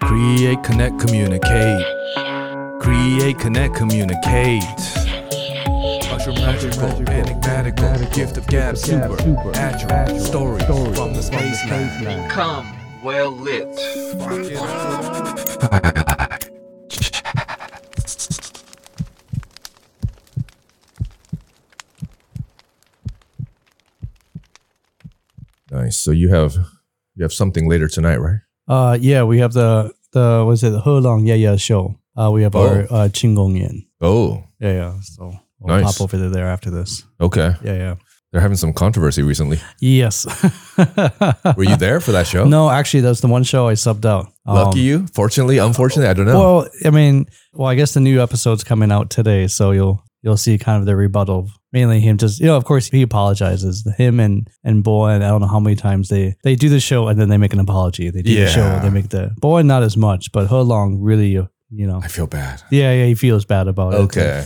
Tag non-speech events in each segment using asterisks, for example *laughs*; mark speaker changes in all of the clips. Speaker 1: Create, connect, communicate. Create, connect, communicate. Usher magical, enigmatical, gift of gab, super, agile, story from the spaceland.
Speaker 2: Come well lit.
Speaker 3: Nice. So you have you have something later tonight, right?
Speaker 4: Uh, yeah, we have the the what's it the Helong Yeah Yeah show. Uh, we have our
Speaker 3: Oh.
Speaker 4: uh, Qinggong Yan.
Speaker 3: Oh,
Speaker 4: Yeah, yeah. So we'll
Speaker 3: Nice.
Speaker 4: pop over to there after this.
Speaker 3: okay.
Speaker 4: Yeah, yeah.
Speaker 3: They're having some controversy recently.
Speaker 4: Yes. *laughs*
Speaker 3: Were you there for that show?
Speaker 4: No, actually, that's the one show I subbed out. Um,
Speaker 3: Lucky you. Fortunately, unfortunately, I don't know.
Speaker 4: Well, I mean, well, I guess the new episode's coming out today, so you'll you'll see kind of the rebuttal. of Mainly him just you know, of course he apologizes. Him and and Bowen, I don't know how many times they they do the show and then they make an apology. They do the
Speaker 3: Yeah.
Speaker 4: show, they make the Bowen not as much, but Hulong really you know
Speaker 3: I feel bad.
Speaker 4: Yeah, yeah, he feels bad about it.
Speaker 3: Okay.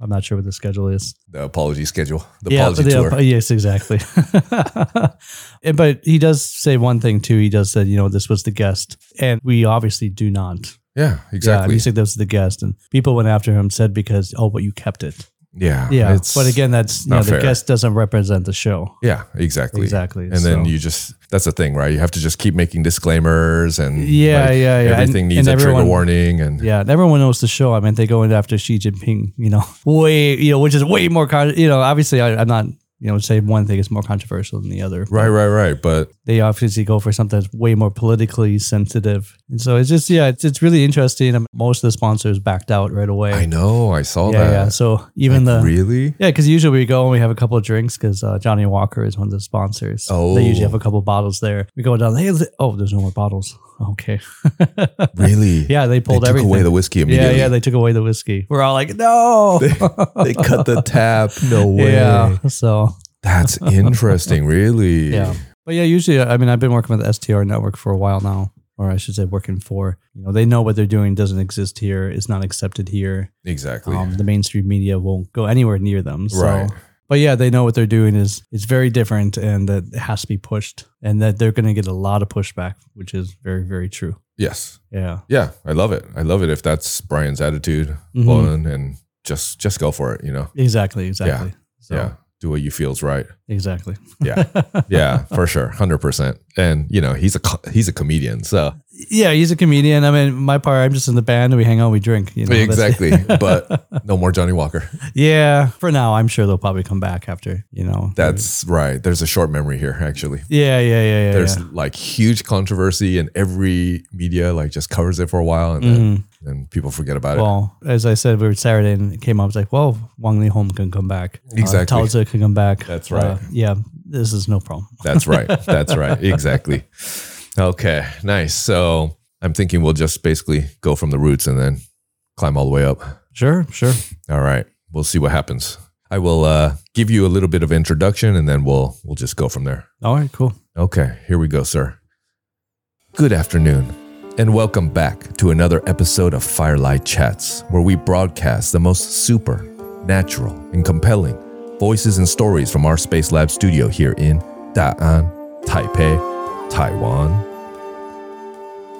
Speaker 4: I'm not sure what the schedule is.
Speaker 3: The apology schedule. The
Speaker 4: yeah,
Speaker 3: apology
Speaker 4: the-
Speaker 3: tour.
Speaker 4: yes, exactly. *laughs* And- but he does say one thing too. He does say, you know, this was the guest, and we obviously do not.
Speaker 3: yeah,
Speaker 4: Yeah,
Speaker 3: exactly.
Speaker 4: he said this was the guest, and people went after him said because oh, but you kept it.
Speaker 3: Yeah.
Speaker 4: Yeah,
Speaker 3: Ah, it's-
Speaker 4: but again, that's you
Speaker 3: not
Speaker 4: know, the
Speaker 3: fair.
Speaker 4: guest doesn't represent the show.
Speaker 3: Yeah, exactly.
Speaker 4: Exactly.
Speaker 3: And then
Speaker 4: so-
Speaker 3: you just that's the thing, right? You have to just keep making disclaimers and
Speaker 4: Yeah,
Speaker 3: like,
Speaker 4: yeah, yeah. And-
Speaker 3: Everything needs
Speaker 4: and
Speaker 3: a trigger
Speaker 4: everyone-
Speaker 3: warning and
Speaker 4: Yeah, and everyone knows the show. I mean, they go in after Xi Jinping, you know, *laughs* way, you know, which is way more, con- you know, obviously I, I'm not, you know, say one thing is more controversial than the other.
Speaker 3: Right, right, right. But
Speaker 4: They obviously go for something that's way more politically sensitive. And so it's just, yeah, it's, it's really interesting. And Most of the sponsors backed out right away.
Speaker 3: I know, I saw
Speaker 4: yeah,
Speaker 3: that.
Speaker 4: yeah. So even
Speaker 3: Like,
Speaker 4: the, *laughs*
Speaker 3: really?
Speaker 4: yeah, because usually we go and we have a couple of drinks because uh, Johnny Walker is one of the sponsors.
Speaker 3: Oh.
Speaker 4: They usually have a couple of bottles there. We go down, hey, is it- oh, there's no more bottles. *laughs* Okay.
Speaker 3: Really?
Speaker 4: yeah, they
Speaker 3: They
Speaker 4: pulled
Speaker 3: took
Speaker 4: everything.
Speaker 3: away the whiskey
Speaker 4: Yeah,
Speaker 3: immediately.
Speaker 4: yeah, they took away the whiskey. We're all like, no.
Speaker 3: They- *laughs*
Speaker 4: *laughs*
Speaker 3: they cut the tap. No way.
Speaker 4: Yeah. So, *laughs*
Speaker 3: That's interesting, really.
Speaker 4: Yeah. but yeah, usually, I mean, I've been working with the STR network for a while now, or I should say, working for. You know, they know what they're doing doesn't exist here, is not accepted here.
Speaker 3: Exactly.
Speaker 4: Um, the mainstream media won't go anywhere near them. So.
Speaker 3: Oh, Right.
Speaker 4: But yeah, they know what they're doing is is very different, and that it has to be pushed, and that they're going to get a lot of pushback, which is very, very true.
Speaker 3: yes.
Speaker 4: Yeah.
Speaker 3: Yeah. I love it. I love it if that's Brian's attitude,
Speaker 4: Mhm.
Speaker 3: Bowen, and just just go for it, you know.
Speaker 4: Exactly. Exactly. So,
Speaker 3: Yeah. Do what you feels right.
Speaker 4: Exactly.
Speaker 3: Yeah.
Speaker 4: *laughs*
Speaker 3: Yeah, for sure. 100%. And, you know, he's a co- he's a comedian, so
Speaker 4: Yeah, he's a comedian. I mean, my part, I'm just in the band. We hang out, we drink. You know, that's-
Speaker 3: Exactly.
Speaker 4: *laughs*
Speaker 3: But- no more Johnny Walker.
Speaker 4: yeah, for now, I'm sure they'll probably come back after. You know,
Speaker 3: That's right. There's a short memory here actually.
Speaker 4: yeah, yeah, yeah, yeah.
Speaker 3: There's
Speaker 4: yeah.
Speaker 3: like huge controversy and every media like just covers it for a while and then,
Speaker 4: Mhm.
Speaker 3: and people forget about it.
Speaker 4: Well, as I said, we were Saturday and it came up. It's like, well, Wang Lee Home can come back.
Speaker 3: Exactly.
Speaker 4: Uh, Taozi can come back.
Speaker 3: That's right.
Speaker 4: Uh, yeah, this is no problem.
Speaker 3: That's right. That's right. Exactly. Okay. Nice. So I'm thinking we'll just basically go from the roots and then climb all the way up.
Speaker 4: Sure, sure.
Speaker 3: All right. We'll see what happens. I will uh, give you a little bit of introduction and then we'll we'll just go from there.
Speaker 4: All right, cool.
Speaker 3: Okay, here we go, sir. Good afternoon, and welcome back to another episode of Firelight Chats, where we broadcast the most super, natural, and compelling voices and stories from our Space Lab studio here in Da'an, Taipei, Taiwan.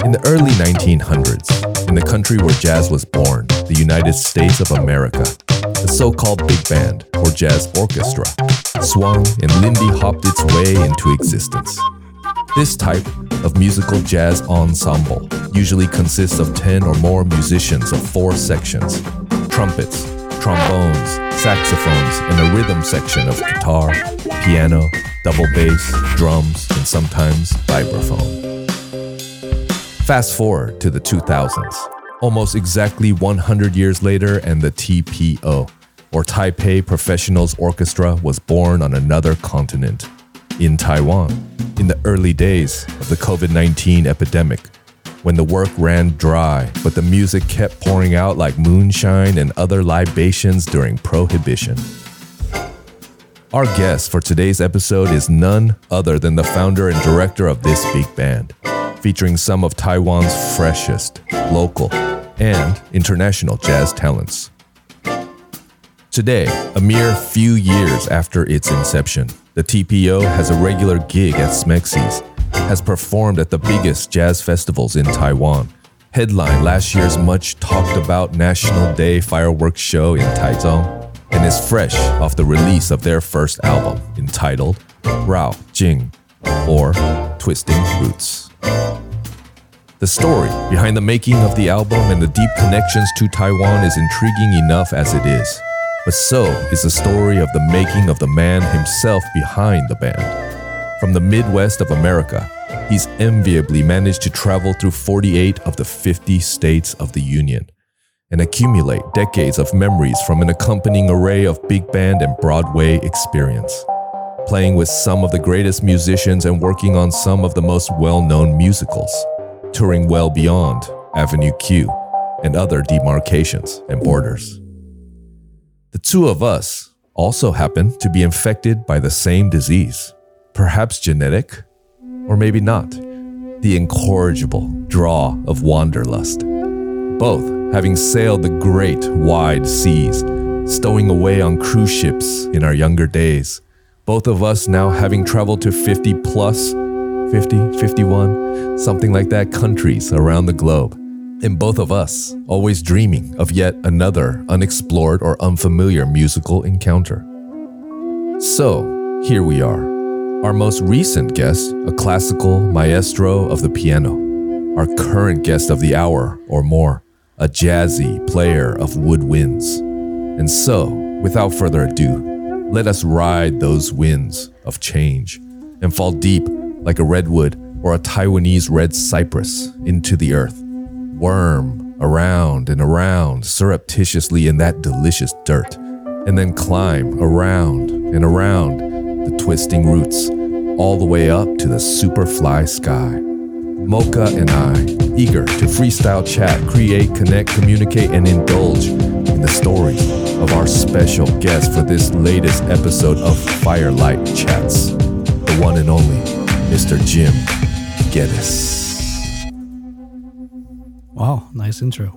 Speaker 3: In the early 1900s, in the country where jazz was born, the United States of America, the so called big band, or jazz orchestra, swung and Lindy hopped its way into existence. This type of musical jazz ensemble usually consists of 10 or more musicians of four sections trumpets, trombones, saxophones, and a rhythm section of guitar, piano, double bass, drums, and sometimes vibraphone. Fast forward to the 2000s, almost exactly 100 years later, and the TPO, or Taipei Professionals Orchestra, was born on another continent, in Taiwan, in the early days of the COVID 19 epidemic, when the work ran dry, but the music kept pouring out like moonshine and other libations during Prohibition. Our guest for today's episode is none other than the founder and director of this big band, featuring some of Taiwan's freshest, local, and international jazz talents. Today, a mere few years after its inception, The TPO has a regular gig at Smexi's, has performed at the biggest jazz festivals in Taiwan, headlined last year's much talked about National Day fireworks show in Taizong, and is fresh off the release of their first album entitled Rao Jing or Twisting Roots. The story behind the making of the album and the deep connections to Taiwan is intriguing enough as it is. But so is the story of the making of the man himself behind the band. From the Midwest of America, he's enviably managed to travel through 48 of the 50 states of the Union and accumulate decades of memories from an accompanying array of big band and Broadway experience. Playing with some of the greatest musicians and working on some of the most well known musicals, touring well beyond Avenue Q and other demarcations and borders. The two of us also happen to be infected by the same disease, perhaps genetic, or maybe not, the incorrigible draw of wanderlust. Both having sailed the great wide seas, stowing away on cruise ships in our younger days, both of us now having traveled to 50 plus, 50, 51, something like that, countries around the globe. And both of us always dreaming of yet another unexplored or unfamiliar musical encounter. So, here we are. Our most recent guest, a classical maestro of the piano. Our current guest of the hour or more, a jazzy player of woodwinds. And so, without further ado, let us ride those winds of change and fall deep like a redwood or a Taiwanese red cypress into the earth worm around and around surreptitiously in that delicious dirt, and then climb around and around the twisting roots, all the way up to the superfly sky. Mocha and I, eager to freestyle chat, create, connect, communicate, and indulge in the story of our special guest for this latest episode of Firelight Chats, the one and only Mr. Jim Geddes.
Speaker 4: Wow, nice intro.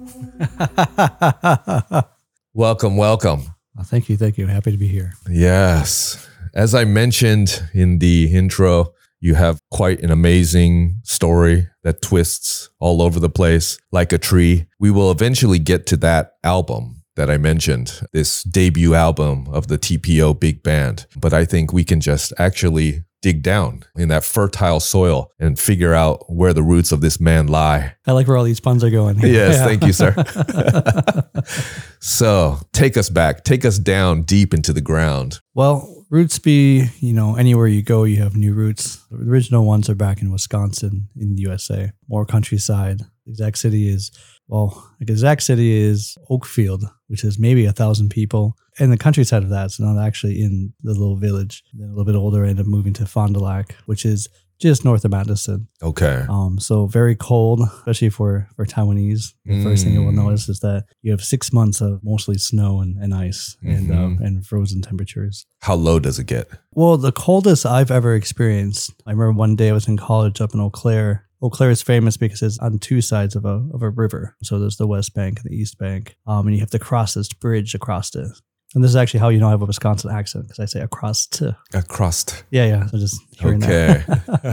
Speaker 3: Welcome, welcome.
Speaker 4: Well, thank you, thank you. Happy to be here.
Speaker 3: Yes. As I mentioned in the intro, you have quite an amazing story that twists all over the place like a tree. We will eventually get to that album that I mentioned, this debut album of the TPO Big Band. But I think we can just actually dig down in that fertile soil and figure out where the roots of this man lie.
Speaker 4: I like where all these puns are going.
Speaker 3: Yes,
Speaker 4: *laughs* Yeah.
Speaker 3: thank you, sir.
Speaker 4: *laughs*
Speaker 3: so take us back, take us down deep into the ground.
Speaker 4: Well, roots be, you know, anywhere you go, you have new roots. The original ones are back in Wisconsin, in the USA, more countryside. The exact city is, well, like exact city is Oakfield, which is maybe a thousand people. And the countryside of that is not actually in the little village. Then a little bit older, I ended up moving to Fond du Lac, which is just north of Madison.
Speaker 3: Okay.
Speaker 4: Um, so very cold, especially for for Taiwanese. The first thing you will
Speaker 3: Mm.
Speaker 4: notice is that you have six months of mostly snow and, and ice and um, and frozen temperatures.
Speaker 3: How low does it get?
Speaker 4: Well, the coldest I've ever experienced. I remember one day I was in college up in Eau Claire. Eau Claire is famous because it's on two sides of a of a river. So there's the West Bank and the East Bank, um, and you have to cross this bridge across it. And this is actually how you know I have a Wisconsin accent because I say across to.
Speaker 3: A crust.
Speaker 4: Yeah, yeah. So just hearing
Speaker 3: Okay.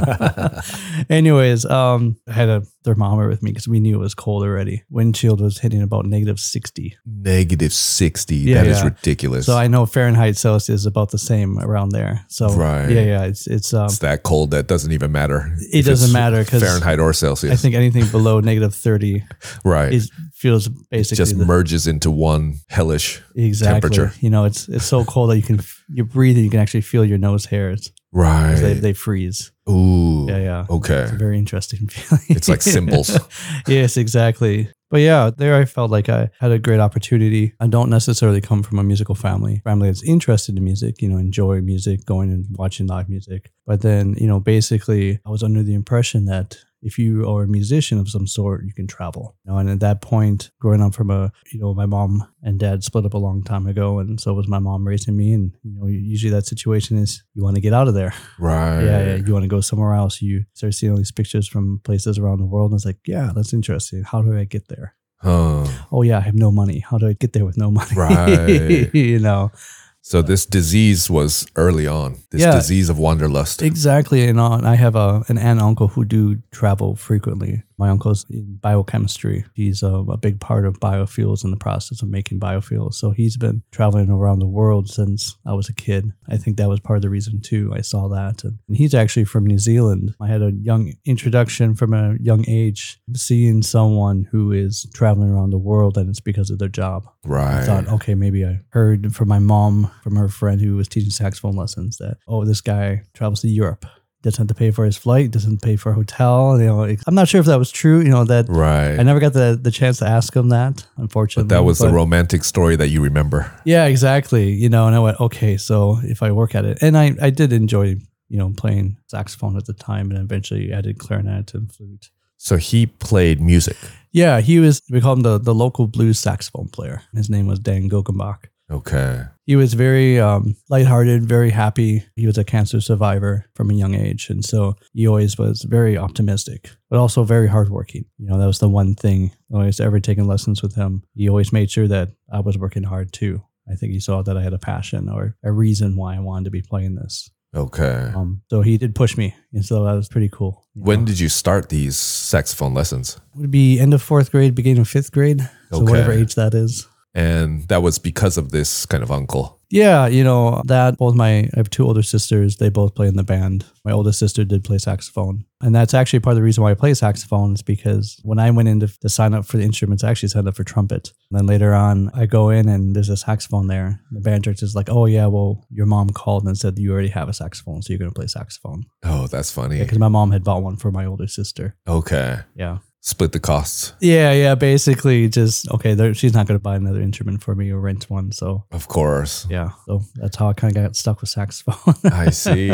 Speaker 4: that. *laughs* Anyways, um, I had a thermometer with me because we knew it was cold already. Windshield was hitting about negative sixty.
Speaker 3: Negative 60.
Speaker 4: Yeah,
Speaker 3: that is
Speaker 4: yeah.
Speaker 3: ridiculous.
Speaker 4: So I um, know Fahrenheit Celsius is about the same around there. So
Speaker 3: Right.
Speaker 4: yeah, yeah. It's it's um,
Speaker 3: it's that cold that doesn't even matter.
Speaker 4: It
Speaker 3: if
Speaker 4: doesn't
Speaker 3: it's
Speaker 4: matter 'cause
Speaker 3: Fahrenheit or Celsius.
Speaker 4: I think anything below *laughs* negative thirty
Speaker 3: right.
Speaker 4: is feels
Speaker 3: It
Speaker 4: basically
Speaker 3: just
Speaker 4: the-
Speaker 3: merges into one hellish.
Speaker 4: exactly.
Speaker 3: temperature.
Speaker 4: You know, it's it's so cold that you can f- you breathe and you can actually feel your nose hairs. 'cause They,
Speaker 3: Right.
Speaker 4: they freeze.
Speaker 3: Ooh.
Speaker 4: Yeah, yeah.
Speaker 3: Okay.
Speaker 4: It's a very interesting *laughs* feeling.
Speaker 3: It's like symbols.
Speaker 4: *laughs* yes, exactly. But yeah, there I felt like I had a great opportunity. I don't necessarily come from a musical family, family that's interested in music, you know, enjoy music, going and watching live music. But then, you know, basically I was under the impression that if you are a musician of some sort, you can travel. You know, and at that point, growing up from a, you know, my mom and dad split up a long time ago. And so was my mom raising me. And, you know, usually that situation is you want to get out of there.
Speaker 3: Right.
Speaker 4: Yeah, yeah, you want to go somewhere else. You start seeing all these pictures from places around the world. And it's like, yeah, that's interesting. How do I get there?
Speaker 3: Huh.
Speaker 4: *laughs* Oh, yeah, I have no money. How do I get there with no money?
Speaker 3: Right.
Speaker 4: you know,
Speaker 3: So this disease was early on. This
Speaker 4: Yeah.
Speaker 3: disease of wanderlust.
Speaker 4: Exactly, and on- I have a an aunt and uncle who do travel frequently. My uncle's in biochemistry; he's a, a big part of biofuels and the process of making biofuels. So he's been traveling around the world since I was a kid. I think that was part of the reason too. I saw that, and, and he's actually from New Zealand. I had a young introduction from a young age, seeing someone who is traveling around the world, and it's because of their job. I
Speaker 3: right.
Speaker 4: thought, okay, maybe I heard from my mom, from her friend who was teaching saxophone lessons, that oh, this guy travels to Europe, doesn't have to pay for his flight, doesn't pay for a hotel. You know, it- I'm not sure if that was true. You know that
Speaker 3: right.
Speaker 4: I never got the the chance to ask him that,
Speaker 3: but
Speaker 4: unfortunately.
Speaker 3: that was the
Speaker 4: but-
Speaker 3: romantic story that you remember.
Speaker 4: Yeah, exactly. You know, and I went, okay, so if I work at it, and I I did enjoy you know playing saxophone at the time, and eventually added clarinet and flute.
Speaker 3: So he played music.
Speaker 4: Yeah, he was. We call him the the local blues saxophone player. His name was Dan Gokenbach.
Speaker 3: Okay.
Speaker 4: he was very um, lighthearted, very happy. He was a cancer survivor from a young age, and so he always was very optimistic, but also very hardworking. You know, that was the one thing always ever taking lessons with him. He always made sure that I was working hard too. I think he saw that I had a passion or a reason why I wanted to be playing this.
Speaker 3: Okay.
Speaker 4: Um, so he did push me, and so that was pretty cool. you
Speaker 3: When
Speaker 4: know.
Speaker 3: did you start these saxophone lessons?
Speaker 4: would be end of fourth grade, beginning of fifth grade, so
Speaker 3: Okay.
Speaker 4: whatever age that is.
Speaker 3: And that was because of this kind of uncle.
Speaker 4: Yeah, you know, that both my I have two older sisters, they both play in the band. My oldest sister did play saxophone. And that's actually part of the reason why I play saxophone is because when I went in to, to sign up for the instruments, I actually signed up for trumpet. And then later on I go in and there's a saxophone there. And the band director's is like, Oh yeah, well, your mom called and said you already have a saxophone, so you're gonna play saxophone.
Speaker 3: Oh, that's funny.
Speaker 4: Because my mom had bought one for my older sister.
Speaker 3: Okay.
Speaker 4: Yeah.
Speaker 3: Split the costs.
Speaker 4: Yeah, yeah. Basically just okay, there- she's not gonna buy another instrument for me or rent one. So
Speaker 3: Of
Speaker 4: *laughs*
Speaker 3: course.
Speaker 4: yeah. So that's how I kinda got stuck with saxophone.
Speaker 3: *laughs* I see.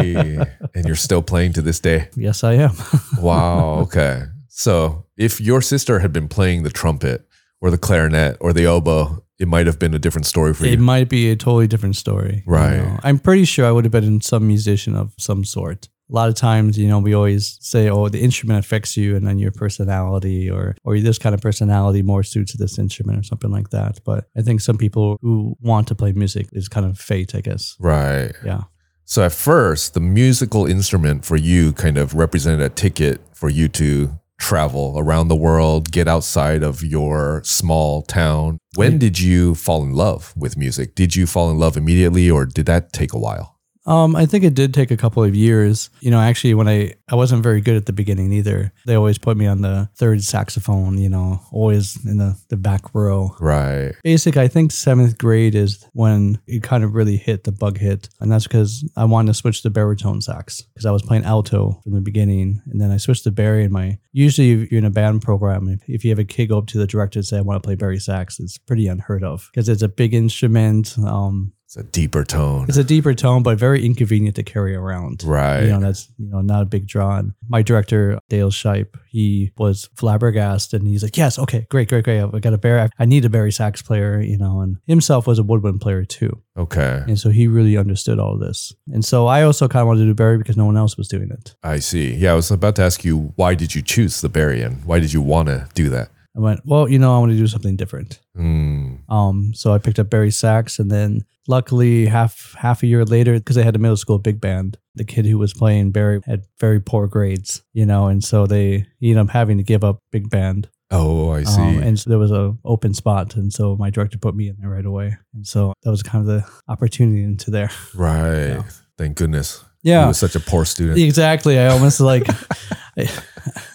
Speaker 3: and you're still playing to this day.
Speaker 4: *laughs* Yes, I am.
Speaker 3: Wow. Okay. So if your sister had been playing the trumpet or the clarinet or the oboe, it might have been a different story for
Speaker 4: it
Speaker 3: you.
Speaker 4: might be a totally different story. you
Speaker 3: Right.
Speaker 4: know. I'm pretty sure I would have been some musician of some sort. A lot of times, you know, we always say, "Oh, the instrument affects you, and then your personality, or or this kind of personality more suits this instrument, or something like that." But I think some people who want to play music is kind of fate, I guess.
Speaker 3: Right.
Speaker 4: Yeah.
Speaker 3: So at first, the musical instrument for you kind of represented a ticket for you to travel around the world, get outside of your small town. When did you fall in love with music? Did you fall in love immediately or did that take a while?
Speaker 4: Um, I think it did take a couple of years. You know, actually, when I I wasn't very good at the beginning either. They always put me on the third saxophone. You know, always in the the back row.
Speaker 3: Right.
Speaker 4: basic i think seventh grade is when it kind of really hit the bug hit and that's because i wanted to switch to baritone sax because i was playing alto from the beginning and then i switched to barry and my usually if you're in a band program if, if you have a kid go up to the director and say i want to play barry sax it's pretty unheard of because it's a big instrument um,
Speaker 3: It's a deeper tone.
Speaker 4: it's a deeper tone but very inconvenient to carry around
Speaker 3: Right.
Speaker 4: you know that's you know not a big draw on my director dale shipe he was flabbergasted and he's like yes okay great great great i got a barry i need a barry sax player you know and himself was a woodwind player too
Speaker 3: Okay.
Speaker 4: and so he really understood all this and so i also kind of wanted to do barry because no one else was doing it
Speaker 3: I see. Yeah, I was about to ask you why did you choose the Barry and why did you want to do that?
Speaker 4: i went well you know i want to do something different
Speaker 3: Hmm.
Speaker 4: Um, so I picked up Barry Sachs, and then luckily, half half a year later, because they had a middle school big band, the kid who was playing Barry had very poor grades, you know, and so they ended up having to give up big band.
Speaker 3: Oh, I see.
Speaker 4: Um, and so there was a open spot, and so my director put me in there right away, and so that was kind of the opportunity into there.
Speaker 3: right.
Speaker 4: Yeah.
Speaker 3: Thank goodness. You
Speaker 4: Yeah,
Speaker 3: was such a poor student.
Speaker 4: exactly. I almost
Speaker 3: *laughs*
Speaker 4: like. *laughs* It,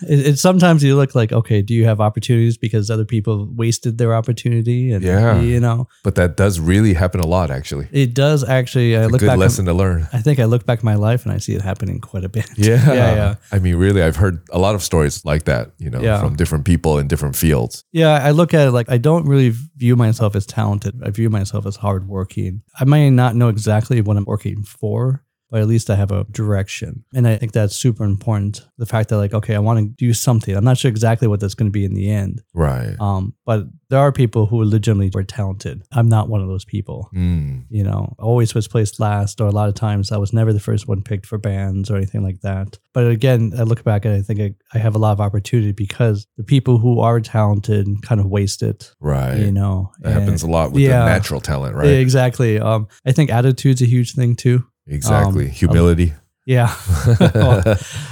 Speaker 4: it, sometimes you look like okay, do you have opportunities because other people wasted their opportunity, and
Speaker 3: Yeah.
Speaker 4: you know
Speaker 3: But that does really happen a lot, actually.
Speaker 4: it does actually. I
Speaker 3: A
Speaker 4: look
Speaker 3: good
Speaker 4: back on-
Speaker 3: lesson to learn.
Speaker 4: I think I look back at my life and I see it happening quite a bit.
Speaker 3: Yeah.
Speaker 4: *laughs* Yeah, yeah.
Speaker 3: I mean, really, I've heard a lot of stories like that, you know,
Speaker 4: Yeah.
Speaker 3: from different people in different fields.
Speaker 4: Yeah, I look at it like I don't really view myself as talented. I view myself as hardworking. I may not know exactly what I'm working for, but at least I have a direction. And I think that's super important. The fact that like, okay, I want to do something. I'm not sure exactly what that's going to be in the end.
Speaker 3: Right.
Speaker 4: Um, but there are people who legitimately were talented. I'm not one of those people.
Speaker 3: Mm.
Speaker 4: You know, I always was placed last, or a lot of times I was never the first one picked for bands or anything like that. But again, I look back and I think I, I have a lot of opportunity because the people who are talented kind of waste it.
Speaker 3: Right.
Speaker 4: You know,
Speaker 3: that happens a lot with
Speaker 4: yeah.
Speaker 3: the natural talent, right?
Speaker 4: Exactly. Um, I think attitude's a huge thing too.
Speaker 3: Exactly.
Speaker 4: *laughs* Um,
Speaker 3: Humility. *laughs*
Speaker 4: Yeah. *laughs* Well,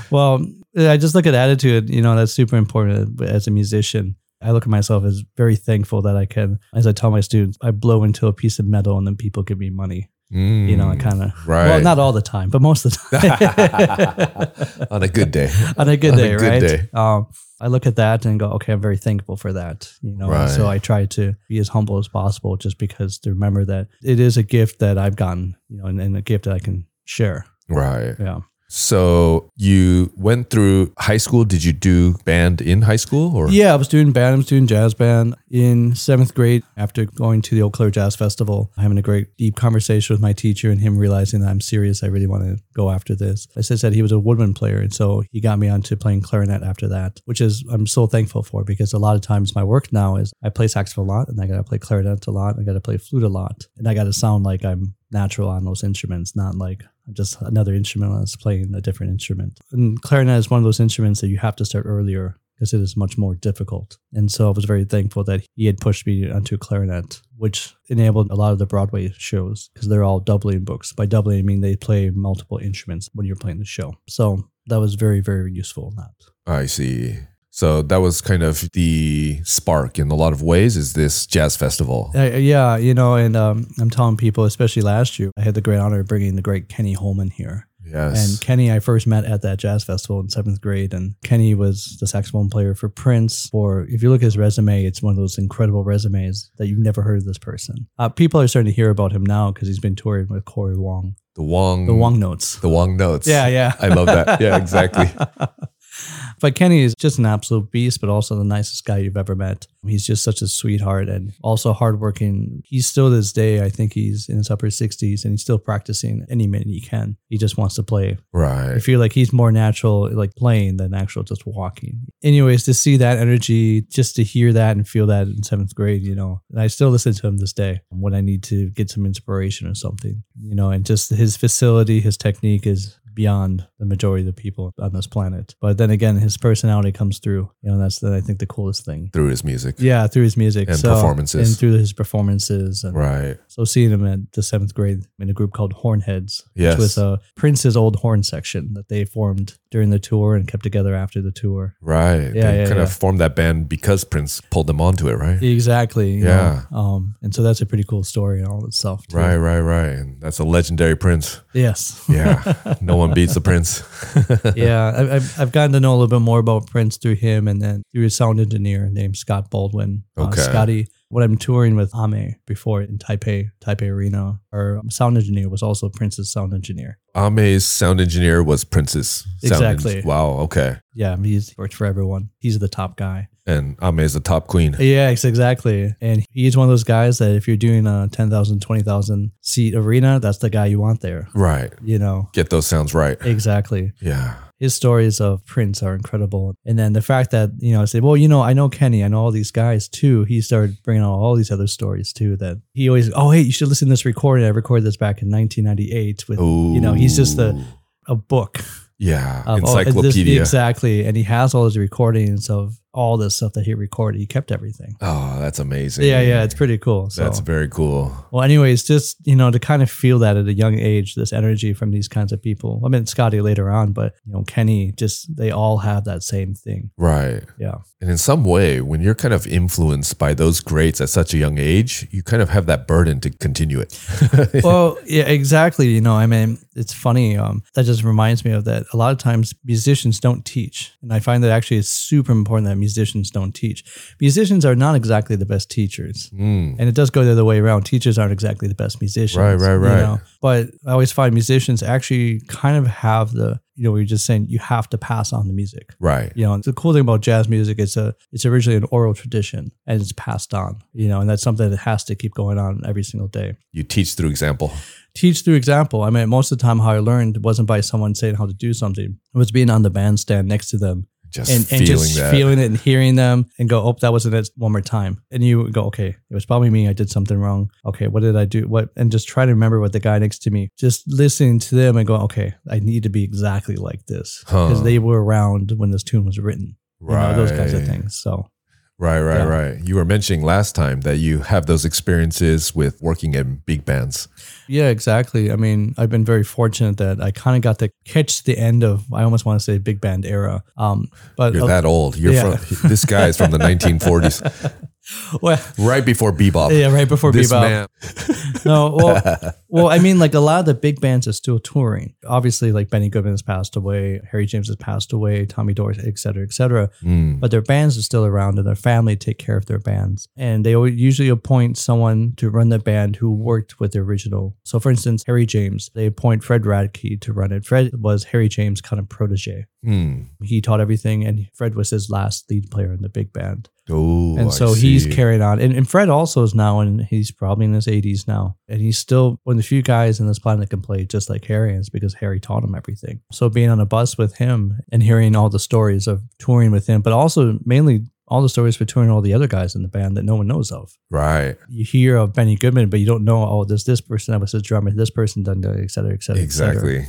Speaker 4: well, I just look at attitude. You know, that's super important as a musician. I look at myself as very thankful that I can, as I tell my students, I blow into a piece of metal and then people give me money. You know, I kind of,
Speaker 3: Mm, Right.
Speaker 4: well, not all the time, but most of the
Speaker 3: *laughs*
Speaker 4: time.
Speaker 3: on a good
Speaker 4: *laughs*
Speaker 3: day.
Speaker 4: on a good
Speaker 3: On a
Speaker 4: day,
Speaker 3: good
Speaker 4: right?
Speaker 3: day.
Speaker 4: Um, I look at that and go, okay, I'm very thankful for that. You know,
Speaker 3: Right.
Speaker 4: so I try to be as humble as possible, just because to remember that it is a gift that I've gotten, you know, and, and a gift that I can share.
Speaker 3: Right.
Speaker 4: Yeah,
Speaker 3: So you went through high school. Did you do band in high school or?
Speaker 4: yeah. I was doing band, I was doing jazz band in seventh grade. After going to the Eau Claire Jazz Festival, having a great deep conversation with my teacher and him realizing that I'm serious, I really want to go after this. I said that he was a woodwind player, and so he got me onto playing clarinet after that, which is I'm so thankful for because a lot of times my work now is I play saxophone a lot, and I got to play clarinet a lot, I got to play flute a lot, and I got to sound like I'm natural on those instruments, not like just another instrument that's playing a different instrument. And clarinet is one of those instruments that you have to start earlier because it is much more difficult. And so I was very thankful that he had pushed me onto clarinet, which enabled a lot of the Broadway shows because they're all doubling books. By doubling, I mean they play multiple instruments when you're playing the show. So that was very, very useful in that.
Speaker 3: I see. So that was kind of the spark in a lot of ways is this jazz festival.
Speaker 4: Uh, yeah, you know, and um, I'm telling people, especially last year, I had the great honor of bringing the great Kenny Holman here.
Speaker 3: Yes.
Speaker 4: And Kenny, I first met at that jazz festival in seventh grade. And Kenny was the saxophone player for Prince. Or if you look at his resume, it's one of those incredible resumes that you've never heard of this person. Uh, people are starting to hear about him now because he's been touring with Corey Wong,
Speaker 3: the Wong.
Speaker 4: the Wong Notes.
Speaker 3: The Wong notes.
Speaker 4: Yeah, yeah.
Speaker 3: Mm. I love that. Yeah, exactly.
Speaker 4: *laughs* but Kenny is just an absolute beast, but also the nicest guy you've ever met. He's just such a sweetheart and also hardworking. He's still to this day, I think he's in his upper 60s and he's still practicing any minute he can. He just wants to play I
Speaker 3: Right.
Speaker 4: feel like he's more natural, like playing than actual just walking. Anyways, to see that energy, just to hear that and feel that in seventh grade, you know, and I still listen to him this day when I need to get some inspiration or something, you know, and just his facility, his technique is beyond the majority of the people on this planet. But then again, his personality comes through, you know, that's the, I think the coolest thing.
Speaker 3: Through his music.
Speaker 4: Yeah, through his music
Speaker 3: And
Speaker 4: So-
Speaker 3: performances.
Speaker 4: and through his performances, and
Speaker 3: Right.
Speaker 4: so seeing him at the seventh grade in a group called Hornheads,
Speaker 3: Yes.
Speaker 4: which was uh, Prince's old horn section that they formed during the tour and kept together after the tour.
Speaker 3: Right.
Speaker 4: Yeah,
Speaker 3: they
Speaker 4: yeah,
Speaker 3: kind
Speaker 4: yeah.
Speaker 3: of formed that band because Prince pulled them onto it, right?
Speaker 4: Exactly. you
Speaker 3: Yeah.
Speaker 4: know. Um, and so that's a pretty cool story in all itself. too.
Speaker 3: Right, right, right. And that's a legendary Prince.
Speaker 4: Yes. *laughs*
Speaker 3: Yeah. no one beats the Prince.
Speaker 4: yeah. I, I've, I've gotten to know a little bit more about Prince through him and then through his sound engineer named Scott Baldwin. Uh,
Speaker 3: Okay.
Speaker 4: Scotty, when I'm touring with Ame before in Taipei, Taipei Arena, our sound engineer was also Prince's sound engineer.
Speaker 3: *laughs* Ame's sound engineer was Prince's sound
Speaker 4: Exactly.
Speaker 3: eng- wow. Okay.
Speaker 4: Yeah. He's worked for everyone. He's the top guy.
Speaker 3: And Ame is the top queen.
Speaker 4: Yeah, ex- exactly. And he's one of those guys that if you're doing a 10,000, 20,000 seat arena, that's the guy you want there,
Speaker 3: Right.
Speaker 4: you know?
Speaker 3: Get those sounds right.
Speaker 4: Exactly.
Speaker 3: Yeah.
Speaker 4: His stories of Prince are incredible. And then the fact that, you know, I say, well, you know, I know Kenny, I know all these guys too. He started bringing out all these other stories too that he always, oh, hey, you should listen to this recording. I recorded this back in 1998 with
Speaker 3: Ooh.
Speaker 4: You know, he's just the- a book.
Speaker 3: yeah
Speaker 4: of all- and Um, oh, this-
Speaker 3: encyclopedia.
Speaker 4: exactly. And he has all his recordings of all this stuff that he recorded. He kept everything.
Speaker 3: oh, that's amazing.
Speaker 4: Yeah, yeah, it's pretty cool. So.
Speaker 3: That's very cool.
Speaker 4: Well, anyways, just you know, to kind of feel that at a young age, this energy from these kinds of people. I mean, Scotty later on, but you know, Kenny, just they all have that same thing.
Speaker 3: Right.
Speaker 4: Yeah.
Speaker 3: And in some way, when you're kind of influenced by those greats at such a young age, you kind of have that burden to continue it. *laughs*
Speaker 4: Well, yeah, exactly. You know, I mean, it's funny. Um, that just reminds me of that. A lot of times, musicians don't teach, and I find that actually it's super important that musicians don't teach. Musicians are not exactly the best teachers.
Speaker 3: Mm,
Speaker 4: And it does go the other way around. Teachers aren't exactly the best musicians.
Speaker 3: Right, right,
Speaker 4: you
Speaker 3: right.
Speaker 4: know? But I always find musicians actually kind of have the, you know, we were just saying you have to pass on the music.
Speaker 3: right.
Speaker 4: You know, and the cool thing about jazz music is a it's originally an oral tradition and it's passed on. You know, and that's something that has to keep going on every single day.
Speaker 3: You teach through example.
Speaker 4: teach through example. I mean, most of the time, how I learned wasn't by someone saying how to do something. It was being on the bandstand next to them
Speaker 3: Just
Speaker 4: and,
Speaker 3: feeling
Speaker 4: and just
Speaker 3: that.
Speaker 4: feeling it and hearing them and go, oh, that wasn't it one more time. And you go, okay, it was probably me. I did something wrong. Okay, what did I do? What? And just try to remember what the guy next to me, just listening to them and going, okay, I need to be exactly like this because
Speaker 3: Huh.
Speaker 4: they were around when this tune was written. You
Speaker 3: right.
Speaker 4: know, those kinds of things. So
Speaker 3: Right, right,
Speaker 4: Yeah.
Speaker 3: right. You were mentioning last time that you have those experiences with working in big bands.
Speaker 4: Yeah, exactly. I mean, I've been very fortunate that I kind of got to catch the end of I almost want to say big band era. Um, but
Speaker 3: You're that old. You're
Speaker 4: yeah.
Speaker 3: from this guy is from the 1940s,
Speaker 4: *laughs* well,
Speaker 3: right before bebop.
Speaker 4: yeah, right before
Speaker 3: um, this
Speaker 4: bebop.
Speaker 3: man.
Speaker 4: No, well, well, I mean, like a lot of the big bands are still touring. Obviously, like Benny Goodman has passed away, Harry James has passed away, Tommy Dorsey, et cetera, et cetera.
Speaker 3: Mm,
Speaker 4: But their bands are still around, and their family take care of their bands. And they always usually appoint someone to run the band who worked with the original. So, for instance, Harry James, they appoint Fred Radke to run it. Fred was Harry James' kind of protege.
Speaker 3: mm.
Speaker 4: He taught everything, and Fred was his last lead player in the big band
Speaker 3: Oh, I
Speaker 4: and so he's
Speaker 3: see.
Speaker 4: carried on. And, and Fred also is now, and he's probably in his 80s now. And he's still one of the few guys in this planet that can play just like Harry, and it's because Harry taught him everything. So being on a bus with him and hearing all the stories of touring with him, but also mainly all the stories for touring all the other guys in the band that no one knows of.
Speaker 3: right.
Speaker 4: You hear of Benny Goodman, but you don't know, oh, there's this person that was his drummer, this person done, that, et cetera, et cetera. et cetera.
Speaker 3: Exactly.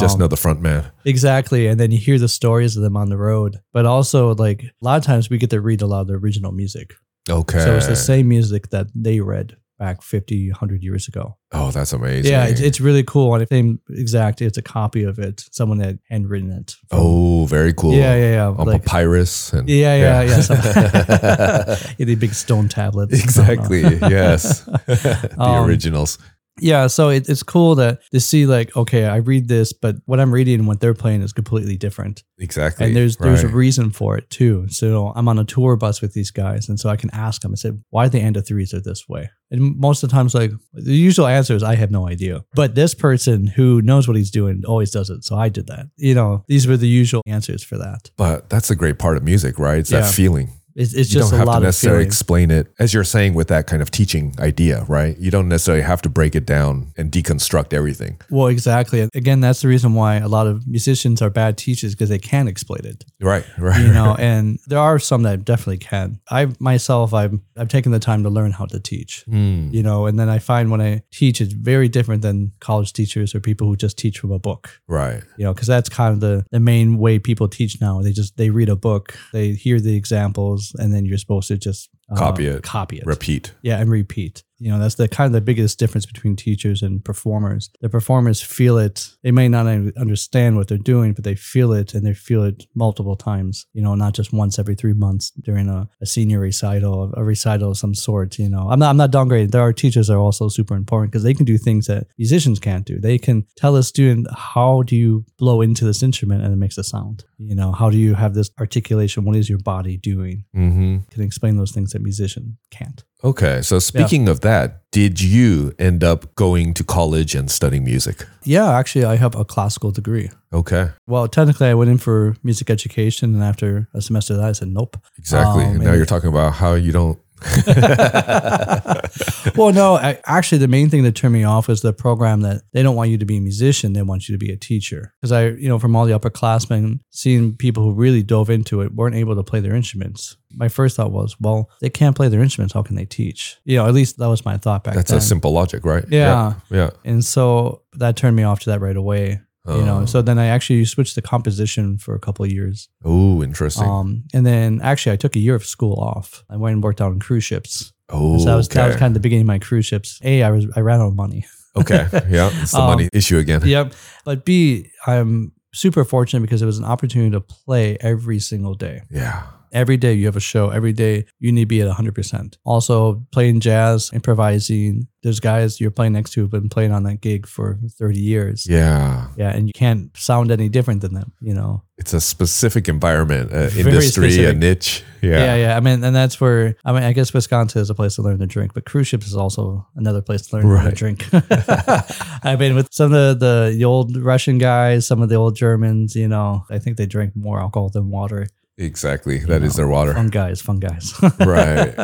Speaker 3: Just
Speaker 4: Um,
Speaker 3: know the front man.
Speaker 4: Exactly. And then you hear the stories of them on the road. But also, like, a lot of times we get to read a lot of the original music.
Speaker 3: Okay.
Speaker 4: So it's the same music that they read back 50, 100 years ago.
Speaker 3: Oh, that's amazing.
Speaker 4: Yeah, it's, it's really cool. And the same exact, it's a copy of it. Someone had handwritten it.
Speaker 3: oh, very cool.
Speaker 4: Yeah, yeah, yeah.
Speaker 3: On
Speaker 4: Like-
Speaker 3: papyrus and
Speaker 4: yeah, yeah, yeah. some- yeah, the big stone tablets. and stuff.
Speaker 3: *laughs*
Speaker 4: *laughs*
Speaker 3: exactly. yes. *laughs* the
Speaker 4: Um,
Speaker 3: originals.
Speaker 4: yeah, so it, it's cool that to see like, okay, I read this, but what I'm reading and what they're playing is completely different.
Speaker 3: Exactly.
Speaker 4: And there's there's a
Speaker 3: Right.
Speaker 4: reason for it too. So I'm on a tour bus with these guys, and so I can ask them. I said, "Why did the end of threes are this way?" And most of the times, like the usual answer is, "I have no idea." But this person who knows what he's doing always does it. So I did that. You know, these were the usual answers for that.
Speaker 3: but that's a great part of music, right? It's
Speaker 4: Yeah.
Speaker 3: that feeling.
Speaker 4: It's, it's
Speaker 3: you
Speaker 4: just
Speaker 3: don't
Speaker 4: a
Speaker 3: have
Speaker 4: lot
Speaker 3: to
Speaker 4: of
Speaker 3: necessarily
Speaker 4: feeling.
Speaker 3: explain it as you're saying with that kind of teaching idea right you don't necessarily have to break it down and deconstruct everything
Speaker 4: Well, exactly. Again, that's the reason why a lot of musicians are bad teachers because they can't explain it.
Speaker 3: right right *laughs*
Speaker 4: you know and there are some that definitely can i myself i've i've taken the time to learn how to teach
Speaker 3: Hmm.
Speaker 4: you know and then i find when i teach it's very different than college teachers or people who just teach from a book
Speaker 3: right
Speaker 4: you know because that's kind of the, the main way people teach now they just they read a book they hear the examples and then you're supposed to just uh,
Speaker 3: Copy it.
Speaker 4: copy it
Speaker 3: repeat
Speaker 4: yeah, and repeat. You know, that's the kind of the biggest difference between teachers and performers. The performers feel it. They may not un- understand what they're doing, but they feel it and they feel it multiple times, you know, not just once every three months during a, a senior recital, a recital of some sort, you know. I'm not I'm not downgrading. There are teachers that are also super important because they can do things that musicians can't do. They can tell a student how do you blow into this instrument and it makes a sound. You know, how do you have this articulation? What is your body doing?
Speaker 3: hmm
Speaker 4: Can explain those things that musician can't.
Speaker 3: okay so speaking of that did you end up going to college and studying music
Speaker 4: Yeah, actually, I have a classical degree.
Speaker 3: okay
Speaker 4: Well, technically, I went in for music education, and after a semester of that, I said
Speaker 3: *laughs*
Speaker 4: nope.
Speaker 3: exactly
Speaker 4: Um,
Speaker 3: and now
Speaker 4: and-
Speaker 3: you're talking about how you don't
Speaker 4: well, no, I, actually, the main thing that turned me off was the program that they don't want you to be a musician; they want you to be a teacher. Because I, you know, from all the upperclassmen, seeing people who really dove into it weren't able to play their instruments. My first thought was, well, they can't play their instruments. How can they teach? You know, at least that was my thought back
Speaker 3: that's
Speaker 4: then.
Speaker 3: a simple logic right
Speaker 4: Yeah.
Speaker 3: yeah,
Speaker 4: and so that turned me off to that right away. you know so then i actually switched to composition for a couple of years
Speaker 3: oh interesting
Speaker 4: um, and then actually i took a year of school off i went and worked out on cruise ships
Speaker 3: oh
Speaker 4: so that was,
Speaker 3: okay.
Speaker 4: that was *laughs* kind of the beginning of my cruise ships a i was i ran out of
Speaker 3: *laughs*
Speaker 4: money
Speaker 3: okay yeah it's the
Speaker 4: Um,
Speaker 3: money issue again
Speaker 4: yep but b i'm super fortunate because it was an opportunity to play every single day
Speaker 3: yeah
Speaker 4: every day you have a show every day you need to be at 100% also playing jazz improvising there's guys you're playing next to who've been playing on that gig for 30 years
Speaker 3: yeah
Speaker 4: yeah and you can't sound any different than them you know
Speaker 3: it's a specific environment, uh,
Speaker 4: Very
Speaker 3: industry, a
Speaker 4: specific.
Speaker 3: niche.
Speaker 4: Yeah. yeah,
Speaker 3: Yeah.
Speaker 4: I mean, and that's where I mean, I guess Wisconsin is a place to learn to drink, but cruise ships is also another place to learn how to
Speaker 3: Right.
Speaker 4: drink. *laughs* I mean, with some of the, the old Russian guys, some of the old Germans, you know, I think they drink more alcohol than water.
Speaker 3: Exactly.
Speaker 4: you
Speaker 3: that is
Speaker 4: know,
Speaker 3: their water.
Speaker 4: Fun guys, fun guys. *laughs*
Speaker 3: Right.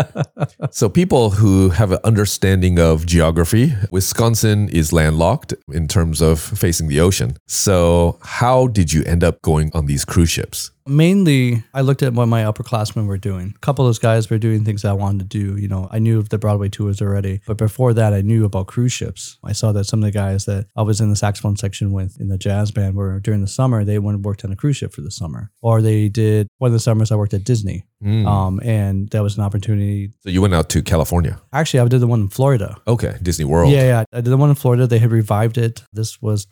Speaker 3: So, people who have an understanding of geography, Wisconsin is landlocked in terms of facing the ocean. So, how did you end up going on these cruise ships?
Speaker 4: Mainly, I looked at what my upperclassmen were doing. A couple of those guys were doing things I wanted to do. You know, I knew of the Broadway tours already, but before that, I knew about cruise ships. I saw that some of the guys that I was in the saxophone section with in the jazz band were during the summer, they went and worked on a cruise ship for the summer. Or they did one of the summers I worked at Disney.
Speaker 3: Mm.
Speaker 4: Um, and that was an opportunity.
Speaker 3: so, you went out to California.
Speaker 4: Actually, I did the one in Florida.
Speaker 3: Okay. Disney World.
Speaker 4: Yeah, yeah. I did the one in Florida. They had revived it. This was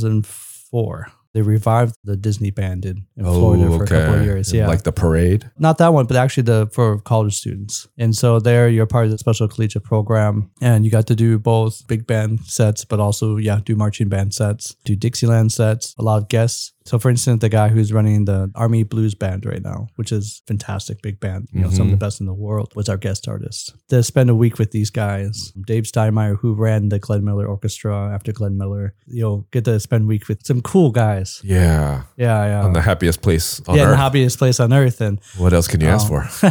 Speaker 4: 2004. They revived the Disney band did in Florida for a couple of years. Yeah.
Speaker 3: Like the parade.
Speaker 4: not that one, but actually the for college students. And so there you're part of the special collegiate program and you got to do both big band sets, but also yeah, do marching band sets, do Dixieland sets, a lot of guests. So for instance, the guy who's running the Army Blues Band right now, which is fantastic big band, you know, some of
Speaker 3: Mm-hmm.
Speaker 4: the best in the world, was our guest artist. To spend a week with these guys, Dave Steinmeier, who ran the Glenn Miller Orchestra after Glenn Miller, you know, get to spend a week with some cool guys.
Speaker 3: Yeah.
Speaker 4: Yeah, yeah.
Speaker 3: on the happiest place on
Speaker 4: Uh, yeah, in
Speaker 3: earth.
Speaker 4: the happiest place on earth.
Speaker 3: *laughs*
Speaker 4: *laughs* And
Speaker 3: what else can you ask for?
Speaker 4: *laughs*
Speaker 3: *laughs*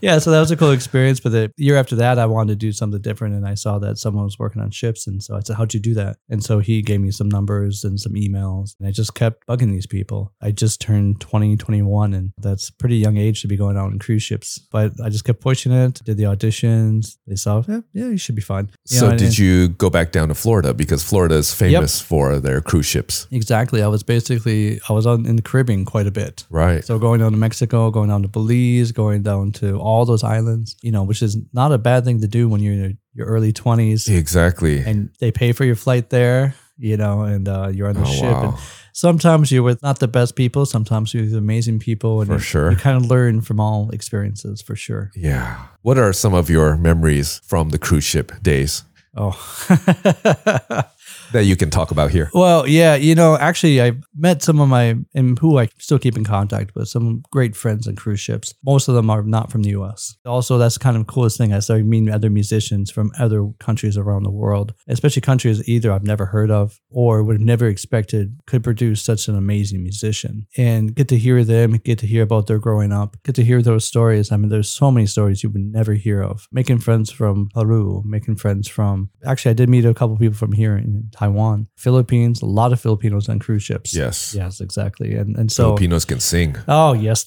Speaker 4: yeah, so that was a cool experience. But the year after that, I wanted to do something different, and I saw that someone was working on ships, and so I said, "How'd you do that?" And so he gave me some numbers and some emails, and I just kept bugging these people. I just turned 20, 21, and that's a pretty young age to be going out on cruise ships. But I just kept pushing it. Did the auditions? They saw, yeah, yeah you should be fine. You
Speaker 3: so
Speaker 4: know, and-
Speaker 3: did you go back down to Florida because Florida is famous for their cruise ships,
Speaker 4: Exactly. I was basically I was on in the Caribbean quite a bit.
Speaker 3: right?
Speaker 4: So going down to Mexico, going down to Belize, going down to all those islands, you know, which is not a bad thing to do when you're in your, your early 20s
Speaker 3: exactly.
Speaker 4: and they pay for your flight there, you know, and uh, you're on the
Speaker 3: oh
Speaker 4: ship. And
Speaker 3: wow,
Speaker 4: sometimes you're with not the best people, sometimes you're with amazing people. And
Speaker 3: for
Speaker 4: you-
Speaker 3: sure.
Speaker 4: you kind of learn from all experiences for sure.
Speaker 3: yeah. What are some of your memories from the cruise ship days
Speaker 4: *laughs* Oh.
Speaker 3: that you can talk about here?
Speaker 4: Well, yeah, you know, actually, I met some of my and who I still keep in contact with, some great friends on cruise ships. Most of them are not from the U.S. Also, that's kind of the coolest thing. I started meeting other musicians from other countries around the world, especially countries either I've never heard of or would have never expected could produce such an amazing musician. And get to hear them, get to hear about their growing up, get to hear those stories. I mean, there's so many stories you would never hear of. Making friends from Peru, making friends from actually, I did meet a couple people from here in Taiwan, Philippines, a lot of Filipinos on cruise ships.
Speaker 3: Yes.
Speaker 4: Yes, exactly. And and so
Speaker 3: Filipinos can sing.
Speaker 4: Oh yes,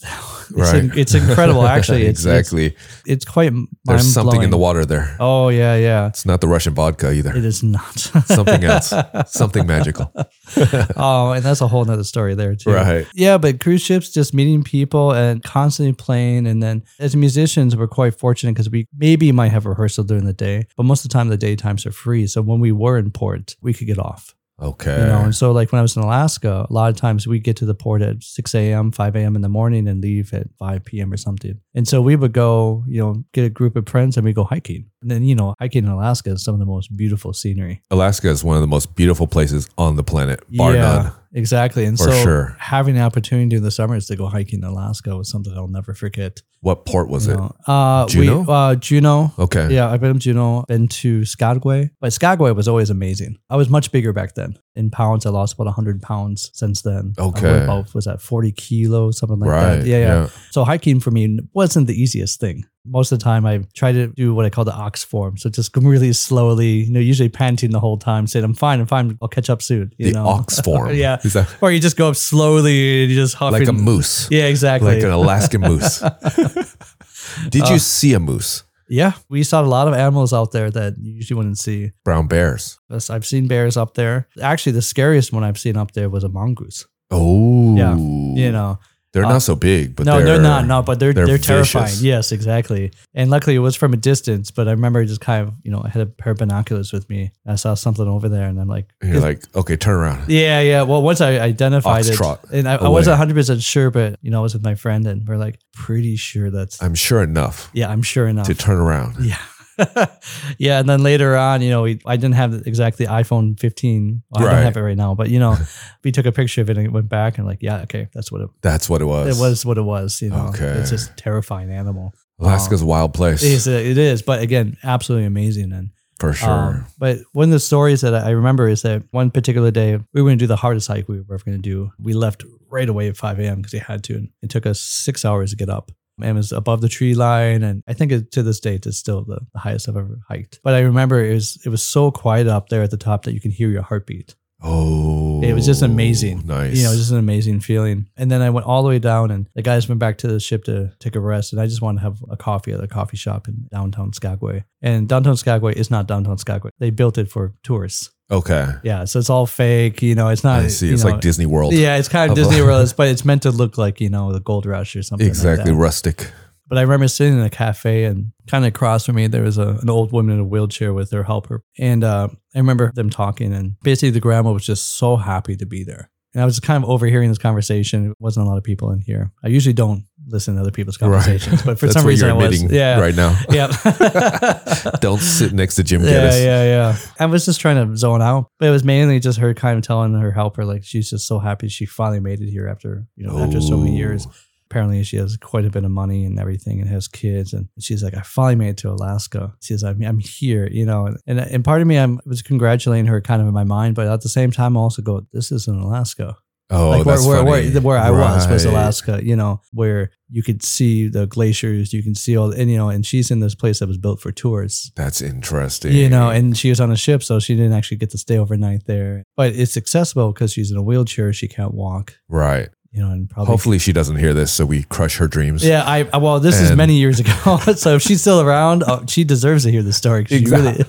Speaker 4: *laughs* it's, in-
Speaker 3: Right.
Speaker 4: it's
Speaker 3: *laughs*
Speaker 4: incredible. Actually, it's, exactly.
Speaker 3: exactly.
Speaker 4: It's, it's quite
Speaker 3: There's something in the
Speaker 4: mind-blowing.
Speaker 3: water there.
Speaker 4: Oh yeah, yeah.
Speaker 3: It's not the Russian vodka either.
Speaker 4: It is *laughs* not
Speaker 3: Something else. something magical.
Speaker 4: *laughs* oh, and that's a whole nother story there too.
Speaker 3: Right.
Speaker 4: Yeah, but cruise ships, just meeting people and constantly playing. And then as musicians, we're quite fortunate because we maybe might have rehearsal during the day, but most of the time the daytimes are free. So when we were in port, we could get off.
Speaker 3: Okay.
Speaker 4: You know, and so like when I was in Alaska, a lot of times we get to the port at 6 a.m., 5 a.m. in the morning and leave at 5 p.m. or something. And so we would go, you know, get a group of friends and we go hiking. And then, you know, hiking in Alaska is some of the most beautiful scenery.
Speaker 3: Alaska is one of the most beautiful places on the planet, bar none.
Speaker 4: Exactly. And
Speaker 3: For
Speaker 4: so
Speaker 3: sure.
Speaker 4: having the opportunity in the summers to go hiking in Alaska was something I'll never forget.
Speaker 3: What port was
Speaker 4: You
Speaker 3: it?
Speaker 4: know, Uh,
Speaker 3: Juneau?
Speaker 4: We, uh, Juneau.
Speaker 3: Okay.
Speaker 4: Yeah, I've been to Juneau, been to Skagway, but Skagway was always amazing. I was much bigger back then. In pounds, I lost about 100 pounds since then. I weighed
Speaker 3: Okay.
Speaker 4: About, was that 40 kilos, something like
Speaker 3: right.
Speaker 4: that? Yeah, yeah. So hiking for me wasn't the easiest thing. Most of the time, I try to do what I call the ox form. So just go really slowly, you know, usually panting the whole time, saying, I'm fine, I'm fine, I'll catch up soon. You
Speaker 3: The
Speaker 4: know?
Speaker 3: ox form.
Speaker 4: *laughs* Yeah.
Speaker 3: Is that
Speaker 4: Or you just go up slowly and you just huff
Speaker 3: like a
Speaker 4: and- *laughs*
Speaker 3: moose?
Speaker 4: Yeah, exactly.
Speaker 3: Like an Alaskan
Speaker 4: *laughs*
Speaker 3: moose. Did you
Speaker 4: Uh,
Speaker 3: see a moose?
Speaker 4: yeah, we saw a lot of animals out there that you usually wouldn't see.
Speaker 3: Brown bears.
Speaker 4: Yes, I've seen bears up there. Actually, the scariest one I've seen up there was a mongoose.
Speaker 3: Oh.
Speaker 4: Yeah. You know,
Speaker 3: They're
Speaker 4: uh,
Speaker 3: not so big, but
Speaker 4: no,
Speaker 3: they're,
Speaker 4: they're, not. No, but they're
Speaker 3: they're
Speaker 4: they're, terrifying.
Speaker 3: vicious.
Speaker 4: Yes, exactly. And luckily, it was from a distance. But I remember just kind of, you know, I had a pair of binoculars with me. I saw something over there, and I'm like,
Speaker 3: And you're like, okay, turn around.
Speaker 4: Yeah, yeah. Well, once I identified
Speaker 3: Ox
Speaker 4: it,
Speaker 3: trot
Speaker 4: and I, I wasn't
Speaker 3: away.
Speaker 4: 100 percent sure, but you know, I was with my friend, and we're like, pretty sure that's.
Speaker 3: I'm sure enough
Speaker 4: yeah, I'm sure enough.
Speaker 3: to turn around.
Speaker 4: Yeah. *laughs* yeah. And then later on, you know, we, I didn't have exactly iPhone 15. Well, I
Speaker 3: Right.
Speaker 4: don't have it right now, but you know, *laughs* we took a picture of it and it went back and like, yeah, okay, that's what it,
Speaker 3: That's what it was.
Speaker 4: it was what it was. You know,
Speaker 3: Okay.
Speaker 4: it's just a terrifying animal.
Speaker 3: Alaska's a wild place
Speaker 4: It uh, is, it is, but again, absolutely amazing. And
Speaker 3: for sure.
Speaker 4: um, but one of the stories that I remember is that one particular day we were going to do the hardest hike we were ever going to do. We left right away at 5 a.m. because he had to. And it took us six hours to get up. And it was above the tree line. And I think it, to this date, it's still the, the highest I've ever hiked. But I remember it was, it was so quiet up there at the top that you can hear your heartbeat.
Speaker 3: Oh,
Speaker 4: It was just amazing.
Speaker 3: Nice.
Speaker 4: You know, just an amazing feeling. And then I went all the way down, and the guys went back to the ship to take a rest. And I just wanted to have a coffee at a coffee shop in downtown Skagway. And downtown Skagway is not downtown Skagway. They built it for tourists.
Speaker 3: okay.
Speaker 4: Yeah, so it's all fake. You know, it's not.
Speaker 3: I see.
Speaker 4: you
Speaker 3: It's
Speaker 4: know,
Speaker 3: like Disney World.
Speaker 4: Yeah, it's kind
Speaker 3: of
Speaker 4: of
Speaker 3: a- *laughs*
Speaker 4: Disney World, but it's meant to look like you know the Gold Rush or something. like
Speaker 3: Exactly.
Speaker 4: that.
Speaker 3: rustic.
Speaker 4: But I remember sitting in a cafe and kind of across from me, there was a, an old woman in a wheelchair with her helper. And uh, I remember them talking, and basically the grandma was just so happy to be there. And I was kind of overhearing this conversation. It wasn't a lot of people in here. I usually don't listen to other people's conversations, but
Speaker 3: *laughs*
Speaker 4: for
Speaker 3: That's
Speaker 4: some
Speaker 3: what
Speaker 4: reason I
Speaker 3: you're
Speaker 4: was.
Speaker 3: admitting
Speaker 4: Yeah.
Speaker 3: Right now.
Speaker 4: Yeah.
Speaker 3: *laughs* Don't sit next to Jim
Speaker 4: *laughs* Yeah,
Speaker 3: Geddes.
Speaker 4: yeah, yeah. I was just trying to zone out, but it was mainly just her kind of telling her helper like she's just so happy she finally made it here after you know after so many years.
Speaker 3: Oh.
Speaker 4: Apparently, she has quite a bit of money and everything, and has kids. And she's like, "I finally made it to Alaska." She's like, "I'm here," you know. And and, and part of me, I'm was congratulating her kind of in my mind, but at the same time, I also go, "This isn't Alaska."
Speaker 3: Oh,
Speaker 4: like
Speaker 3: that's
Speaker 4: where, where,
Speaker 3: funny.
Speaker 4: where, where I was was
Speaker 3: Right.
Speaker 4: Alaska, you know, where you could see the glaciers, you can see all, and you know, and she's in this place that was built for tourists.
Speaker 3: That's interesting.
Speaker 4: You know, and she was on a ship, so she didn't actually get to stay overnight there. But it's accessible because she's in a wheelchair; she can't walk.
Speaker 3: right.
Speaker 4: You know, and probably
Speaker 3: Hopefully, she doesn't hear this, so we crush her dreams.
Speaker 4: yeah. I I- well, this is
Speaker 3: And-
Speaker 4: many years ago, *laughs* so if she's still around, oh, she deserves to hear the story. She really,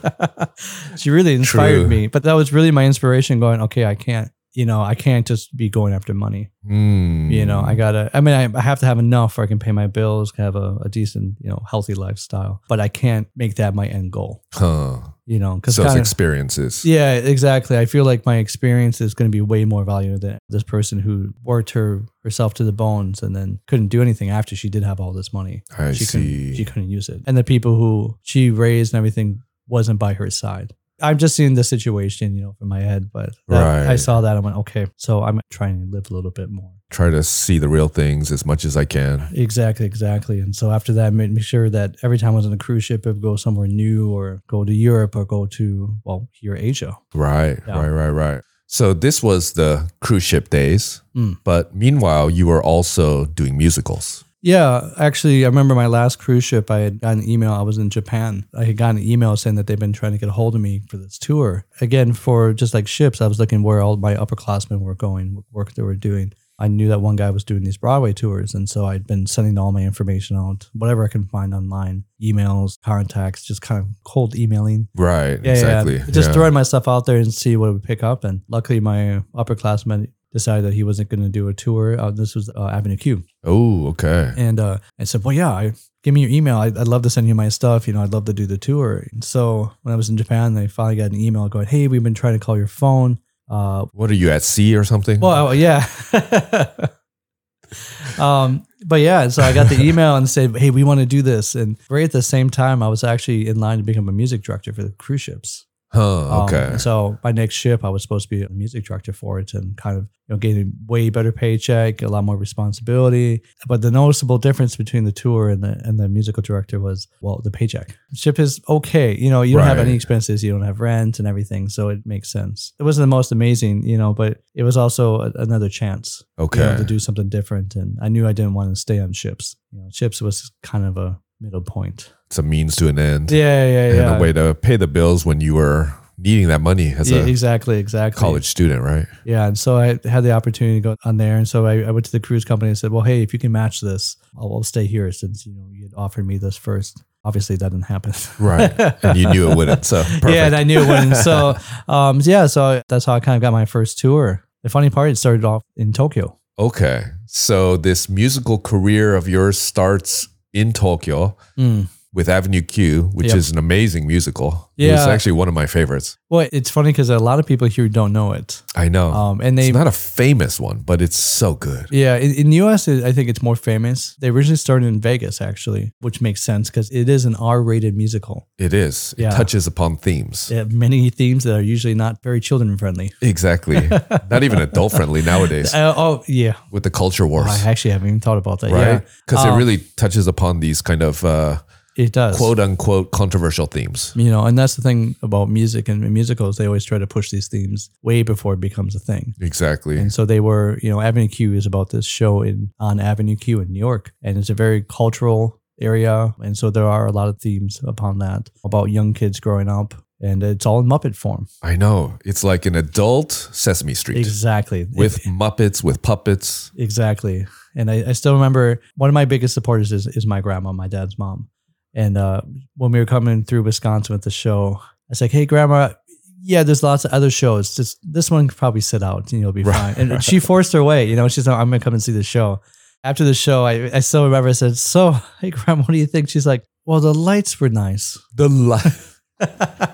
Speaker 4: *laughs* she really inspired
Speaker 3: True.
Speaker 4: me. But that was really my inspiration. Going, okay, I can't. You know, I can't just be going after money.
Speaker 3: Mm.
Speaker 4: You know, I gotta. I mean, I, I have to have enough where I can pay my bills, have a, a decent, you know, healthy lifestyle. But I can't make that my end goal.
Speaker 3: Huh.
Speaker 4: You know, because
Speaker 3: Those experiences.
Speaker 4: Yeah, exactly. I feel like my experience is going to be way more valuable than this person who worked her herself to the bones and then couldn't do anything after she did have all this money.
Speaker 3: I
Speaker 4: she
Speaker 3: see.
Speaker 4: Couldn't, she couldn't use it, and the people who she raised and everything wasn't by her side. I'm just seeing the situation, you know, from my head, but that- I
Speaker 3: Right.
Speaker 4: saw that. I went, okay, so I'm trying to live a little bit more.
Speaker 3: Try to see the real things as much as I can.
Speaker 4: Exactly, exactly. And so after that, I made me sure that every time I was on a cruise ship, I would go somewhere new or go to Europe or go to, well, here, Asia.
Speaker 3: Right.
Speaker 4: Yeah.
Speaker 3: Right. Right. Right. So this was the cruise ship days,
Speaker 4: Mm.
Speaker 3: but meanwhile, you were also doing musicals.
Speaker 4: Yeah, actually, I remember my last cruise ship. I had gotten an email. I was in Japan. I had gotten an email saying that they've been trying to get a hold of me for this tour. Again, for just like ships, I was looking where all my upperclassmen were going, what work they were doing. I knew that one guy was doing these Broadway tours. And so I'd been sending all my information out, whatever I can find online emails, contacts, just kind of cold emailing.
Speaker 3: Right.
Speaker 4: Yeah,
Speaker 3: exactly.
Speaker 4: Yeah. Just
Speaker 3: Yeah.
Speaker 4: throwing my stuff out there and see what it would pick up. And luckily, my upperclassman decided that he wasn't going to do a tour. Uh, this was uh, Avenue Q.
Speaker 3: Oh, okay.
Speaker 4: And uh, I said, well, yeah, I, give me your email. I'd, I'd love to send you my stuff. You know, I'd love to do the tour. And so when I was in Japan, they finally got an email going, hey, we've been trying to call your phone. Uh,
Speaker 3: What are you at sea or something?
Speaker 4: well, I- yeah. *laughs* um, but yeah, so I got the email and said, hey, we want to do this. And right at the same time, I was actually in line to become a music director for the cruise ships.
Speaker 3: huh.
Speaker 4: Um,
Speaker 3: Okay.
Speaker 4: and so my next ship, I was supposed to be a music director for it and kind of you know getting way better paycheck, a lot more responsibility. But the noticeable difference between the tour and the and the musical director was well the paycheck. Ship is okay, you know, you don't have
Speaker 3: Right.
Speaker 4: any expenses, you don't have rent and everything, so it makes sense. It wasn't the most amazing, you know, but it was also a, another chance
Speaker 3: okay.
Speaker 4: you know, to do something different. And I knew I didn't want to stay on ships. You know, ships was kind of a middle point.
Speaker 3: it's a means to an end.
Speaker 4: Yeah, yeah,
Speaker 3: and
Speaker 4: yeah.
Speaker 3: a way to pay the bills when you were needing that money as
Speaker 4: yeah,
Speaker 3: a
Speaker 4: exactly, exactly.
Speaker 3: college student,
Speaker 4: *laughs*
Speaker 3: right?
Speaker 4: Yeah. And so I had the opportunity to go on there. And so I, I went to the cruise company and said, well, hey, if you can match this, I'll, I'll stay here since, you know, you had offered me this first. Obviously that didn't happen.
Speaker 3: Right. And you knew it
Speaker 4: *laughs*
Speaker 3: wouldn't. So perfect.
Speaker 4: Yeah. And I knew it wouldn't. So, um, yeah. So that's how I kind of got my first tour. The funny part, it started off in Tokyo.
Speaker 3: okay. So this musical career of yours starts in Tokyo
Speaker 4: Mm.
Speaker 3: with Avenue Q, which
Speaker 4: Yep.
Speaker 3: is an amazing musical. It was
Speaker 4: Yeah.
Speaker 3: actually one of my favorites.
Speaker 4: Well, it's funny because a lot of people here don't know it.
Speaker 3: I know.
Speaker 4: Um, and they,
Speaker 3: it's not a famous one, but it's so good.
Speaker 4: Yeah, in, in the US, it- I think it's more famous. They originally started in Vegas, actually, which makes sense because it is an R rated musical.
Speaker 3: It is. It
Speaker 4: Yeah.
Speaker 3: touches upon themes.
Speaker 4: They have many themes that are usually not very children friendly.
Speaker 3: Exactly. *laughs*
Speaker 4: *laughs*
Speaker 3: not even adult friendly nowadays
Speaker 4: Uh, oh, yeah.
Speaker 3: with the culture
Speaker 4: I
Speaker 3: wars.
Speaker 4: actually haven't even thought about that.
Speaker 3: right?
Speaker 4: Yeah.
Speaker 3: Because
Speaker 4: Um,
Speaker 3: it really touches upon these kind of uh,
Speaker 4: It does.
Speaker 3: quote unquote controversial themes.
Speaker 4: You know, and that's the thing about music and musicals. They always try to push these themes way before it becomes a thing.
Speaker 3: Exactly.
Speaker 4: And so they were, you know, Avenue Q is about this show in on Avenue Q in New York, and it's a very cultural area, and so there are a lot of themes upon that about young kids growing up, and it's all in Muppet form.
Speaker 3: I know. It's like an adult Sesame Street
Speaker 4: Exactly. *laughs*
Speaker 3: with Muppets, with puppets.
Speaker 4: Exactly. And I, I still remember one of my biggest supporters is, is my grandma, my dad's mom. And uh, when we were coming through Wisconsin with the show, I was like, hey, grandma, yeah, there's lots of other shows. Just this one could probably sit out and you'll be
Speaker 3: Right.
Speaker 4: fine.
Speaker 3: *laughs*
Speaker 4: And she forced her way. You know, she's like, I'm going to come and see the show. After the show, I, I still remember I said, so, *laughs* hey, grandma, what do you think? She's like, well, the lights were nice.
Speaker 3: The li-
Speaker 4: *laughs*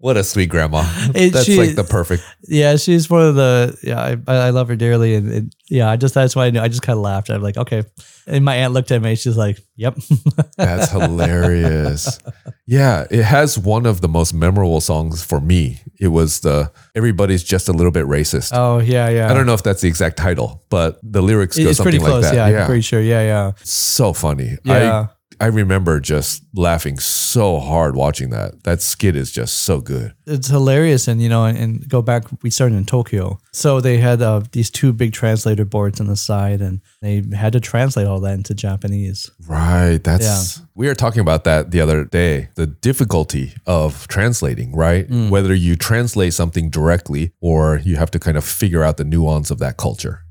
Speaker 3: What a sweet *laughs* grandma.
Speaker 4: It-
Speaker 3: That's
Speaker 4: she-
Speaker 3: like the perfect.
Speaker 4: Yeah, she's one of the yeah. I, I I love her dearly, and, and yeah, I just that's why I knew. I just kind of laughed. I'm like, okay. And my aunt looked at me. She's like, "Yep."
Speaker 3: *laughs* *laughs* That's hilarious. Yeah, it has one of the most memorable songs for me. It was the Everybody's Just a Little Bit Racist.
Speaker 4: oh yeah, yeah.
Speaker 3: I don't know if that's the exact title, but the lyrics
Speaker 4: It-
Speaker 3: go
Speaker 4: It's
Speaker 3: something
Speaker 4: pretty close.
Speaker 3: like that.
Speaker 4: yeah, I'm pretty sure. Yeah, yeah,
Speaker 3: so funny.
Speaker 4: yeah.
Speaker 3: I I remember just laughing so hard watching that. That skit is just so good.
Speaker 4: it's hilarious, and you know, and, and go back. We started in Tokyo, so they had uh, these two big translator boards on the side, and they had to translate all that into Japanese.
Speaker 3: Right. That's we were talking about that the other day. The difficulty of translating, right?
Speaker 4: Mm.
Speaker 3: Whether you translate something directly or you have to kind of figure out the nuance of that culture.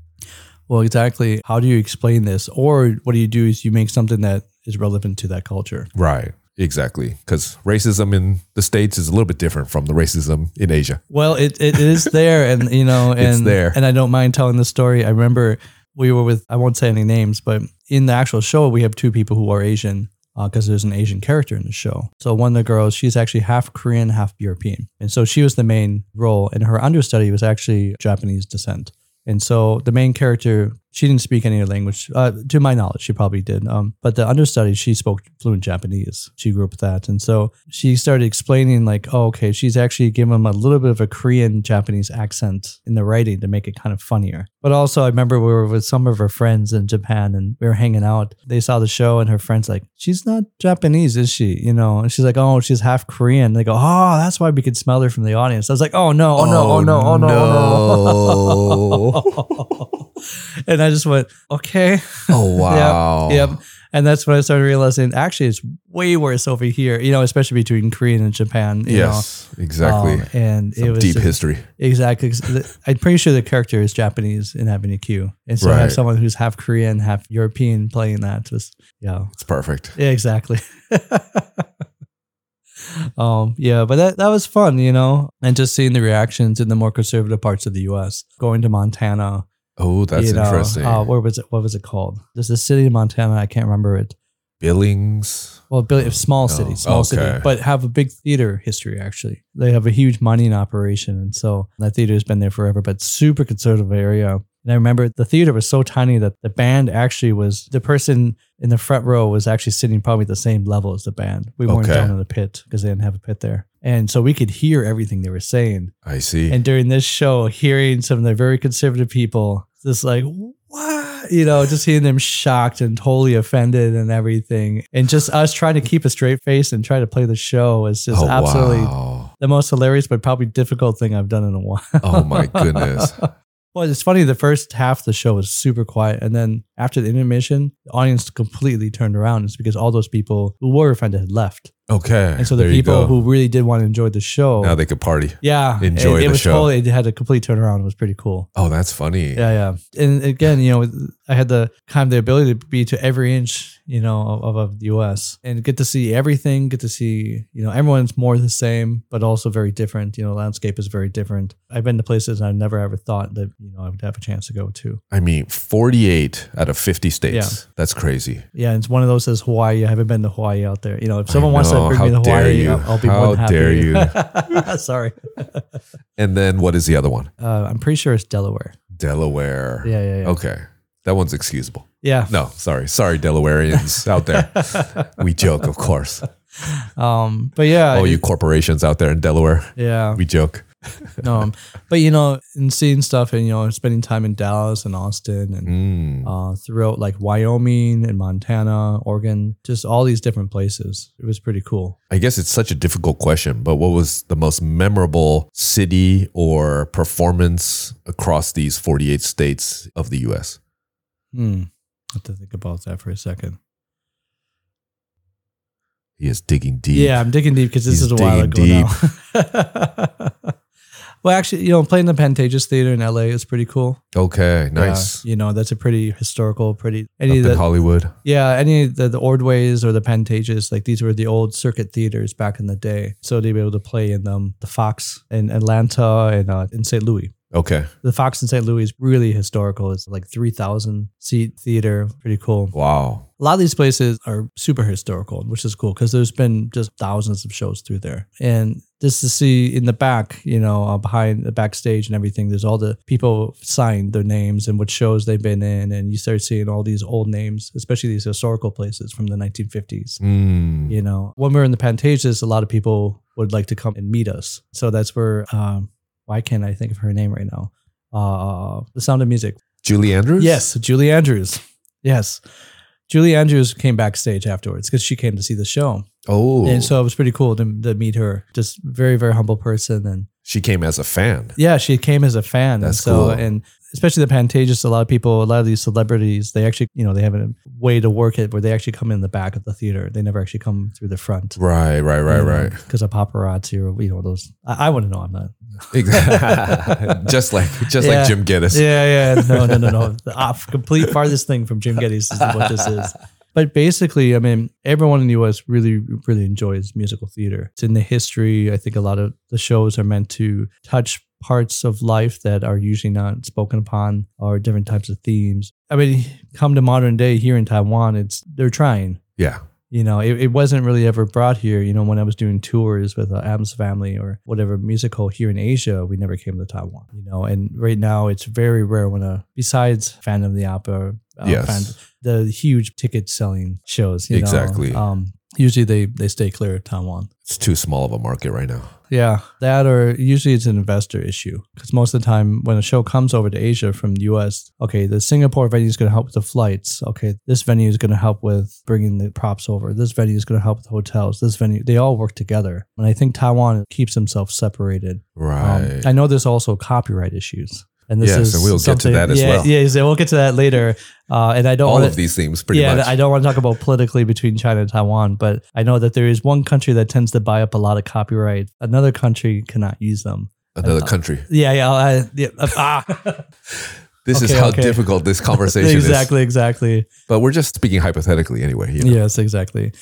Speaker 4: Well, exactly. How do you explain this, or what do you do? Is you make something that is relevant to that culture.
Speaker 3: Right. Exactly. Because racism in the States is a little bit different from the racism in
Speaker 4: *laughs*
Speaker 3: Asia.
Speaker 4: Well, it, it is there, and you know,
Speaker 3: *laughs*
Speaker 4: and
Speaker 3: It's there.
Speaker 4: and I don't mind telling the story. I remember we were with I won't say any names, but in the actual show, we have two people who are Asian because there's an Asian character in the show. So one of the girls, she's actually half Korean, half European, and so she was the main role, and her understudy was actually Japanese descent. And so the main character, she didn't speak any other language, uh, to my knowledge, she probably did. Um, but the understudy, she spoke fluent Japanese. She grew up with that, and so she started explaining, like, oh, okay, she's actually giving him a little bit of a Korean Japanese accent in the writing to make it kind of funnier. But also, I remember we were with some of her friends in Japan, and we were hanging out. They saw the show, and her friends like, she's not Japanese, is she? You know, and she's like, oh, she's half Korean. They go, oh, that's why we could smell her from the audience. I was like, oh no, oh no, oh no, oh no, oh no.
Speaker 3: no.
Speaker 4: *laughs* and I just went, okay.
Speaker 3: oh wow.
Speaker 4: Yep. And that's when I started realizing actually it's way worse over here, you know, especially between Korean and Japan. You
Speaker 3: Yes.
Speaker 4: Know?
Speaker 3: Exactly.
Speaker 4: Um, and
Speaker 3: Some
Speaker 4: it was
Speaker 3: deep
Speaker 4: just-
Speaker 3: history.
Speaker 4: Exactly. 'cause the- I'm pretty sure the character is Japanese in Avenue Q. And so to
Speaker 3: Right.
Speaker 4: have someone who's half Korean, half European playing that was, yeah.
Speaker 3: It's perfect.
Speaker 4: Yeah, exactly. *laughs* um, yeah, but that, that was fun, you know, and just seeing the reactions in the more conservative parts of the US, going to Montana.
Speaker 3: Oh, that's
Speaker 4: you know,
Speaker 3: interesting.
Speaker 4: Uh, where was it? What was it called? There's a city in Montana. I can't remember it.
Speaker 3: Billings.
Speaker 4: Well, Billy, a small
Speaker 3: No.
Speaker 4: city, small
Speaker 3: Oh, Okay.
Speaker 4: city, but have a big theater history. Actually, they have a huge mining operation, and so that theater has been there forever. But super conservative area. And I remember the theater was so tiny that the band actually was the person in the front row was actually sitting probably at the same level as the band. We weren't
Speaker 3: Okay.
Speaker 4: down in the pit because they didn't have a pit there, and so we could hear everything they were saying.
Speaker 3: I see.
Speaker 4: And during this show, hearing some of the very conservative people, just like, what? You know, just hearing them shocked and totally offended and everything. And just us trying to keep a straight face and try to play the show is just
Speaker 3: oh,
Speaker 4: absolutely
Speaker 3: wow.
Speaker 4: the most hilarious, but probably difficult thing I've done in a while.
Speaker 3: Oh my
Speaker 4: *laughs*
Speaker 3: goodness.
Speaker 4: Well, it's funny. The first half of the show was super quiet, and then after the intermission, the audience completely turned around. It's because all those people who were offended had left,
Speaker 3: Okay.
Speaker 4: and so the
Speaker 3: there you
Speaker 4: people
Speaker 3: go.
Speaker 4: who really did want to enjoy the show,
Speaker 3: now they could party.
Speaker 4: yeah,
Speaker 3: enjoy
Speaker 4: it, it
Speaker 3: the
Speaker 4: was
Speaker 3: show.
Speaker 4: Totally, it had a complete turnaround. It was pretty cool.
Speaker 3: Oh, that's funny.
Speaker 4: Yeah, yeah. And again, you know, I had the kind of the ability to be to every inch, you know, of, of the U.S. and get to see everything. Get to see, you know, everyone's more the same, but also very different. You know, landscape is very different. I've been to places I never ever thought that you know I would have a chance to go to.
Speaker 3: I mean, 48 out of 50 states. That's crazy.
Speaker 4: Yeah, and it's one of those says Hawaii. I haven't been to Hawaii out there. You know, if
Speaker 3: I
Speaker 4: someone wants to
Speaker 3: know.
Speaker 4: bring
Speaker 3: How
Speaker 4: me to
Speaker 3: dare
Speaker 4: Hawaii,
Speaker 3: you.
Speaker 4: I'll, I'll be
Speaker 3: How
Speaker 4: more than happy.
Speaker 3: dare
Speaker 4: you? *laughs* Sorry,
Speaker 3: And then what is the other one?
Speaker 4: uh, I'm pretty sure it's Delaware.
Speaker 3: Delaware.
Speaker 4: Yeah, yeah, yeah.
Speaker 3: Okay. That one's excusable.
Speaker 4: Yeah.
Speaker 3: No, sorry. Sorry, Delawareans out
Speaker 4: *laughs*
Speaker 3: there. We joke, of course.
Speaker 4: Um, but yeah,
Speaker 3: Oh, All you corporations out there in Delaware, *laughs*
Speaker 4: yeah.
Speaker 3: we joke.
Speaker 4: um, but you know, and seeing stuff and you know, spending time in Dallas and Austin
Speaker 3: Mm.
Speaker 4: and uh, throughout like Wyoming and Montana, Oregon, just all these different places. It was pretty cool.
Speaker 3: I guess it's such a difficult question, but what was the most memorable city or performance across these 48 states of the US?
Speaker 4: Hmm. I have to think about that for a second.
Speaker 3: He is digging deep.
Speaker 4: Yeah, I'm digging deep because this
Speaker 3: He's
Speaker 4: is a while ago
Speaker 3: digging
Speaker 4: now. *laughs* well, actually, you know, playing the Pantages Theater in LA is pretty cool.
Speaker 3: Okay, nice.
Speaker 4: Yeah, you know, that's a pretty historical, pretty
Speaker 3: Up
Speaker 4: any
Speaker 3: in
Speaker 4: of the,
Speaker 3: Hollywood.
Speaker 4: yeah, any of the, the Ordways or the Pantages, like these were the old circuit theaters back in the day. So they'd be able to play in them. The Fox in Atlanta and uh, in St. Louis.
Speaker 3: Okay.
Speaker 4: The Fox in St. Louis is really historical. It's like 3,000 seat theater. Pretty cool.
Speaker 3: Wow.
Speaker 4: A lot of these places are super historical, which is cool because there's been just thousands of shows through there. And just to see in the back, you know, uh, behind the backstage and everything, there's all the people signed their names and what shows they've been in. And you start seeing all these old names, especially these historical places from the 1950s.
Speaker 3: Mm.
Speaker 4: You know, when we were in the Pantages, a lot of people would like to come and meet us. So that's where, um, why can't I think of her name right now? Uh, the Sound of Music.
Speaker 3: Julie Andrews?
Speaker 4: Yes, Julie Andrews. Yes. Julie Andrews came backstage afterwards because she came to see the show.
Speaker 3: Oh.
Speaker 4: And so it was pretty cool to, to meet her. Just very, very humble person. And
Speaker 3: she came as a fan.
Speaker 4: yeah, she came as a fan.
Speaker 3: That's
Speaker 4: and so,
Speaker 3: cool.
Speaker 4: and especially the Pantages, a lot of people, a lot of these celebrities, they actually, you know, they have a way to work it where they actually come in the back of the theater. They never actually come through the front.
Speaker 3: Right, right, right, right.
Speaker 4: Because of paparazzi or, you know, those. I, I wouldn't know. I'm not.
Speaker 3: Exactly. *laughs* just like just
Speaker 4: Yeah.
Speaker 3: like Jim Geddes.
Speaker 4: Yeah, yeah. No, no, no, no. The *laughs* off, complete farthest thing from Jim Geddes is what this is. But basically, I mean, everyone in the US really, really enjoys musical theater. It's in the history. I think a lot of the shows are meant to touch parts of life that are usually not spoken upon or different types of themes. I mean, come to modern day here in Taiwan, it's they're trying
Speaker 3: Yeah.
Speaker 4: you know, it, it wasn't really ever brought here. You know, when I was doing tours with uh, Adam's family or whatever musical here in Asia, we never came to Taiwan. You know, and right now it's very rare when a besides Phantom of the Opera, uh,
Speaker 3: Yes.
Speaker 4: the huge ticket selling shows. You know,
Speaker 3: Exactly.
Speaker 4: um, usually they they stay clear of Taiwan.
Speaker 3: It's too small of a market right now.
Speaker 4: Yeah, that or usually it's an investor issue because most of the time when a show comes over to Asia from the U.S., okay, the Singapore venue is going to help with the flights. Okay, this venue is going to help with bringing the props over. This venue is going to help with hotels. This venue, they all work together. And I think Taiwan keeps themselves separated. Um,
Speaker 3: Right.
Speaker 4: I know there's also copyright issues. And this
Speaker 3: Yes,
Speaker 4: is
Speaker 3: and we'll get to
Speaker 4: something-
Speaker 3: that as
Speaker 4: yeah,
Speaker 3: well.
Speaker 4: Yeah, so we'll get to that later. Uh, and I don't
Speaker 3: All
Speaker 4: wanna-
Speaker 3: of these themes pretty
Speaker 4: yeah,
Speaker 3: much.
Speaker 4: I don't want to talk about politically between China and Taiwan, but I know that there is one country that tends to buy up a lot of copyright. Another country cannot use them.
Speaker 3: Another country.
Speaker 4: Yeah, yeah, I, yeah uh, ah,
Speaker 3: This is
Speaker 4: Okay,
Speaker 3: how
Speaker 4: okay.
Speaker 3: difficult
Speaker 4: *laughs*
Speaker 3: this *laughs* conversation is.
Speaker 4: exactly, exactly.
Speaker 3: But we're just speaking hypothetically anyway. You know? *laughs*
Speaker 4: Yes, exactly.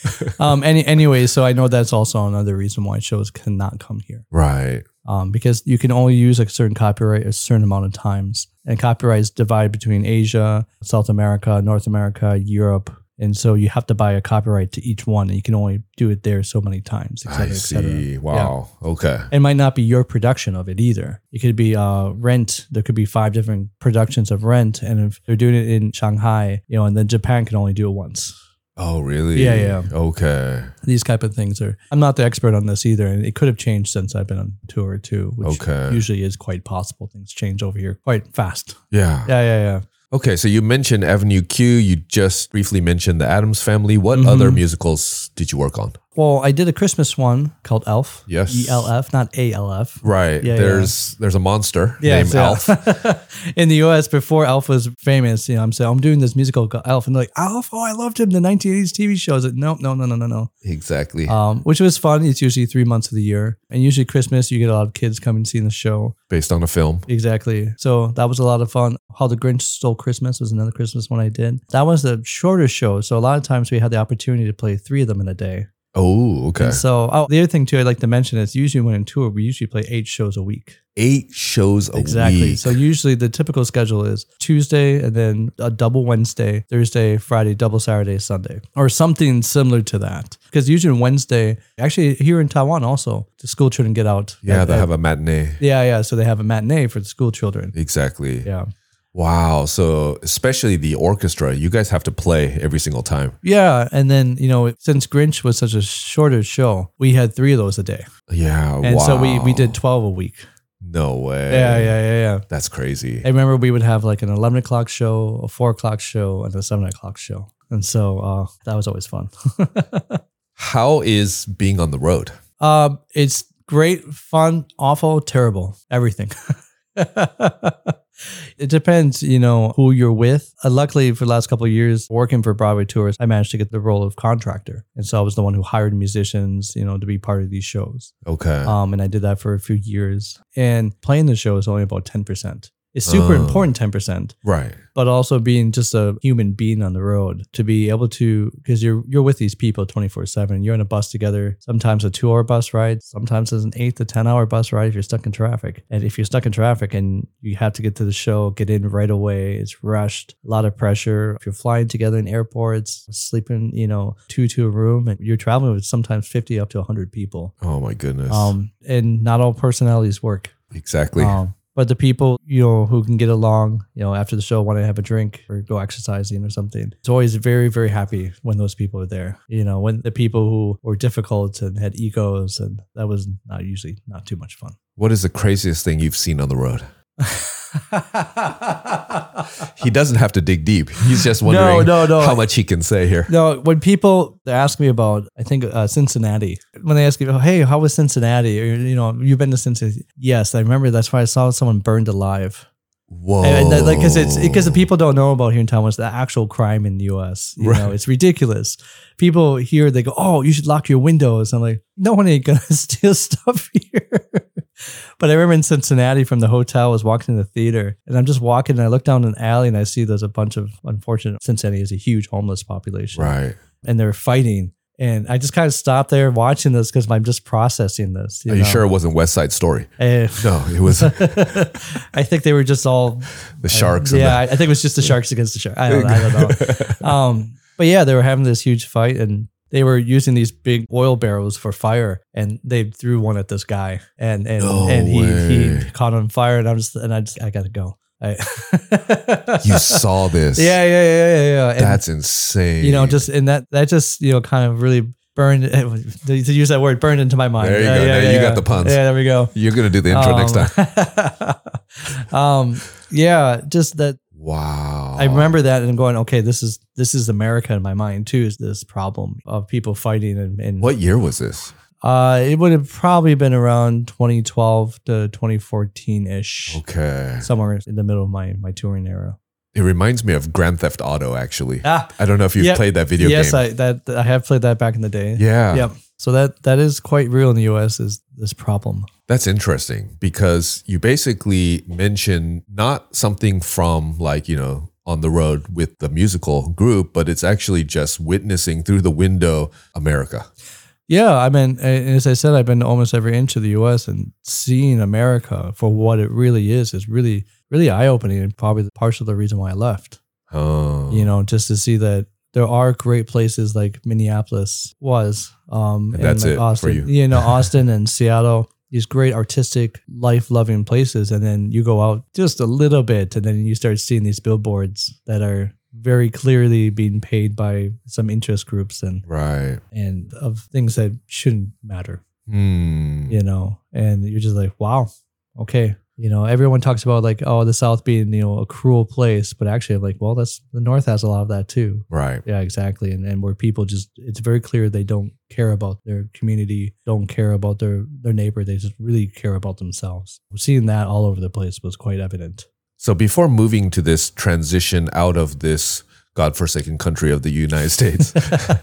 Speaker 4: um, any, anyway, so I know that's also another reason why shows cannot come here.
Speaker 3: Right.
Speaker 4: um, because you can only use a certain copyright a certain amount of times. And copyrights divide between Asia, South America, North America, Europe. And so you have to buy a copyright to each one, and you can only do it there so many times, et cetera,
Speaker 3: I
Speaker 4: et cetera.
Speaker 3: see. Wow. Okay.
Speaker 4: It might not be your production of it either. It could be uh, Rent. There could be five different productions of Rent, and if they're doing it in Shanghai, you know, and then Japan can only do it once.
Speaker 3: Oh, really?
Speaker 4: Yeah, yeah.
Speaker 3: Okay.
Speaker 4: These type of things are. I'm not the expert on this either, and it could have changed since I've been on tour too, which
Speaker 3: Okay.
Speaker 4: usually is quite possible. Things change over here quite fast.
Speaker 3: Yeah.
Speaker 4: Yeah, yeah, yeah.
Speaker 3: Okay. So you mentioned Avenue Q. You just briefly mentioned the Adams Family. What
Speaker 4: Mhm.
Speaker 3: other musicals did you work on?
Speaker 4: Well, I did a Christmas one called Elf.
Speaker 3: Yes.
Speaker 4: E L F, not A L F.
Speaker 3: Right.
Speaker 4: Yeah,
Speaker 3: there's there's a monster
Speaker 4: Yeah,
Speaker 3: named
Speaker 4: so- *laughs*
Speaker 3: Alf.
Speaker 4: in the U.S. before Elf was famous, you know, I'm saying I'm doing this musical called Elf, and they're like Elf, oh, I loved him. The 1980s TV shows. Like, no, no, no, no, no, no.
Speaker 3: exactly.
Speaker 4: Um, which was fun. It's usually three months of the year, and usually Christmas you get a lot of kids coming and seeing the show.
Speaker 3: Based on a film.
Speaker 4: Exactly. So that was a lot of fun. How the Grinch Stole Christmas was another Christmas one I did. That was the shorter show. So a lot of times we had the opportunity to play three of them in a day.
Speaker 3: Oh, okay.
Speaker 4: And so oh, the other thing too I'd like to mention is usually when in tour, we usually play eight shows a week.
Speaker 3: Eight shows a
Speaker 4: exactly.
Speaker 3: week.
Speaker 4: So usually the typical schedule is Tuesday and then a double Wednesday, Thursday, Friday, double Saturday, Sunday, or something similar to that. Because usually on Wednesday, actually here in Taiwan also, the school children get out.
Speaker 3: yeah,
Speaker 4: at-
Speaker 3: they
Speaker 4: at-
Speaker 3: have a matinee.
Speaker 4: yeah, yeah. So they have a matinee for the school children.
Speaker 3: Exactly.
Speaker 4: Yeah.
Speaker 3: Wow. So especially the orchestra, you guys have to play every single time.
Speaker 4: Yeah, and then you know, since Grinch was such a shorter show, we had three of those a day,
Speaker 3: Yeah.
Speaker 4: and
Speaker 3: wow.
Speaker 4: so we we did twelve a week.
Speaker 3: No way.
Speaker 4: Yeah, yeah, yeah, yeah.
Speaker 3: That's crazy.
Speaker 4: I remember we would have like an 11 o'clock show, a four o'clock show, and a seven o'clock show. And so uh, that was always fun.
Speaker 3: How is being on the road?
Speaker 4: um, it's great, fun, awful, terrible, everything. *laughs* it depends, you know, who you're with. Uh, luckily, for the last couple of years working for Broadway tours, I managed to get the role of contractor. And so I was the one who hired musicians, you know, to be part of these shows.
Speaker 3: Okay.
Speaker 4: Um, and I did that for a few years. And playing the show is only about 10%. It's super
Speaker 3: Oh.
Speaker 4: important, 10%
Speaker 3: right.
Speaker 4: but also being just a human being on the road to be able to because you're you're with these people 24/7 you're in a bus together sometimes a 2 hour bus ride sometimes it's an 8 to 10 hour bus ride if you're stuck in traffic and if you're stuck in traffic and you have to get to the show get in right away it's rushed a lot of pressure if you're flying together in airports sleeping you know two to a room and you're traveling with sometimes 50 up to 100 people
Speaker 3: Oh my goodness.
Speaker 4: um and not all personalities work
Speaker 3: exactly.
Speaker 4: um, but the people you know who can get along, you know, after the show want to have a drink or go exercising or something. It's always very very happy when those people are there. You know, when the people who were difficult and had egos and that was not usually not too
Speaker 3: *laughs*
Speaker 4: much fun. *laughs*
Speaker 3: what is the craziest thing you've seen on the road? He doesn't have to dig deep. He's just wondering
Speaker 4: no, no, no.
Speaker 3: how much he can say here.
Speaker 4: No, when people they ask me about, I think uh, Cincinnati. When they ask me, oh, "Hey, how was Cincinnati?" Or, you know, you've been to Cincinnati. Yes, I remember. That's why I saw someone burned alive.
Speaker 3: Whoa.
Speaker 4: And, and, like, because
Speaker 3: Oh.
Speaker 4: it's because the people don't know about here in Taiwan, it's the actual crime in the U.S. You know,
Speaker 3: Right.
Speaker 4: it's ridiculous. People here, they go, "Oh, you should lock your windows." I'm like, no one ain't gonna *laughs* steal stuff here. but I remember in Cincinnati, from the hotel, I was walking to the theater, and I'm just walking, and I look down an alley, and I see there's a bunch of unfortunate. Cincinnati is a huge homeless population,
Speaker 3: Right.
Speaker 4: and they're fighting. And I just kind of stopped there watching this because I'm just processing this.
Speaker 3: Are you
Speaker 4: know?
Speaker 3: sure it wasn't West Side Story?
Speaker 4: Eh.
Speaker 3: No, it was the
Speaker 4: *laughs* I think they were just all
Speaker 3: Sharks. and
Speaker 4: yeah, I I think it was just the sharks against the shark. I don't, I don't know. Um, but yeah, they were having this huge fight, and they were using these big oil barrels for fire, and they threw one at this guy, and and,
Speaker 3: No
Speaker 4: and he,
Speaker 3: way.
Speaker 4: he caught on fire, and I'm just and I just I gotta go. I, *laughs*
Speaker 3: the- *laughs* you saw this.
Speaker 4: yeah, yeah, yeah, yeah, yeah. And,
Speaker 3: That's insane.
Speaker 4: you know, just and that that just you know kind of really burned *laughs* to use that word burned into my mind. Uh,
Speaker 3: There you
Speaker 4: Yeah,
Speaker 3: go.
Speaker 4: yeah,
Speaker 3: Now
Speaker 4: yeah,
Speaker 3: you got
Speaker 4: yeah.
Speaker 3: the puns.
Speaker 4: Yeah, there we go.
Speaker 3: You're gonna do the intro next
Speaker 4: um,
Speaker 3: time.
Speaker 4: time. *laughs* um, yeah, just that
Speaker 3: Wow.
Speaker 4: I remember that and going, okay, this is this is America in my mind too. Is this problem of people fighting and, and
Speaker 3: What year was this?
Speaker 4: Uh, it would have probably been around 2012 to 2014 ish,
Speaker 3: Okay.
Speaker 4: somewhere in the middle of my my touring era.
Speaker 3: It reminds me of Grand Theft Auto, actually.
Speaker 4: Ah,
Speaker 3: I don't know if you've
Speaker 4: Yeah.
Speaker 3: played that video
Speaker 4: yes,
Speaker 3: game.
Speaker 4: I that I have played that back in the day.
Speaker 3: yeah.
Speaker 4: Yep. So that that is quite real in the U.S. Is this problem?
Speaker 3: That's interesting because you basically mention not something from like, you know, on the road with the musical group, but it's actually just witnessing through the window America.
Speaker 4: Yeah, I mean, a- as I said, I've been to almost every inch of the U.S. and seeing America for what it really is is really really eye opening and probably partially the reason why I left.
Speaker 3: Oh.
Speaker 4: you know, just to see that there are great places like Minneapolis was. Um,
Speaker 3: And that's
Speaker 4: like
Speaker 3: it for
Speaker 4: Austin,
Speaker 3: you. *laughs*
Speaker 4: know, Austin and Seattle, these great artistic, life loving places. And then you go out just a little bit and then you start seeing these billboards that are very clearly being paid by some interest groups and,
Speaker 3: Right.
Speaker 4: and of things that shouldn't matter
Speaker 3: Hmm.
Speaker 4: you know, and you're just like, wow, okay. You know, everyone talks about like, oh, the South being, you know, a cruel place, but actually, I'm like, well, that's the North has a lot of that too.
Speaker 3: Right.
Speaker 4: Yeah, exactly. And and where people just, it's very clear they don't care about their community, don't care about their their neighbor. They just really care about themselves. Seeing that all over the place was quite
Speaker 3: *laughs*
Speaker 4: evident. *laughs*
Speaker 3: So before moving to this transition out of this godforsaken country of the United States,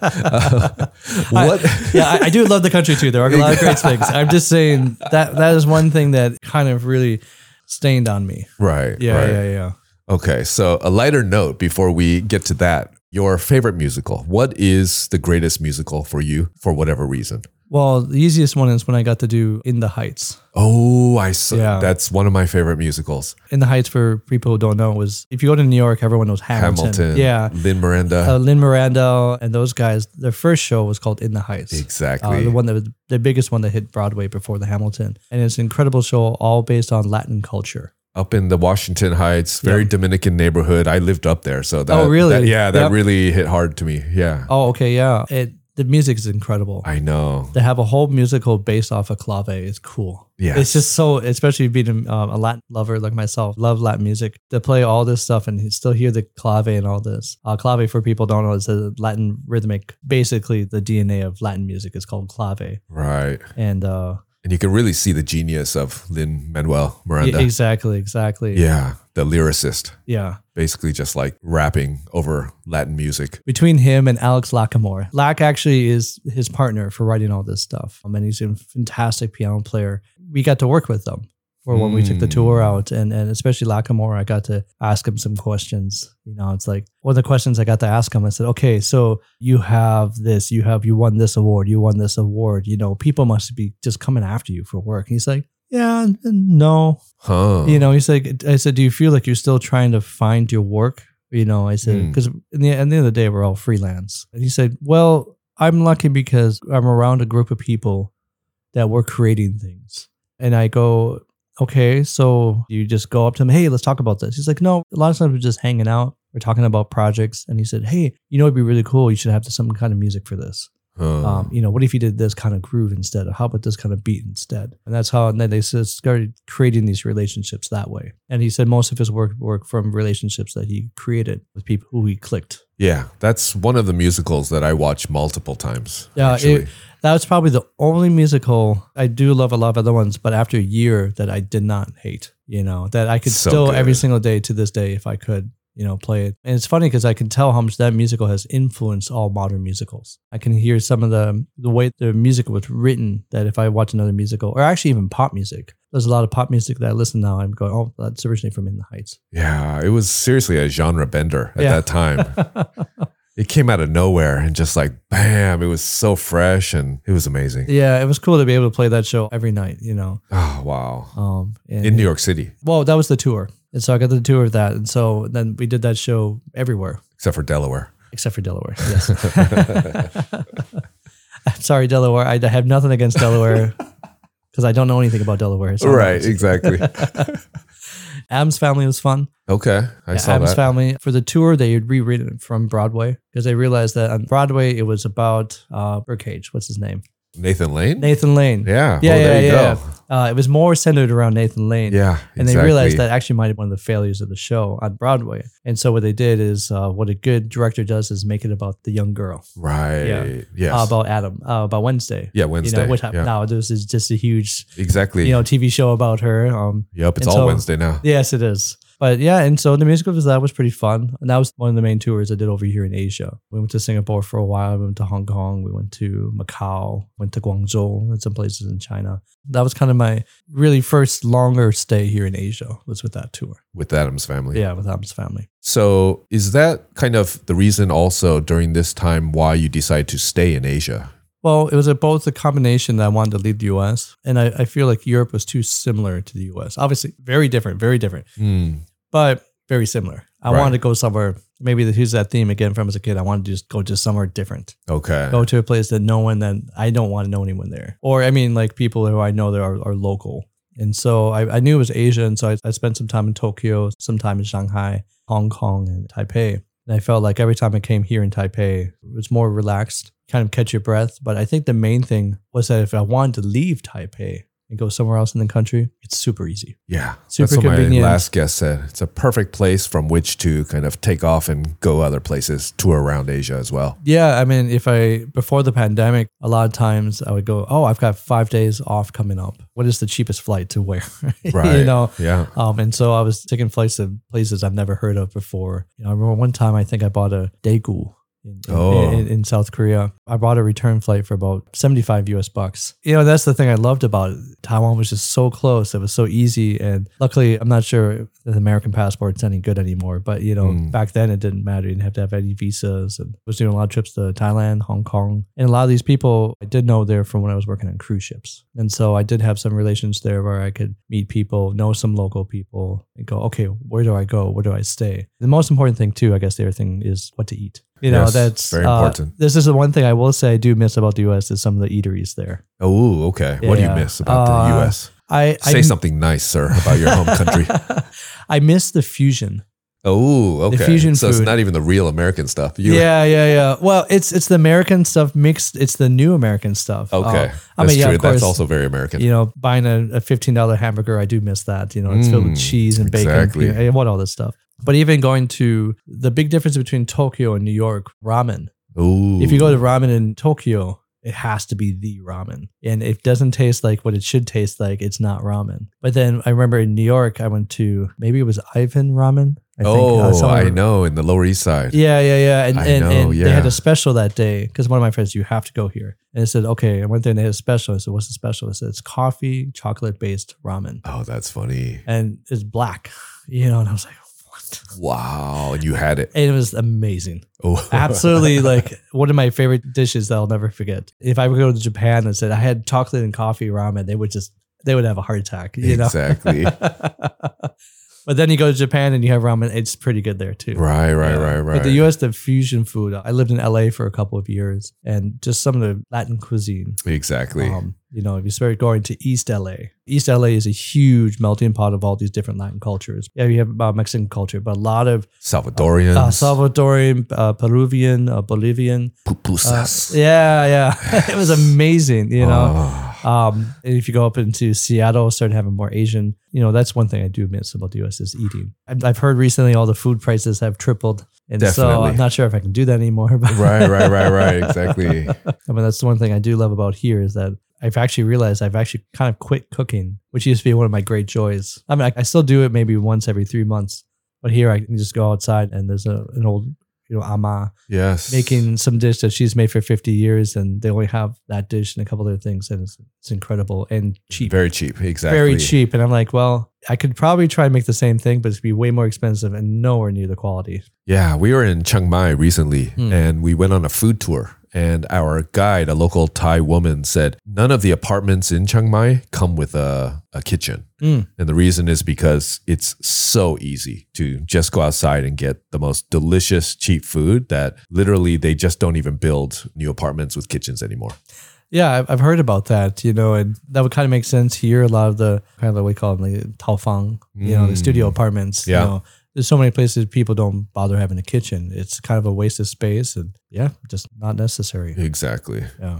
Speaker 3: uh, what?
Speaker 4: *laughs* I, yeah, I, I do love the country too. There are a lot of great things. I'm just saying that that is one thing that kind of really stained on me.
Speaker 3: *laughs* right.
Speaker 4: Yeah,
Speaker 3: right.
Speaker 4: yeah, yeah.
Speaker 3: Okay, so a lighter note before we get to that. Your favorite musical. What is the greatest musical for you for whatever reason?
Speaker 4: Well, the easiest one is when I got to do In the Heights.
Speaker 3: Oh, I saw.
Speaker 4: Yeah.
Speaker 3: That's one of my favorite musicals.
Speaker 4: In the Heights, for people who don't know, was if you go to New York, everyone knows Hamilton.
Speaker 3: Hamilton.
Speaker 4: Yeah.
Speaker 3: Lin Miranda.
Speaker 4: Uh, Lynn Miranda and those guys, their first show was called In the Heights.
Speaker 3: exactly.
Speaker 4: Uh, the one that was the biggest one that hit Broadway before the Hamilton. And it's an incredible show, all based on Latin culture.
Speaker 3: up in the Washington Heights, very
Speaker 4: Yeah.
Speaker 3: Dominican neighborhood. I lived up there, so that.
Speaker 4: Oh, really?
Speaker 3: that- yeah, that
Speaker 4: Yep.
Speaker 3: really hit hard to me. Yeah,
Speaker 4: Oh, okay. Yeah. It, the music is incredible.
Speaker 3: I know.
Speaker 4: to have a whole musical based off a clave is cool.
Speaker 3: Yeah.
Speaker 4: It's just so, especially being um, a Latin lover like myself, love Latin music. To play all this stuff and still hear the clave and all this. Uh, clave, for people don't know, is a Latin rhythmic. Basically, the DNA of Latin music is called clave,
Speaker 3: right.
Speaker 4: and uh,
Speaker 3: And you can really see the genius of Lin Manuel Miranda.
Speaker 4: yeah, exactly, exactly,
Speaker 3: yeah. The lyricist,
Speaker 4: yeah.
Speaker 3: basically just like rapping over Latin music.
Speaker 4: Between him and Alex Lackamore, Lack actually is his partner for writing all this stuff. Um, and he's a fantastic piano player. We got to work with them for when we took the
Speaker 3: Hmm.
Speaker 4: tour out, and and especially Lackamore, I got to ask him some questions. You know, it's like one of the questions I got to ask him. I said, "Okay, so you have this, you have you won this award, you won this award. You know, people must be just coming after you for work." And he's like, "Yeah, n- no,
Speaker 3: Huh.
Speaker 4: you know, he's like, I said, do you feel like you're still trying to find your work? You know, I said,
Speaker 3: Mm.
Speaker 4: because in the, at the end of the day, we're all freelance. And he said, well, I'm lucky because I'm around a group of people that were creating things. And I go, okay, so you just go up to him, hey, let's talk about this. He's like, no, a lot of times we're just hanging out. We're talking about projects. And he said, hey, you know, it'd be really cool. You should have some kind of music for this
Speaker 3: Huh.
Speaker 4: um, you know, what if you did this kind of groove instead? Or how about this kind of beat instead? And that's how, and then they s- started creating these relationships that way. And he said most of his work work from relationships that he created with people who he clicked.
Speaker 3: yeah. That's one of the musicals that I watch multiple times.
Speaker 4: Yeah,
Speaker 3: actually.
Speaker 4: it, that was probably the only musical I do love a lot of other ones, but after a year that I did not hate, you know, that I could
Speaker 3: So
Speaker 4: still every
Speaker 3: good.
Speaker 4: single day to this day if I could. You know, play it, and it's funny because I can tell how much that musical has influenced all modern musicals. I can hear some of the the way the music was written. That if I watch another musical, or actually even pop music, there's a lot of pop music that I listen now. I'm going, oh, that's originally from In the Heights.
Speaker 3: yeah. It was seriously a genre bender at
Speaker 4: Yeah.
Speaker 3: that
Speaker 4: *laughs*
Speaker 3: time. it came out of nowhere and just like, bam, it was so fresh and it was amazing.
Speaker 4: yeah, it was cool to be able to play that show every night. You know,
Speaker 3: Oh, wow.
Speaker 4: um, and
Speaker 3: In New York City,
Speaker 4: Well, that was the tour. And so I got the tour of that. And so then we did that show everywhere
Speaker 3: except for Delaware.
Speaker 4: except for Delaware. Yes. *laughs* I'm sorry, Delaware. I have nothing against Delaware *laughs* because I don't know anything about Delaware. So *laughs*
Speaker 3: exactly.
Speaker 4: Adam's family was fun.
Speaker 3: okay, I
Speaker 4: Yeah,
Speaker 3: saw
Speaker 4: Adam's
Speaker 3: that.
Speaker 4: Family for the tour they had rewritten it from Broadway because they realized that on Broadway it was about uh, Birdcage. What's his name?
Speaker 3: Nathan Lane.
Speaker 4: Nathan Lane.
Speaker 3: Yeah.
Speaker 4: Yeah,
Speaker 3: well,
Speaker 4: yeah,
Speaker 3: there you
Speaker 4: yeah.
Speaker 3: go.
Speaker 4: Uh, it was more centered around Nathan Lane.
Speaker 3: Yeah.
Speaker 4: And they realized that actually might have been one of the failures of the show on Broadway. And so what they did is uh, what a good director does is make it about the young girl,
Speaker 3: Right.
Speaker 4: Yeah.
Speaker 3: Yes.
Speaker 4: uh, about Adam, uh, about Wednesday.
Speaker 3: yeah. Wednesday.
Speaker 4: You know, which
Speaker 3: yeah.
Speaker 4: now this is just a huge,
Speaker 3: Exactly.
Speaker 4: you know, TV show about her. Um,
Speaker 3: yep. It's
Speaker 4: and
Speaker 3: all
Speaker 4: so-
Speaker 3: Wednesday now.
Speaker 4: yes, it is. But yeah, and so the musical was that was pretty fun, and that was one of the main tours I did over here in Asia. We went to Singapore for a while. We went to Hong Kong. We went to Macau. Went to Guangzhou and some places in China. That was kind of my really first longer stay here in Asia was with that tour.
Speaker 3: With Adam's family.
Speaker 4: Yeah, with Adam's family.
Speaker 3: So is that kind of the reason also during this time why you decide to stay in Asia?
Speaker 4: Well, it was a, both a combination that I wanted to leave the US, and I, I feel like Europe was too similar to the US. Obviously, very different, very different,
Speaker 3: Hmm.
Speaker 4: but very similar. I
Speaker 3: Right.
Speaker 4: wanted to go somewhere. Maybe the, here's that theme again from as a kid. I wanted to just go just somewhere different.
Speaker 3: Okay.
Speaker 4: Go to a place that no one that I don't want to know anyone there. Or I mean, like people who I know that are, are local. And so I, I knew it was Asia, and so I, I spent some time in Tokyo, some time in Shanghai, Hong Kong, and Taipei. And I felt like every time I came here in Taipei, it was more relaxed, kind of catch your breath. But I think the main thing was that if I wanted to leave Taipei and go somewhere else in the country, it's super easy.
Speaker 3: Yeah.
Speaker 4: Super
Speaker 3: That's what
Speaker 4: convenient.
Speaker 3: my last guest said. It's a perfect place from which to kind of take off and go other places, tour around Asia as well.
Speaker 4: Yeah, I mean, if I before the pandemic, a lot of times I would go, "Oh, I've got five days off coming up. What is the cheapest flight to where?"
Speaker 3: Right.
Speaker 4: *laughs* you know.
Speaker 3: Yeah.
Speaker 4: Um, and so I was taking flights to places I've never heard of before. You know, I remember one time I think I bought a daegu in, in-
Speaker 3: Oh.
Speaker 4: in, in South Korea. I bought a return flight for about seventy-five U.S. bucks. You know, that's the thing I loved about it. Taiwan was just so close. It was so easy, and luckily, I'm not sure if the American passport's any good anymore. But you know,
Speaker 3: Mm.
Speaker 4: back then it didn't matter. You didn't have to have any visas, and I was doing a lot of trips to Thailand, Hong Kong, and a lot of these people I did know there from when I was working on cruise ships, and so I did have some relations there where I could meet people, know some local people, and go, okay, where do I go? Where do I stay? The most important thing too, I guess, the other thing is what to eat. You know,
Speaker 3: Yes,
Speaker 4: that's
Speaker 3: very
Speaker 4: uh,
Speaker 3: important.
Speaker 4: this is the one thing I will say I do miss about the U.S. is some of the eateries there.
Speaker 3: Oh, okay. what do you
Speaker 4: Yeah.
Speaker 3: miss about
Speaker 4: Uh,
Speaker 3: the US?
Speaker 4: I *laughs*
Speaker 3: Say something nice, sir, about your home country.
Speaker 4: I miss the fusion.
Speaker 3: Oh, okay.
Speaker 4: The fusion
Speaker 3: so it's
Speaker 4: food.
Speaker 3: not even the real American stuff. You,
Speaker 4: yeah, yeah, yeah. Well, it's it's the American stuff mixed. It's the new American stuff.
Speaker 3: *laughs*
Speaker 4: Uh,
Speaker 3: Okay.
Speaker 4: I
Speaker 3: That's
Speaker 4: mean, yeah,
Speaker 3: true.
Speaker 4: of course.
Speaker 3: That's also very American.
Speaker 4: you know, buying a, a fifteen dollar hamburger, I do miss that. You know, it's filled with
Speaker 3: Mm,
Speaker 4: cheese and bacon,
Speaker 3: exactly.
Speaker 4: and, pure- and what all this stuff. But even going to the big difference between Tokyo and New York, ramen.
Speaker 3: Ooh.
Speaker 4: If you go to ramen in Tokyo, it has to be the ramen. And if it doesn't taste like what it should taste like, it's not ramen. But then I remember in New York, I went to maybe it was Ivan Ramen. I uh,
Speaker 3: oh,
Speaker 4: somewhere-
Speaker 3: I know in the Lower East Side.
Speaker 4: Yeah, yeah, yeah. And,
Speaker 3: I
Speaker 4: and,
Speaker 3: know,
Speaker 4: and they had
Speaker 3: yeah.
Speaker 4: a special that day because one of my friends, you have to go here. And I said, okay. I went there and they had a special. I said, what's the special? I said, it's coffee, chocolate based ramen.
Speaker 3: Oh, that's funny.
Speaker 4: And it's black, *laughs* you know? And I was like, what?
Speaker 3: Wow, and you had it. *laughs*
Speaker 4: And it was amazing.
Speaker 3: Oh, *laughs*
Speaker 4: Absolutely like one of my favorite dishes that I'll never forget. If I would go to Japan and said I had chocolate and coffee ramen, they would just, they would have a heart attack, you know?
Speaker 3: exactly.
Speaker 4: *laughs* but then you go to Japan and you have ramen. It's pretty good there too.
Speaker 3: Right, right,
Speaker 4: Yeah.
Speaker 3: right, right.
Speaker 4: But the U.S. the fusion food. I lived in L.A. for a couple of years, and just some of the Latin cuisine.
Speaker 3: exactly.
Speaker 4: Um, you know, if you start going to East L.A., East L.A. is a huge melting pot of all these different Latin cultures. Yeah, you have uh, Mexican culture, but a lot of
Speaker 3: Salvadorians.
Speaker 4: uh, Salvadorian, uh, Peruvian, uh, Bolivian. Uh,
Speaker 3: pupusas.
Speaker 4: yeah, yeah, *laughs* it was amazing. You know.
Speaker 3: Oh,
Speaker 4: Um, and if you go up into Seattle, start having more Asian, you know, that's one thing I do miss about the U.S. is eating. I've, I've heard recently all the food prices have tripled, and so
Speaker 3: Definitely.
Speaker 4: I'm not sure if I can do that anymore. *laughs* But
Speaker 3: right, right, right, right.
Speaker 4: *laughs*
Speaker 3: Exactly.
Speaker 4: I mean, that's the one thing I do love about here is that I've actually realized I've actually kind of quit cooking, which used to be one of my great joys. I mean, I, I still do it maybe once every three months, but here I can just go outside and there's a, an old, you know, ama
Speaker 3: Yes.
Speaker 4: making some dish that she's made for 50 years and they only have that dish and a couple other things and it's, it's incredible and cheap
Speaker 3: Very cheap. Exactly.
Speaker 4: very cheap. And I'm like, well, I could probably try and make the same thing, but it'd be way more expensive and nowhere near the quality.
Speaker 3: Yeah, we were in Chiang Mai recently
Speaker 4: Hmm.
Speaker 3: and we went on a food tour. And our guide, a local Thai woman, said none of the apartments in Chiang Mai come with a, a kitchen.
Speaker 4: Hmm.
Speaker 3: And the reason is because it's so easy to just go outside and get the most delicious, cheap food that literally they just don't even build new apartments with kitchens anymore.
Speaker 4: Yeah, I've- I've heard about that, you know, and that would kind of make sense here. A lot of the kind of what we call them, like taofang, you know, the
Speaker 3: Mm.
Speaker 4: studio apartments.
Speaker 3: Yeah.
Speaker 4: You know, there's so many places people don't bother having a kitchen. It's kind of a waste of space and yeah, just not necessary.
Speaker 3: Exactly.
Speaker 4: Yeah.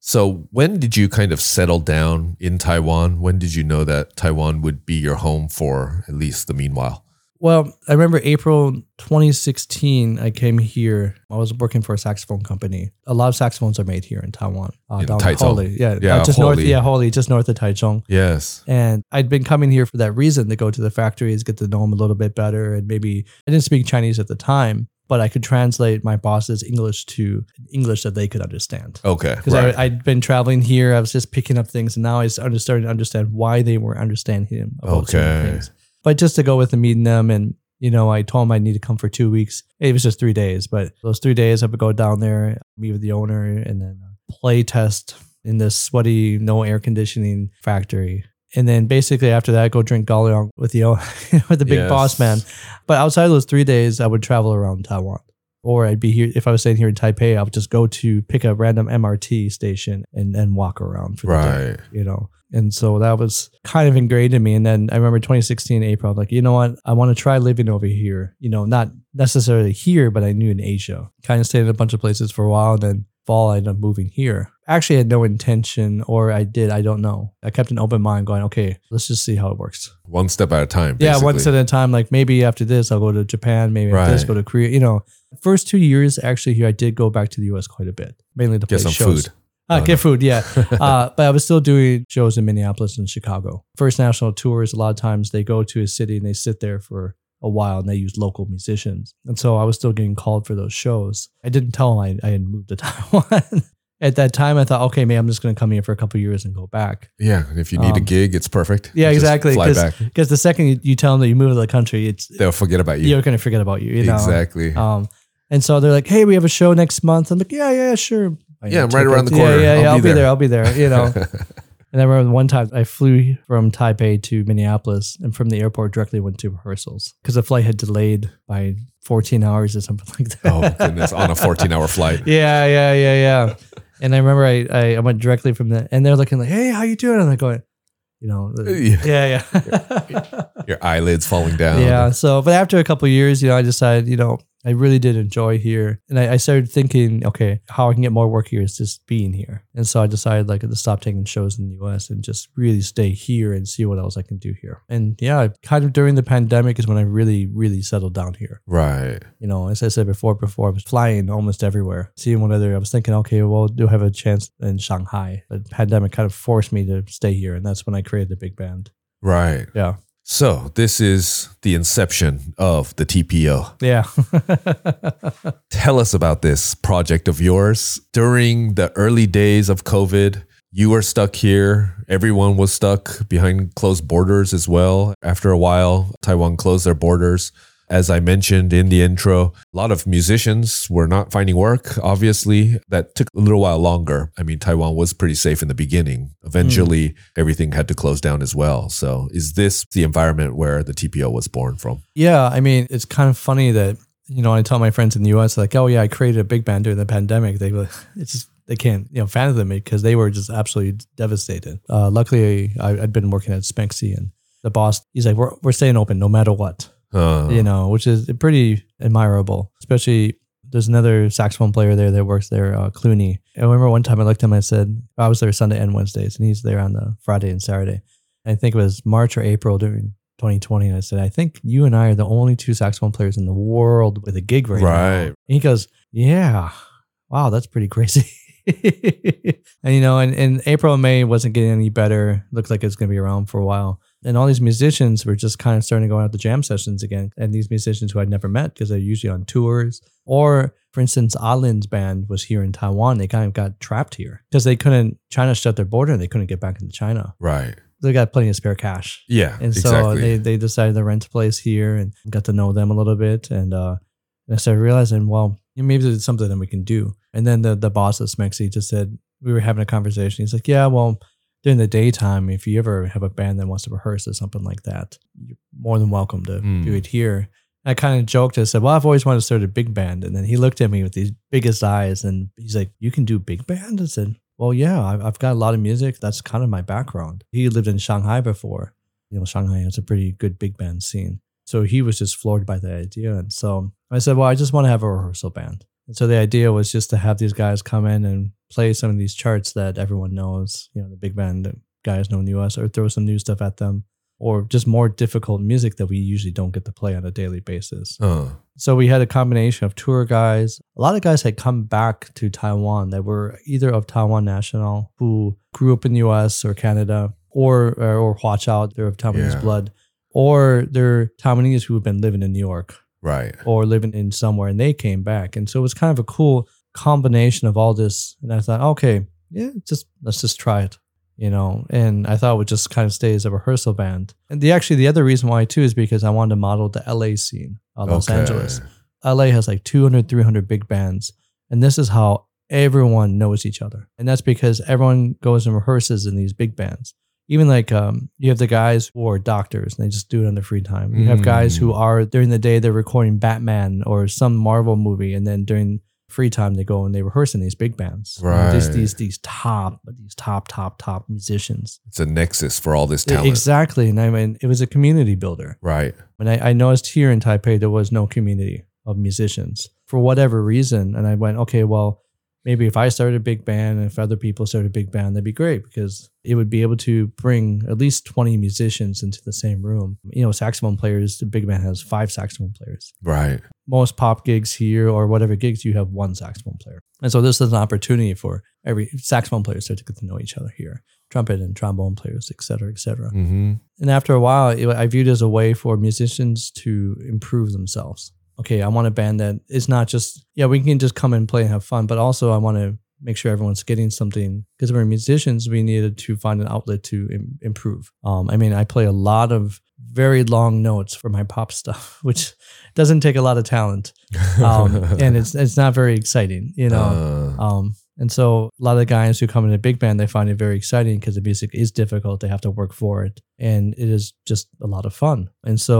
Speaker 3: So, when did you kind of settle down in Taiwan? When did you know that Taiwan would be your home for at least the meanwhile?
Speaker 4: Well, I remember April 2016, I came here. I was working for a saxophone company. A lot of saxophones are made here in Taiwan. Uh,
Speaker 3: In
Speaker 4: down
Speaker 3: Taichung.
Speaker 4: Holy. Yeah,
Speaker 3: Yeah,
Speaker 4: uh, just north.
Speaker 3: Holy.
Speaker 4: Yeah, Holy, just north of Taichung.
Speaker 3: Yes.
Speaker 4: And I'd been coming here for that reason to go to the factories, get to know them a little bit better. And maybe I didn't speak Chinese at the time, but I could translate my boss's English to English that they could understand.
Speaker 3: Okay.
Speaker 4: Because I I'd been traveling here, I was just picking up things, and now I s- under- started to understand why they were understanding him about certain
Speaker 3: Okay.
Speaker 4: things. But just to go with and meeting them, and you know, I told him I need to come for two weeks. It was just three days, but those three days I would go down there, meet with the owner, and then uh, play test in this sweaty, no air conditioning factory. And then basically after that, go drink Galeon with the o- *laughs* with the big
Speaker 3: Yes.
Speaker 4: boss man. But outside of those three days, I would travel around Taiwan. Or I'd be here if I was staying here in Taipei, I would just go to pick a random MRT station and, and walk around for the day
Speaker 3: right.
Speaker 4: you know. And so that was kind of ingrained in me. And then I remember 2016 April, I'm like, you know what? I want to try living over here. You know, not necessarily here, but I knew in Asia. Kind of stayed in a bunch of places for a while, and then fall, I ended up moving here. Actually, I had no intention, or I did. I don't know. I kept an open mind, going, okay, let's just see how it works.
Speaker 3: One step at a time.
Speaker 4: Yeah, one
Speaker 3: basically.
Speaker 4: step at a time. Like maybe after this, I'll go to Japan. Maybe after this,
Speaker 3: Right.
Speaker 4: go to Korea. You know, first two years actually here, I did go back to the U.S. quite a bit, mainly to play
Speaker 3: Get some
Speaker 4: shows.
Speaker 3: food.
Speaker 4: Uh,
Speaker 3: Oh,
Speaker 4: get
Speaker 3: no. *laughs*
Speaker 4: food, yeah. uh, but I was still doing shows in Minneapolis and Chicago. First National tours, a lot of times they go to a city and they sit there for a while and they use local musicians. And so I was still getting called for those shows. I didn't tell them I, I had moved to *laughs* Taiwan. At that time, I thought, okay, man, I'm just going to come here for a couple of years and go back.
Speaker 3: yeah. and If you need a
Speaker 4: Um,
Speaker 3: gig, it's perfect.
Speaker 4: yeah,
Speaker 3: Just
Speaker 4: exactly,
Speaker 3: Fly
Speaker 4: 'cause-
Speaker 3: back.
Speaker 4: Because the second you, you tell them that you move to the country, it's
Speaker 3: They'll forget about you.
Speaker 4: you're going to forget about you. you know?
Speaker 3: exactly.
Speaker 4: Um, and so they're like, "Hey, we have a show next month." I'm like, "Yeah, yeah, sure." I
Speaker 3: Yeah,
Speaker 4: know
Speaker 3: I'm right around the
Speaker 4: tickets.
Speaker 3: corner.
Speaker 4: Yeah, yeah, yeah.
Speaker 3: I'll
Speaker 4: I'll,
Speaker 3: be
Speaker 4: be,
Speaker 3: there.
Speaker 4: there. I'll be there. You know. and I remember one time I flew from Taipei to Minneapolis, and from the airport directly went to rehearsals because the flight had delayed by 14 hours or something *laughs* like that.
Speaker 3: *laughs* oh goodness, on a 14-hour flight.
Speaker 4: *laughs* Yeah, yeah, yeah, yeah. and I remember I, I I went
Speaker 3: *laughs*
Speaker 4: directly from "Oh, the and they're looking like, "Hey, how you doing?" And I'm going, you know, the-
Speaker 3: Uh, Yeah.
Speaker 4: yeah, *laughs* yeah.
Speaker 3: Your eyelids falling down.
Speaker 4: Yeah. So, but after a couple of years, you know, I decided, you know, I really did enjoy here, and I, I started thinking, okay, how I can get more work here is just being here. And so I decided, like, to stop taking shows in the U.S. and just really stay here and see what else I can do here. And yeah, I- kind of during the pandemic is when I really, really settled down here.
Speaker 3: Right.
Speaker 4: You know, as I said before, before I was flying almost everywhere, seeing one another. I was thinking, okay, well, do I have a chance in Shanghai? The pandemic kind of forced me to stay here, and that's when I created the big band.
Speaker 3: Right.
Speaker 4: Yeah.
Speaker 3: So this is the inception of the TPO.
Speaker 4: Yeah. *laughs*
Speaker 3: Tell us about this project of yours. During the early days of COVID, you were stuck here. Everyone was stuck behind closed borders as well. After a while, Taiwan closed their borders. As I mentioned in the intro, a lot of musicians were not finding work. Obviously, that took a little while longer. I mean, Taiwan was pretty safe in the beginning.
Speaker 4: Mm.
Speaker 3: Eventually, everything had to close down as well. So, is this the environment where the TPO was born from?
Speaker 4: Yeah, I mean, it's kind of funny that you know I tell my friends in the U.S. like, oh yeah, I created a big band during the pandemic. They were- *laughs* it's just they can't you know fathom it because they were just absolutely devastated. Uh, luckily, I, I'd been working at Spinksy and the boss, he's like, we're we're staying open no matter what,
Speaker 3: Uh,
Speaker 4: you know, which is pretty admirable, especially. There's another saxophone player there that works there, uh, Clooney. I remember one time I looked at him. I said "Oh, I was there Sunday and Wednesdays, and he's there on the Friday and Saturday. I think it was March or April during 2020. And I said, I think you and I are the only two saxophone players in the world with a gig right, now.
Speaker 3: Right.
Speaker 4: And he goes, Yeah. Wow, that's pretty crazy. *laughs* and you know, and, and April and May wasn't getting any better. Looked like it's gonna be around for a while. And all these musicians were just kind of starting to go out to jam sessions again. And these musicians who I'd never met because they're usually on tours. Or for instance, Alin's band was here in Taiwan. They kind of got trapped here because they couldn't China shut their border and they couldn't get back into China.
Speaker 3: Right.
Speaker 4: They got plenty of spare cash.
Speaker 3: Yeah.
Speaker 4: And so they, they decided to rent a place here and got to know them a little bit. And, uh, and I started realizing, well, maybe there's something that we can do. And then the, the boss at Smexy just said, we were having a conversation. He's like, yeah, well, during the daytime, if you ever have a band that wants to rehearse or something like that, you're more than welcome to
Speaker 3: Hmm.
Speaker 4: do it here. I kind of joked. I said, well, I've always wanted to start a big band. And then he looked at me with these biggest eyes and he's like, you can do big band? I said, well, yeah, I- I've got a lot of music. That's kind of my background. He lived in Shanghai before you know, Shanghai has a pretty good big band scene. So he was just floored by the idea. And so I said, well, I just want to have a rehearsal band. And so the idea was just to have these guys come in and play some of these charts that everyone knows, you know, the big band guys know in the US, or throw some new stuff at them, or just more difficult music that we usually don't get to play on a daily basis.
Speaker 3: Uh,
Speaker 4: So we had a combination of tour guys. A lot of guys had come back to Taiwan that were either of Taiwan national who grew up in the U.S. or Canada, or or, or Huachao, they're of Taiwanese
Speaker 3: Yeah.
Speaker 4: blood, or they're Taiwanese who have been living in New York
Speaker 3: right.
Speaker 4: or living in somewhere, and they came back, and so it was kind of a cool combination of all this. And I thought, okay, yeah, just let's just try it, you know. And I thought it would just kind of stay as a rehearsal band. And the actually the other reason why too is because I wanted to model the L.A. scene, uh, Los
Speaker 3: Okay.
Speaker 4: Angeles. LA has like 200, 300 big bands. And this is how everyone knows each other. And that's because everyone goes and rehearses in these big bands. Even like um, you have the guys who are doctors and they just do it on their free time. You have guys
Speaker 3: Mm.
Speaker 4: who are during the day they're recording Batman or some Marvel movie, and then during free time they go and they rehearse in these big bands. You know, These
Speaker 3: Right.
Speaker 4: these these top these top top top musicians.
Speaker 3: It's a nexus for all this
Speaker 4: E-,
Speaker 3: talent.
Speaker 4: Exactly, and I mean it was a community builder.
Speaker 3: Right.
Speaker 4: And I, I noticed here in Taipei, there was no community of musicians for whatever reason. And I went, okay, well, maybe if I started a big band and if other people started a big band, that'd be great because it would be able to bring at least 20 musicians into the same room. You know, saxophone players, the big band has five saxophone players.
Speaker 3: Right.
Speaker 4: Most pop gigs here or whatever gigs, you have one saxophone player. And so this is an opportunity for every saxophone player to start to get to know each other here, trumpet and trombone players, et cetera, et cetera
Speaker 3: Mm-hmm.
Speaker 4: and after a while it, i viewed it as a way for musicians to improve themselves okay i want a band that is not just yeah we can just come and play and have fun but also i want to make sure everyone's getting something because we're musicians we needed to find an outlet to Im- improve um, i mean i play a lot of very long notes for my pop stuff *laughs* which doesn't take a lot of talent
Speaker 3: *laughs*
Speaker 4: um, and it's it's not very exciting you know
Speaker 3: Uh,
Speaker 4: um, and so a lot of the guys who come into big band, they find it very exciting because the music is difficult. They have to work for it. and it is just a lot of fun. And so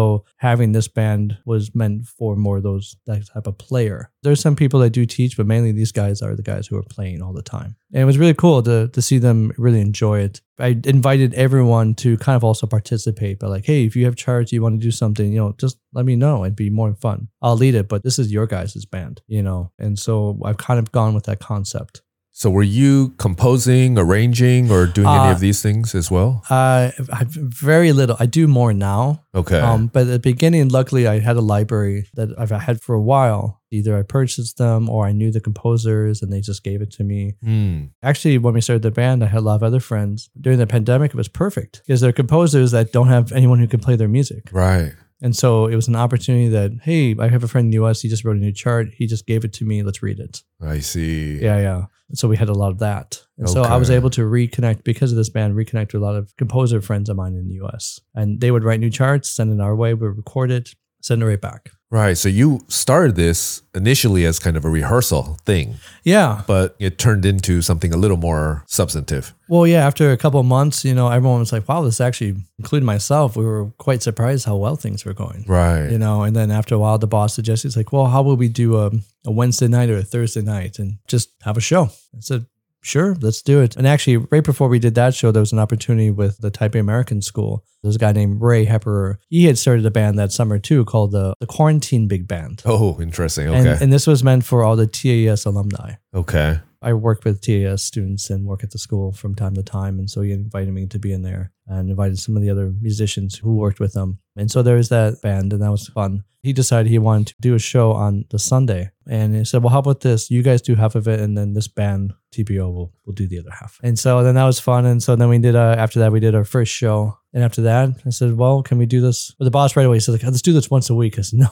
Speaker 4: having this band was meant for more of those that type of player. There's some people that do teach, but mainly these guys are the guys who are playing all the time. And it was really cool to to see them really enjoy it. I invited everyone to kind of also participate, but like, hey, if you have charge, you want to do something, you know, just let me know. It'd be more fun. I'll lead it, but this is your guys' band, you know. And so I've kind of gone with that concept.
Speaker 3: So were you composing, arranging, or doing any
Speaker 4: Uh,
Speaker 3: of these things as well?
Speaker 4: Uh, I very little. I do more now.
Speaker 3: Okay.
Speaker 4: Um, but at the beginning, luckily, I had a library that I've had for a while. Either I purchased them or I knew the composers and they just gave it to me.
Speaker 3: Hmm.
Speaker 4: Actually, when we started the band, I had a lot of other friends. During the pandemic, it was perfect because there are composers that don't have anyone who can play their music.
Speaker 3: right.
Speaker 4: And so it was an opportunity that, hey, I have a friend in the US. He just wrote a new chart. He just gave it to me. Let's read it.
Speaker 3: I see.
Speaker 4: Yeah, yeah. So we had a lot of that. And so I was
Speaker 3: Okay.
Speaker 4: able to reconnect because of this band, reconnect with a lot of composer friends of mine in the US. And they would write new charts, send it our way, we record it, send it right back.
Speaker 3: Right. So you started this initially as kind of a rehearsal thing,
Speaker 4: Yeah.
Speaker 3: but it turned into something a little more substantive.
Speaker 4: Well, yeah, after a couple of months, you know, everyone was like, wow, this actually, including myself, we were quite surprised how well things were going.
Speaker 3: Right.
Speaker 4: You know, and then after a while, the boss suggested, it's like, well, how about we do a, a Wednesday night or a Thursday night and just have a show? I said, sure, let's do it. And actually, right before we did that show, there was an opportunity with the Taipei American School. There's a guy named Ray Hepperer. He had started a band that summer too called the, the Quarantine Big Band.
Speaker 3: Oh, interesting.
Speaker 4: And,
Speaker 3: Okay.
Speaker 4: and this was meant for all the TAS alumni.
Speaker 3: okay.
Speaker 4: I work with TAS students and work at the school from time to time. And so he invited me to be in there and invited some of the other musicians who worked with them. And so there was that band, and that was fun. He decided he wanted to do a show on the Sunday. And he said, Well, how about this? You guys do half of it, and then this band, TPO, will, will do the other half. And so then that was fun. And so then we did, uh, after that, we did our first show. And after that, I said, Well, can we do this? But the boss right away said, like, Let's do this once a week. I said, No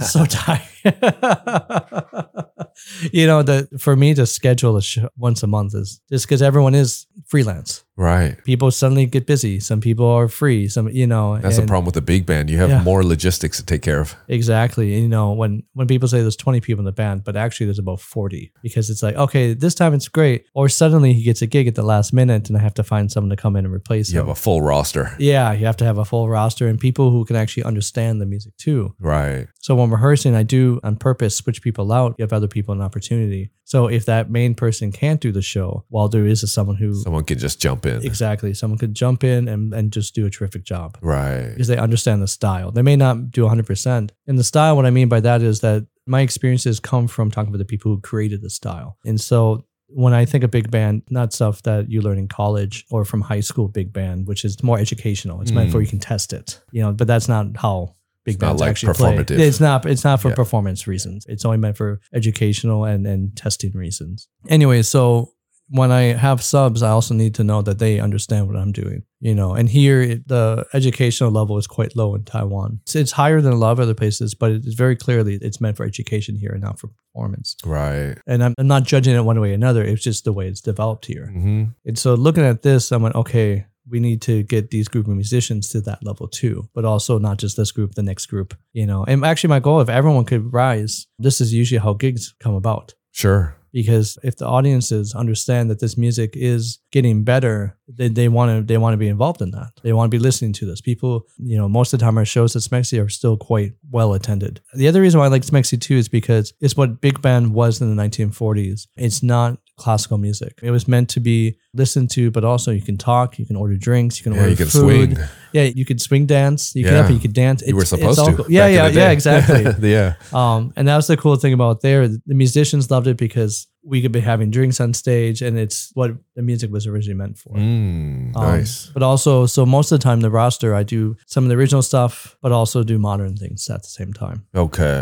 Speaker 4: *laughs* so tired. *laughs* you know, the for me to schedule a show once a month is just because everyone is freelance.
Speaker 3: right.
Speaker 4: People suddenly get busy. Some people are free. Some, you know,
Speaker 3: That's the
Speaker 4: and-
Speaker 3: problem with the big band. You have
Speaker 4: Yeah.
Speaker 3: more logistics to take care of.
Speaker 4: Exactly. And, you know, when when people say there's 20 people in the band, but actually there's about 40 because it's like, okay, this time it's great, or suddenly he gets a gig at the last minute, and I have to find someone to come in and replace
Speaker 3: You
Speaker 4: him.
Speaker 3: have a full roster.
Speaker 4: yeah, you have to have a full roster and people who can actually understand the music too.
Speaker 3: Right.
Speaker 4: So when rehearsing, I do on purpose switch people out, give other people an opportunity. So if that main person can't do the show, while there is someone who
Speaker 3: Someone can just jump in.
Speaker 4: exactly someone could jump in and, and just do a terrific job
Speaker 3: Right.
Speaker 4: because they understand the style. They may not do 100%. And the style, what I mean by that is that my experiences come from talking with the people who created the style. And so when I think of big band, not stuff that you learn in college or from high school big band, which is more educational. It's meant
Speaker 3: Mm.
Speaker 4: for you can test it, you know, but that's not how big
Speaker 3: It's not
Speaker 4: bands
Speaker 3: like
Speaker 4: actually
Speaker 3: performative.
Speaker 4: play. It's not it's not for
Speaker 3: Yeah.
Speaker 4: performance reasons. It's only meant for educational and and testing reasons. Anyway, so when I have subs, I also need to know that they understand what I'm doing, you know. And here, it, the educational level is quite low in Taiwan. It's, it's higher than a lot of other places, but it's very clearly it's meant for education here and not for performance.
Speaker 3: Right.
Speaker 4: And I'm, I'm not judging it one way or another. It's just the way it's developed here.
Speaker 3: hmm
Speaker 4: And so, looking at this, I went, okay, we need to get these group of musicians to that level too, but also not just this group, the next group, you know. And actually, my goal, if everyone could rise, this is usually how gigs come about
Speaker 3: Sure.
Speaker 4: because if the audiences understand that this music is getting better they, they want to they want to be involved in that they want to be listening to this people you know most of the time our shows at smexy are still quite well attended the other reason why i like smexy too is because it's what big band was in the 1940s it's not classical music it was meant to be listened to but also you can talk you can order drinks you can
Speaker 3: Yeah,
Speaker 4: order
Speaker 3: you can
Speaker 4: food
Speaker 3: swing.
Speaker 4: yeah you could swing dance you
Speaker 3: Yeah.
Speaker 4: can you could dance
Speaker 3: you were
Speaker 4: It's- it's
Speaker 3: supposed
Speaker 4: all
Speaker 3: to.
Speaker 4: cool. yeah
Speaker 3: back in
Speaker 4: yeah
Speaker 3: the
Speaker 4: yeah
Speaker 3: day.
Speaker 4: exactly
Speaker 3: *laughs* yeah.
Speaker 4: um, and that was the cool thing about there. The musicians loved it because we could be having drinks on stage, and it's what the music was originally meant for.
Speaker 3: Mm,
Speaker 4: Um,
Speaker 3: nice.
Speaker 4: But also, so most of the time, the roster, I do some of the original stuff, but also do modern things at the same time.
Speaker 3: Okay.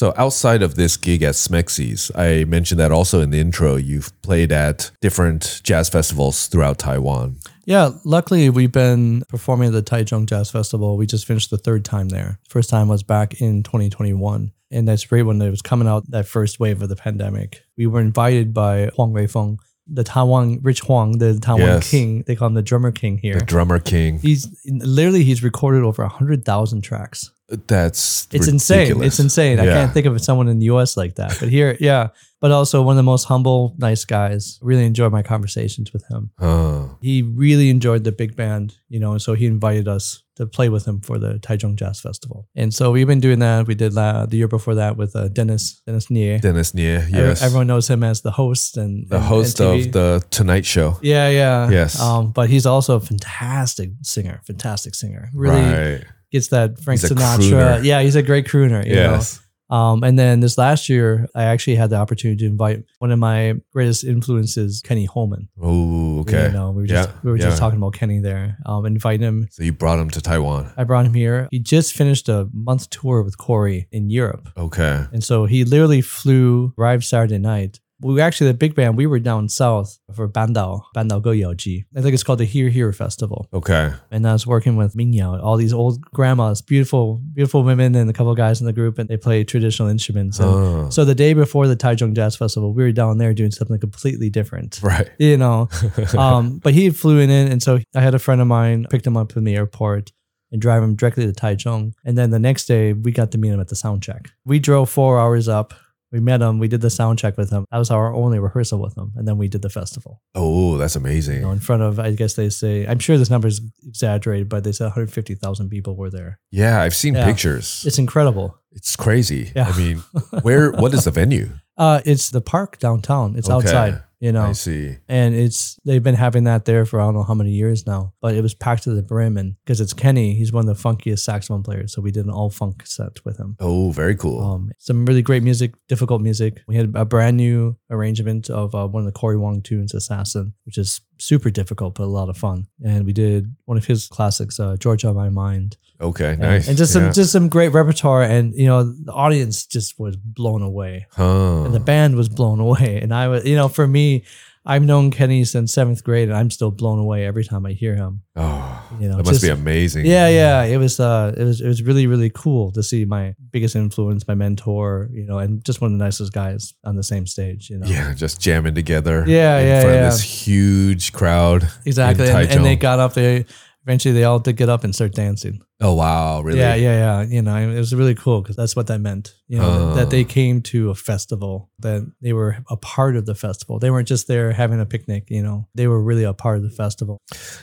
Speaker 3: So outside of this gig at Smexi's, I mentioned that also in the intro, you've played at different jazz festivals throughout Taiwan.
Speaker 4: Yeah, luckily, we've been performing at the Taichung Jazz Festival. We just finished the third time there. First time was back in 2021. And that's right when it was coming out, that first wave of the pandemic. We were invited by Huang Weifeng, the Taiwan, Rich Huang, the Taiwan
Speaker 3: Yes.
Speaker 4: king. They call him the drummer king here.
Speaker 3: The drummer king.
Speaker 4: He's literally he's recorded over hundred thousand tracks.
Speaker 3: That's
Speaker 4: It's insane.
Speaker 3: ridiculous.
Speaker 4: It's insane. I
Speaker 3: Yeah.
Speaker 4: can't think of someone in the US like that. But here, *laughs* yeah. But also one of the most humble, nice guys. Really enjoyed my conversations with him.
Speaker 3: Oh,
Speaker 4: He really enjoyed the big band, you know, and so he invited us to play with him for the Taichung Jazz Festival. And so we've been doing that. We did that the year before that with uh, Dennis Dennis Nie.
Speaker 3: Dennis Nye.
Speaker 4: Every-
Speaker 3: Yes,
Speaker 4: Everyone knows him as the host and
Speaker 3: the
Speaker 4: and-
Speaker 3: host
Speaker 4: and
Speaker 3: of
Speaker 4: TV.
Speaker 3: the Tonight Show.
Speaker 4: Yeah, yeah.
Speaker 3: Yes.
Speaker 4: Um, but he's also a fantastic singer, fantastic singer. Really
Speaker 3: right.
Speaker 4: gets that Frank
Speaker 3: He's a
Speaker 4: Sinatra.
Speaker 3: crooner.
Speaker 4: Yeah, he's a great crooner. You know?
Speaker 3: Yes.
Speaker 4: Um, and then this last year, I actually had the opportunity to invite one of my greatest influences, Kenny Holman.
Speaker 3: Oh, okay.
Speaker 4: You know, we were just
Speaker 3: Yeah,
Speaker 4: we were
Speaker 3: yeah.
Speaker 4: just talking about Kenny there. Um, invite him.
Speaker 3: So you brought him to Taiwan.
Speaker 4: I brought him here. He just finished a month tour with Corey in Europe,
Speaker 3: Okay.
Speaker 4: and so he literally flew arrived Saturday night. We were actually the big band. We were down south for Bandao Bandao Goyoji. I think it's called the Here Here Festival.
Speaker 3: Okay.
Speaker 4: and I was working with Mingyao, all these old grandmas, beautiful, beautiful women, and a couple of guys in the group, and they play traditional instruments. And
Speaker 3: Oh,
Speaker 4: So the day before the Taichung Jazz Festival, we were down there doing something completely different,
Speaker 3: *laughs* right.
Speaker 4: you know. Um, but he had flew in, and so I had a friend of mine picked him up from the airport and drive him directly to Taichung. And then the next day, we got to meet him at the sound check. We drove four hours up. We met him. We did the sound check with him. That was our only rehearsal with him, and then we did the festival
Speaker 3: oh, that's
Speaker 4: you know,
Speaker 3: amazing.
Speaker 4: in front of, I guess they say, I'm sure this number is exaggerated, but they said 150,000 people were there.
Speaker 3: Yeah, I've seen
Speaker 4: Yeah.
Speaker 3: pictures. It's,
Speaker 4: It's incredible.
Speaker 3: crazy.
Speaker 4: Yeah.
Speaker 3: I
Speaker 4: *laughs*
Speaker 3: mean, where? What is the venue?
Speaker 4: Uh, it's the park downtown. It's
Speaker 3: Okay.
Speaker 4: outside, you know,
Speaker 3: I see.
Speaker 4: and it's they've been having that there for I don't know how many years now, but it was packed to the brim. And because it's Kenny, he's one of the funkiest saxophone players, so we did an all funk set with him.
Speaker 3: Oh, very cool.
Speaker 4: Um, some really great music, difficult music. We had a brand new arrangement of uh, one of the Corey Wong tunes, Assassin, which is super difficult but a lot of fun. And we did one of his classics, uh, Georgia on My Mind,
Speaker 3: okay,
Speaker 4: and,
Speaker 3: nice.
Speaker 4: and just
Speaker 3: Yeah.
Speaker 4: some just some great repertoire. And you know, the audience just was blown away,
Speaker 3: Huh. Oh,
Speaker 4: and the band was blown away. And I was, you know, for me, I've known Kenny since seventh grade, and I'm still blown away every time I hear him.
Speaker 3: Oh,
Speaker 4: you know,
Speaker 3: that must be
Speaker 4: just-
Speaker 3: amazing.
Speaker 4: Yeah, yeah. It was uh it was it was really, really cool to see my biggest influence, my mentor, you know, and just one of the nicest guys on the same stage, you know.
Speaker 3: Yeah, just jamming together.
Speaker 4: Yeah,
Speaker 3: in
Speaker 4: yeah,
Speaker 3: front
Speaker 4: yeah.
Speaker 3: of this huge crowd.
Speaker 4: Exactly.
Speaker 3: In
Speaker 4: And, and they
Speaker 3: Taichung.
Speaker 4: got up, they eventually they all did get up and start dancing.
Speaker 3: Oh wow, really?
Speaker 4: Yeah, yeah, yeah. You know, it was really cool because that's what that meant. You know,
Speaker 3: Oh.
Speaker 4: that they came to a festival, that they were a part of the festival. They weren't just there having a picnic, you know, they were really a part of the
Speaker 3: *laughs*
Speaker 4: festival.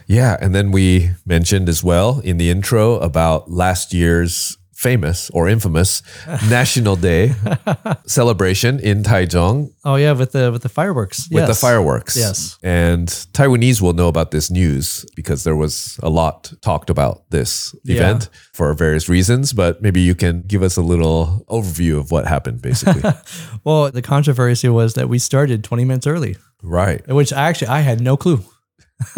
Speaker 3: Yeah, and then we mentioned as well in the intro about last year's famous or
Speaker 4: *laughs*
Speaker 3: infamous National Day celebration in Taichung
Speaker 4: Oh yeah, with the with the fireworks.
Speaker 3: with the
Speaker 4: Yes.
Speaker 3: fireworks.
Speaker 4: Yes.
Speaker 3: And Taiwanese will know about this news because there was a lot talked about this
Speaker 4: Yeah.
Speaker 3: event for various reasons, but maybe you can give us a little overview of what happened
Speaker 4: *laughs*
Speaker 3: basically.
Speaker 4: Well, the controversy was that we started 20 minutes early.
Speaker 3: right.
Speaker 4: which actually I had no clue. *laughs*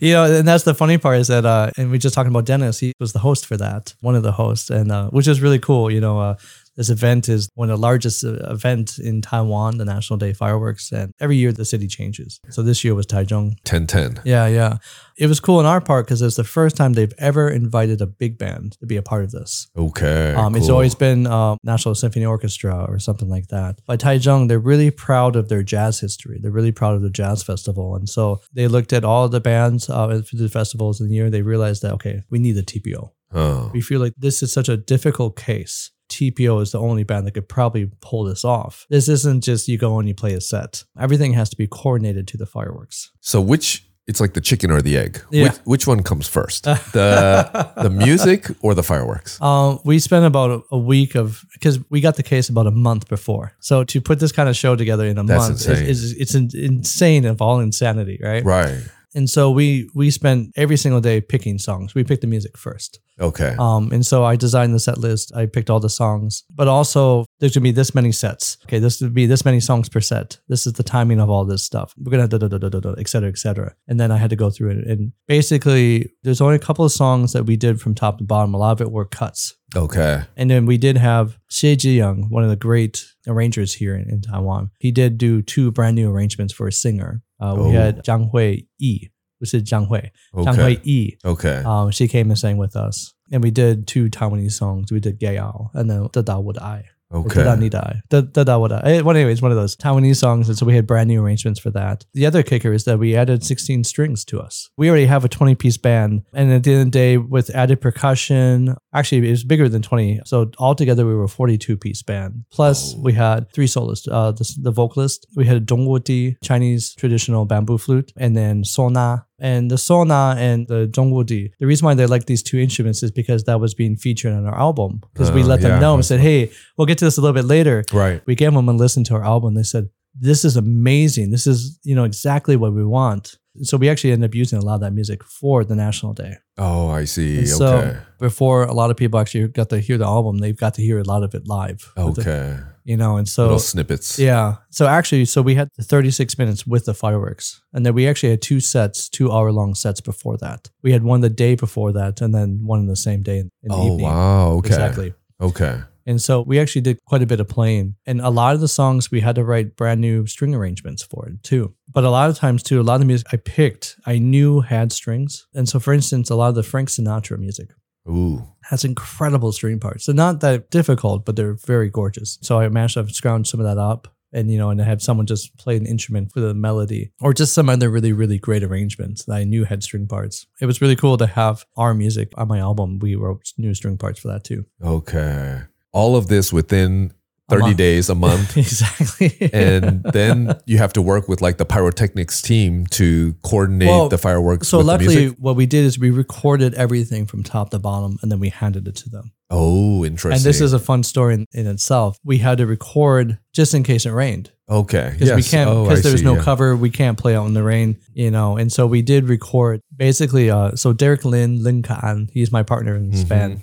Speaker 4: you know, and that's the funny part is that, uh, and we just talking about Dennis. He was the host for that, one of the hosts, and uh, which is really cool. You know, uh, this event is one of the largest uh, event in Taiwan, the National Day fireworks, and every year the city changes. So this year was Taichung.
Speaker 3: 1010.
Speaker 4: Yeah, yeah, it was cool on our part because it's the first time they've ever invited a big band to be a part of this.
Speaker 3: Okay.
Speaker 4: Um, It's
Speaker 3: cool.
Speaker 4: always been uh, National Symphony Orchestra or something like that. But Taichung, they're really proud of their jazz history. They're really proud of the jazz festival, and so they looked at all the bands uh, for the festivals in the year. They realized that okay, we need the TPO.
Speaker 3: Oh.
Speaker 4: We feel like this is such a difficult case. TPO is the only band that could probably pull this off. This isn't just you go and you play a set. Everything has to be coordinated to the fireworks.
Speaker 3: So which it's like the chicken or the egg.
Speaker 4: Yeah.
Speaker 3: Which, which one comes
Speaker 4: *laughs*
Speaker 3: first, the the music or the fireworks?
Speaker 4: Um, we spent about a, a week of because we got the case about a month before. So to put this kind of show together in a
Speaker 3: That's
Speaker 4: month is-
Speaker 3: insane.
Speaker 4: is, it's in, insane of all insanity, right?
Speaker 3: Right.
Speaker 4: And so we we spent every single day picking songs. We picked the music first.
Speaker 3: Okay.
Speaker 4: Um, and so I designed the set list. I picked all the songs, but also there's gonna be this many sets. Okay, this would be this many songs per set. This is the timing of all this stuff. We're gonna da da da da da da, et cetera, et cetera. And then I had to go through it. And basically, there's only a couple of songs that we did from top to bottom. A lot of it were cuts.
Speaker 3: okay.
Speaker 4: And then we did have Xie Jiyoung, one of the great arrangers here in, in Taiwan. He did do two brand new arrangements for a singer. Uh, we
Speaker 3: Oh.
Speaker 4: had Zhang Hui Yi, which is Zhang Hui. Zhang
Speaker 3: Okay.
Speaker 4: Hui Yi.
Speaker 3: Okay.
Speaker 4: Um, she came and sang with us. And we did two Taiwanese songs. We did Gayao and then Da Da Would I.
Speaker 3: Okay.
Speaker 4: Da ni da. Da da da wa da. Eh, Well, anyway, it's one of those Taiwanese songs, and so we had brand new arrangements for that. The other kicker is that we added 16 strings to us. We already have a 20 piece band, and at the end of the day, with added percussion, actually it was bigger than 20. So altogether, we were a 42 piece band. Plus, we had three soloists. Uh, the, the vocalist, we had a Dongwudi Chinese traditional bamboo flute, and then sona. And the sona and the dongwudi. The reason why they like these two instruments is because that was being featured on our album. Because we
Speaker 3: Uh,
Speaker 4: let them
Speaker 3: yeah,
Speaker 4: know and
Speaker 3: that's
Speaker 4: said, "Hey, we'll get to this a little bit later."
Speaker 3: Right.
Speaker 4: We gave them a listen to our album. They said, "This is amazing. This is you know exactly what we want." So we actually ended up using a lot of that music for the National Day.
Speaker 3: Oh, I see.
Speaker 4: And
Speaker 3: Okay.
Speaker 4: So before a lot of people actually got to hear the album, they've got to hear a lot of it live. with the-
Speaker 3: Oh, okay.
Speaker 4: you know, and so
Speaker 3: Little snippets.
Speaker 4: yeah. So actually, so we had the 36 minutes with the fireworks, and then we actually had two sets, two hour long sets before that. We had one the day before that, and then one in the same day in, in the
Speaker 3: Oh
Speaker 4: evening.
Speaker 3: wow. Okay.
Speaker 4: Exactly.
Speaker 3: Okay.
Speaker 4: And so we actually did quite a bit of playing. And a lot of the songs we had to write brand new string arrangements for it too. But a lot of times too, a lot of the music I picked, I knew had strings. And so for instance, a lot of the Frank Sinatra music
Speaker 3: Ooh.
Speaker 4: has incredible string parts. They're not that difficult, but they're very gorgeous. So I managed to scrounge some of that up and you know, and have someone just play an instrument for the melody or just some other really, really great arrangements that I knew had string parts. It was really cool to have our music on my album. We wrote new string parts for that too.
Speaker 3: Okay. All of this within
Speaker 4: A
Speaker 3: 30
Speaker 4: month.
Speaker 3: days, a
Speaker 4: *laughs*
Speaker 3: month.
Speaker 4: exactly.
Speaker 3: and then you have to work with like the pyrotechnics team to coordinate
Speaker 4: Well,
Speaker 3: the fireworks.
Speaker 4: *laughs* so
Speaker 3: with the
Speaker 4: luckily,
Speaker 3: music?
Speaker 4: what we did is we recorded everything from top to bottom, and then we handed it to them.
Speaker 3: oh, interesting.
Speaker 4: And this is a fun story in, in itself. We had to record just in case it rained
Speaker 3: okay
Speaker 4: because we
Speaker 3: Yes.
Speaker 4: can't
Speaker 3: Oh,
Speaker 4: because
Speaker 3: I
Speaker 4: there was
Speaker 3: see.
Speaker 4: no
Speaker 3: Yeah.
Speaker 4: cover. We can't play out in the rain, you know. And so we did record basically. Uh, so Derek Lin Lin Kaan, he's my partner in this
Speaker 3: Mhm.
Speaker 4: band.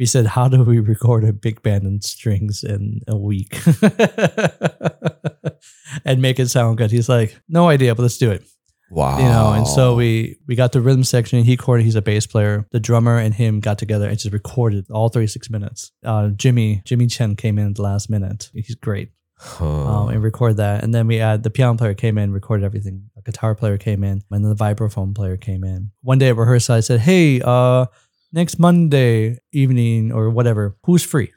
Speaker 4: We said, "How do we record a big band in strings in a week *laughs* and make it sound good?" He's like, "No idea, but let's do it."
Speaker 3: Wow.
Speaker 4: you know and so we we got the rhythm section he recorded he's a bass player the drummer and him got together and just recorded all 36 minutes uh, jimmy jimmy chen came in at the last minute he's great
Speaker 3: Huh.
Speaker 4: um, and recorded that and then we had the piano player came in recorded everything a guitar player came in and then the vibraphone player came in one day at rehearsal i said hey uh next monday evening or whatever who's free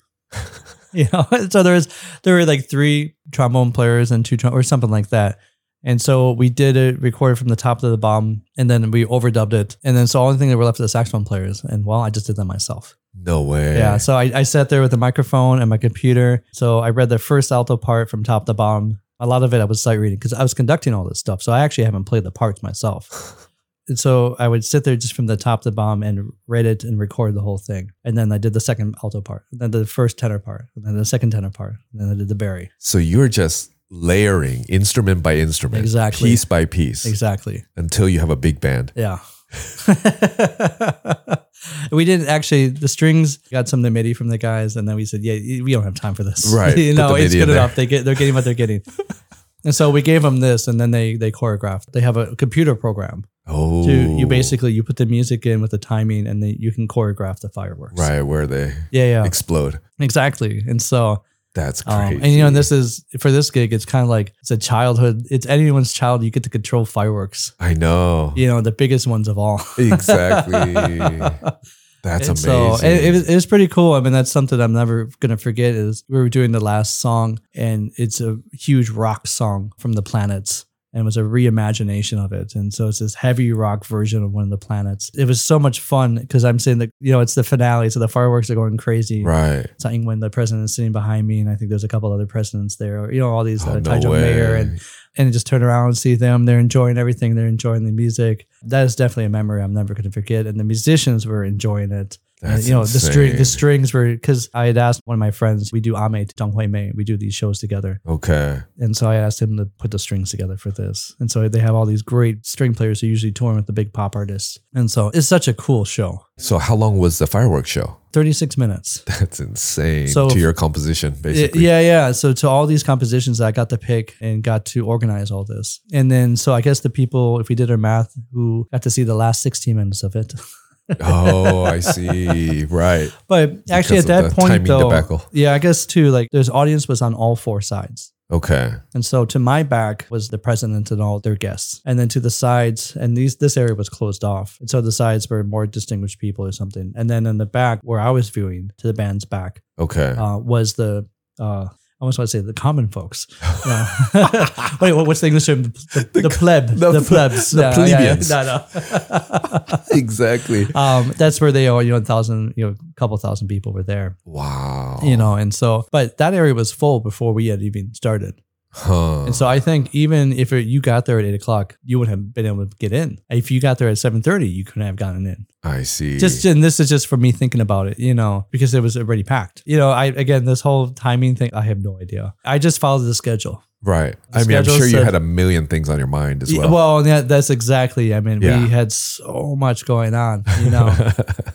Speaker 4: *laughs* you know *laughs* so there was there were like three trombone players and two trom- or something like that and so we did it recorded from the top to the bottom and then we overdubbed it and then so all the thing that were left to the saxophone players and well i just did that myself
Speaker 3: no way.
Speaker 4: yeah so I, I sat there with a microphone and my computer so i read the first alto part from top to bottom a lot of it i was sight reading because i was conducting all this stuff so i actually haven't played the parts *laughs* myself and so i would sit there just from the top to bottom and read it and record the whole thing and then i did the second alto part and then the first tenor part and then the second tenor part and then i did the barry
Speaker 3: So you're just layering instrument by instrument,
Speaker 4: Exactly.
Speaker 3: piece by piece,
Speaker 4: exactly
Speaker 3: until you have a big band.
Speaker 4: Yeah. *laughs* we didn't actually the strings got some of the MIDI from the guys and then we said, Yeah, we don't have time for this.
Speaker 3: Right.
Speaker 4: *laughs* you
Speaker 3: Put
Speaker 4: know,
Speaker 3: the
Speaker 4: it's
Speaker 3: MIDI in
Speaker 4: good
Speaker 3: there.
Speaker 4: enough. They get they're getting what
Speaker 3: *laughs*
Speaker 4: they're getting. and so we gave them this and then they they choreographed. They have a computer program.
Speaker 3: Oh,
Speaker 4: To you basically you put the music in with the timing and then you can choreograph the fireworks.
Speaker 3: right where they
Speaker 4: Yeah, yeah.
Speaker 3: explode.
Speaker 4: exactly. And so
Speaker 3: That's
Speaker 4: um,
Speaker 3: crazy.
Speaker 4: and you know, this is for this gig, it's kind of like it's a childhood, it's anyone's child, you get to control fireworks.
Speaker 3: I know
Speaker 4: You know, the biggest ones of all. *laughs*
Speaker 3: exactly. That's amazing.
Speaker 4: And so uh, it, it, was, it was pretty cool. I mean, that's something I'm never gonna forget. Is we were doing the last song, and it's a huge rock song from the planets, and it was a reimagination of it. And so it's this heavy rock version of one of the planets. It was so much fun because I'm saying that you know it's the finale, so the fireworks are going crazy.
Speaker 3: right.
Speaker 4: Something when the president is sitting behind me, and I think there's a couple other presidents there, or you know all these
Speaker 3: Oh,
Speaker 4: uh,
Speaker 3: no
Speaker 4: Nigel
Speaker 3: way.
Speaker 4: Mayer and and just turn around and see them. They're enjoying everything. They're enjoying the music. That is definitely a memory I'm never going to forget. And the musicians were enjoying it. And,
Speaker 3: That's
Speaker 4: you know the string, the
Speaker 3: insane.
Speaker 4: strings were because I had asked one of my friends. We do Ame Dong Hui Mei. We do these shows together,
Speaker 3: Okay.
Speaker 4: and so I asked him to put the strings together for this. And so they have all these great string players who usually tour with the big pop artists. And so it's such a cool show.
Speaker 3: So how long was the fireworks show? *laughs*
Speaker 4: Thirty six minutes.
Speaker 3: That's insane.
Speaker 4: So-
Speaker 3: to your composition, basically.
Speaker 4: Yeah, yeah. So to all these compositions, I got to pick and got to organize all this. And then, so I guess the people, if we did our math, who got to see the last 16 minutes of it. *laughs*
Speaker 3: Oh, I see. Right.
Speaker 4: But
Speaker 3: Because
Speaker 4: actually, at
Speaker 3: of
Speaker 4: that
Speaker 3: the
Speaker 4: point,
Speaker 3: timing
Speaker 4: though,
Speaker 3: debacle.
Speaker 4: yeah, I guess too, like there's audience was on all four sides.
Speaker 3: Okay.
Speaker 4: And so to my back was the president and all their guests. And then to the sides, and these this area was closed off. And so the sides were more distinguished people or something. And then in the back, where I uh, was viewing to the band's back,
Speaker 3: Okay.
Speaker 4: uh, was the uh, I almost want to say the common
Speaker 3: *laughs*
Speaker 4: folks. No. *laughs* Wait, what, what's the English term? The, the, the pleb, the,
Speaker 3: *laughs* the ple-
Speaker 4: plebs,
Speaker 3: the
Speaker 4: Yeah,
Speaker 3: plebeians.
Speaker 4: Yeah, no, no. *laughs*
Speaker 3: exactly.
Speaker 4: um, that's where they are. You know, a thousand, you know, a couple thousand people were there.
Speaker 3: Wow.
Speaker 4: You know, and so, but that area was full before we had even started.
Speaker 3: Huh.
Speaker 4: And so I think even if it, you got there at eight o'clock, you wouldn't have been able to get in. If you got there at seven thirty, you couldn't have gotten in.
Speaker 3: I see.
Speaker 4: Just and this is just for me thinking about it, you know, because it was already packed. You know, I again this whole timing thing, I have no idea. I just followed the schedule.
Speaker 3: right.
Speaker 4: the
Speaker 3: I mean, I'm
Speaker 4: schedule
Speaker 3: sure you
Speaker 4: said-
Speaker 3: had a million things on your mind as
Speaker 4: Yeah,
Speaker 3: well.
Speaker 4: Well, yeah, that's exactly. I mean,
Speaker 3: Yeah.
Speaker 4: we had so much going on, you
Speaker 3: *laughs*
Speaker 4: know,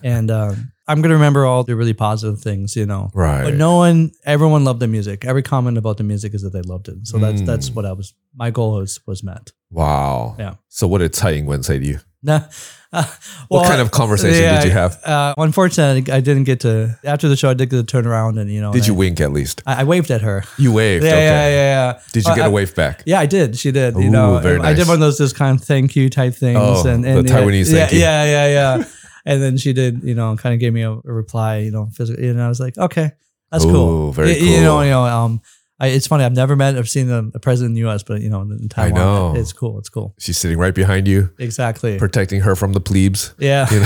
Speaker 4: and um, I'm gonna remember all the really positive things, you know.
Speaker 3: right.
Speaker 4: But no one, everyone loved the music. Every comment about the music is that they loved it. So that's
Speaker 3: Mm.
Speaker 4: that's what I was. My goal was was met. *laughs*
Speaker 3: Wow.
Speaker 4: Yeah.
Speaker 3: So what did Tsai Ing-wen say to you?
Speaker 4: Nah, uh,
Speaker 3: What
Speaker 4: well,
Speaker 3: kind of conversation
Speaker 4: yeah,
Speaker 3: did you have?
Speaker 4: Uh, unfortunately, I didn't get to after the show. I did get to turn around and you know.
Speaker 3: did
Speaker 4: and
Speaker 3: you
Speaker 4: I-
Speaker 3: wink at least?
Speaker 4: I, I waved at her.
Speaker 3: You waved.
Speaker 4: yeah,
Speaker 3: okay.
Speaker 4: yeah, yeah, yeah.
Speaker 3: Did you
Speaker 4: Well,
Speaker 3: get
Speaker 4: I-
Speaker 3: a wave back?
Speaker 4: Yeah, I did. She did. You
Speaker 3: Ooh,
Speaker 4: know,
Speaker 3: very
Speaker 4: I did
Speaker 3: nice.
Speaker 4: one of those just kind of thank you type things.
Speaker 3: Oh,
Speaker 4: and,
Speaker 3: the
Speaker 4: and yeah,
Speaker 3: Taiwanese
Speaker 4: yeah,
Speaker 3: thank you.
Speaker 4: Yeah, yeah, yeah. *laughs* and then she did, you know, kind of gave me a, a reply, you know, physically, and I was like, okay, that's cool.
Speaker 3: Ooh, very
Speaker 4: Y- You know,
Speaker 3: cool.
Speaker 4: you know, um, I, it's funny. I've never met, I've seen a, a president in the U.S., but you know, in, in
Speaker 3: I
Speaker 4: Taiwan,
Speaker 3: know.
Speaker 4: it's cool. It's cool.
Speaker 3: She's sitting right behind you,
Speaker 4: Exactly.
Speaker 3: protecting her from the plebes.
Speaker 4: yeah.
Speaker 3: You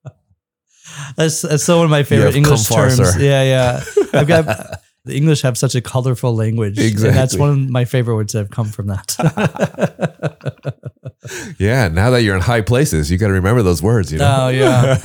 Speaker 4: *laughs* that's that's so one of my
Speaker 3: have
Speaker 4: favorite
Speaker 3: come
Speaker 4: English
Speaker 3: far,
Speaker 4: terms.
Speaker 3: sir.
Speaker 4: Yeah,
Speaker 3: *laughs*
Speaker 4: yeah. I've got. The English have such a colorful language. And that's
Speaker 3: Exactly.
Speaker 4: one of my favorite words that have come from that. *laughs*
Speaker 3: Yeah. Now that you're in high places, you got to remember those words. You know. *laughs*
Speaker 4: Oh, yeah.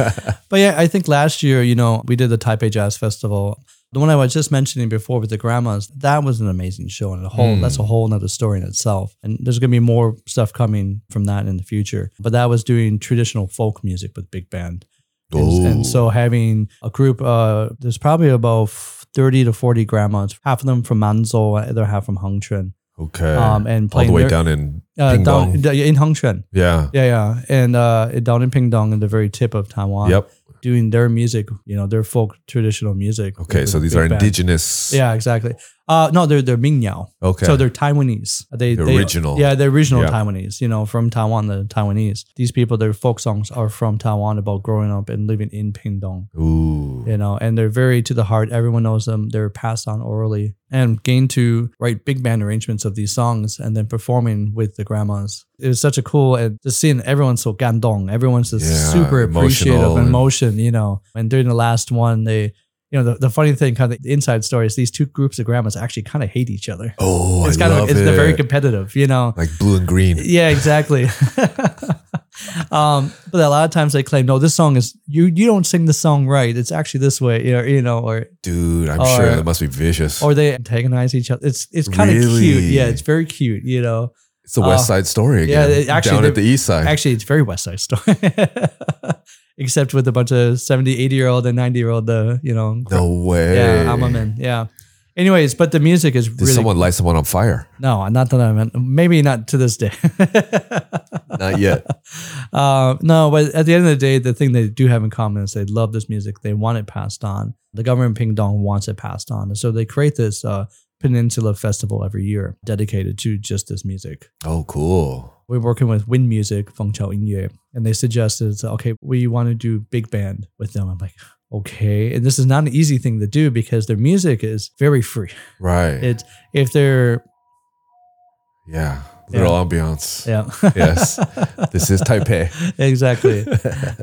Speaker 4: but yeah, I think last year, you know, we did the Taipei Jazz Festival. The one I was just mentioning before with the grandmas, that was an amazing show and a whole
Speaker 3: Mm.
Speaker 4: that's a whole nother story in itself. And there's gonna be more stuff coming from that in the future. But that was doing traditional folk music with big band. And,
Speaker 3: Ooh.
Speaker 4: and so having a group, uh, there's probably about 30 to 40 grandmas, half of them from Manzhou, other half from Hongchuan,
Speaker 3: okay.
Speaker 4: um, and
Speaker 3: All
Speaker 4: playing
Speaker 3: the way
Speaker 4: their-
Speaker 3: down in
Speaker 4: uh,
Speaker 3: Ping
Speaker 4: down,
Speaker 3: Dong.
Speaker 4: in Hongchuan.
Speaker 3: yeah.
Speaker 4: Yeah, yeah, and uh, down in Pingdong, in the very tip of Taiwan.
Speaker 3: Yep.
Speaker 4: doing their music, you know, their folk traditional music.
Speaker 3: Okay.
Speaker 4: with
Speaker 3: So
Speaker 4: the
Speaker 3: these
Speaker 4: big
Speaker 3: are
Speaker 4: band.
Speaker 3: indigenous.
Speaker 4: Yeah, exactly. Uh, no, they're they're Mingyao.
Speaker 3: Okay.
Speaker 4: So they're Taiwanese. They,
Speaker 3: The
Speaker 4: they-
Speaker 3: original.
Speaker 4: Yeah, they're original
Speaker 3: Yeah.
Speaker 4: Taiwanese, you know, from Taiwan, the Taiwanese. These people, their folk songs are from Taiwan about growing up and living in Pingdong,
Speaker 3: Ooh.
Speaker 4: you know, and they're very to the heart. Everyone knows them. They're passed on orally and gained to write big band arrangements of these songs and then performing with the grandmas. It was such a cool and just seeing everyone so gandong. Everyone's just
Speaker 3: Yeah,
Speaker 4: super appreciative
Speaker 3: emotional
Speaker 4: and
Speaker 3: and-
Speaker 4: emotion, you know. And during the last one, they, you know, the, the funny thing, kind of the inside story is these two groups of grandmas actually kind of hate each other.
Speaker 3: Oh,
Speaker 4: it's
Speaker 3: I
Speaker 4: kind
Speaker 3: love
Speaker 4: of, it's,
Speaker 3: it.
Speaker 4: they're very competitive, you know.
Speaker 3: like blue and green.
Speaker 4: Yeah, exactly. *laughs* um, but a lot of times they claim, no, this song is, you you don't sing the song right. It's actually this way, or, you know, or,
Speaker 3: Dude, I'm
Speaker 4: Or-
Speaker 3: sure that must be vicious.
Speaker 4: Oh, or they antagonize each other. It's, it's kind of cute.
Speaker 3: Really?
Speaker 4: Yeah, it's very cute, you know.
Speaker 3: it's the West
Speaker 4: uh,
Speaker 3: Side Story
Speaker 4: yeah,
Speaker 3: again.
Speaker 4: it- actually,
Speaker 3: down at the
Speaker 4: they-
Speaker 3: East Side.
Speaker 4: Actually, it's very West Side Story, *laughs* except with a bunch of 70, 80 year old and 90 year old, uh, you know,
Speaker 3: no way.
Speaker 4: *laughs* yeah, I'm a man. Yeah. Anyways, but the music is
Speaker 3: Did
Speaker 4: really
Speaker 3: someone light someone on fire?
Speaker 4: no, not that I meant. Maybe not to this day. *laughs*
Speaker 3: Not yet.
Speaker 4: uh, no, but at the end of the day, the thing they do have in common is they love this music. They want it passed on. The government in Ping Dong wants it passed on, and so they create this uh, Peninsula Festival every year dedicated to just this music.
Speaker 3: oh, cool.
Speaker 4: We're working with Wind Music, Feng Chao Yue, and they suggested, so, okay, we want to do big band with them. I'm like, okay. And this is not an easy thing to do because their music is very free.
Speaker 3: Right.
Speaker 4: It's if they're
Speaker 3: yeah. Little ambiance.
Speaker 4: yeah *laughs*
Speaker 3: Yes. This is Taipei. *laughs*
Speaker 4: exactly.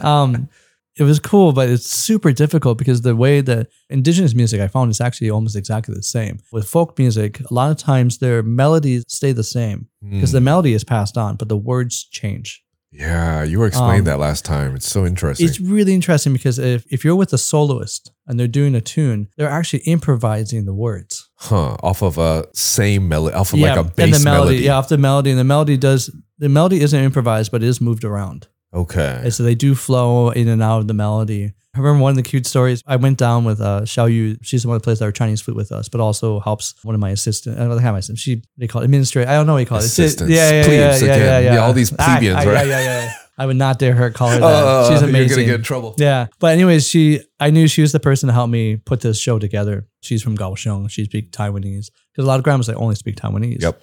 Speaker 4: Um, it was cool, but it's super difficult because the way that indigenous music I found is actually almost exactly the same. With folk music, a lot of times their melodies stay the same because
Speaker 3: Hmm.
Speaker 4: the melody is passed on, but the words change.
Speaker 3: yeah, you were explaining
Speaker 4: Um,
Speaker 3: that last time. It's so interesting.
Speaker 4: It's really interesting because if, if you're with a soloist and they're doing a tune, they're actually improvising the words.
Speaker 3: huh. Off of a same melody, off of like a bass
Speaker 4: and the melody,
Speaker 3: melody.
Speaker 4: Yeah, off the melody. And the melody does the melody isn't improvised, but it is moved around.
Speaker 3: Okay.
Speaker 4: And so they do flow in and out of the melody. I remember one of the cute stories. I went down with uh, Xiao Yu. She's the one that plays our Chinese flute with us, but also helps one of my assistant. I don't think I have my assistant. She they call it administrator. I don't know what you call
Speaker 3: Assistants,
Speaker 4: it. Yeah, yeah, yeah,
Speaker 3: plebes
Speaker 4: yeah,
Speaker 3: again.
Speaker 4: yeah, yeah,
Speaker 3: Yeah, all these
Speaker 4: Ah,
Speaker 3: plebeians,
Speaker 4: ah,
Speaker 3: right?
Speaker 4: Yeah, yeah, yeah. I would not dare
Speaker 3: *laughs*
Speaker 4: her call her that.
Speaker 3: Oh,
Speaker 4: She's
Speaker 3: You're
Speaker 4: amazing.
Speaker 3: gonna get in trouble.
Speaker 4: Yeah. But anyways, she I knew she was the person to help me put this show together. She's from Kaohsiung. She speaks Taiwanese. Because a lot of grandmas they only speak Taiwanese.
Speaker 3: Yep.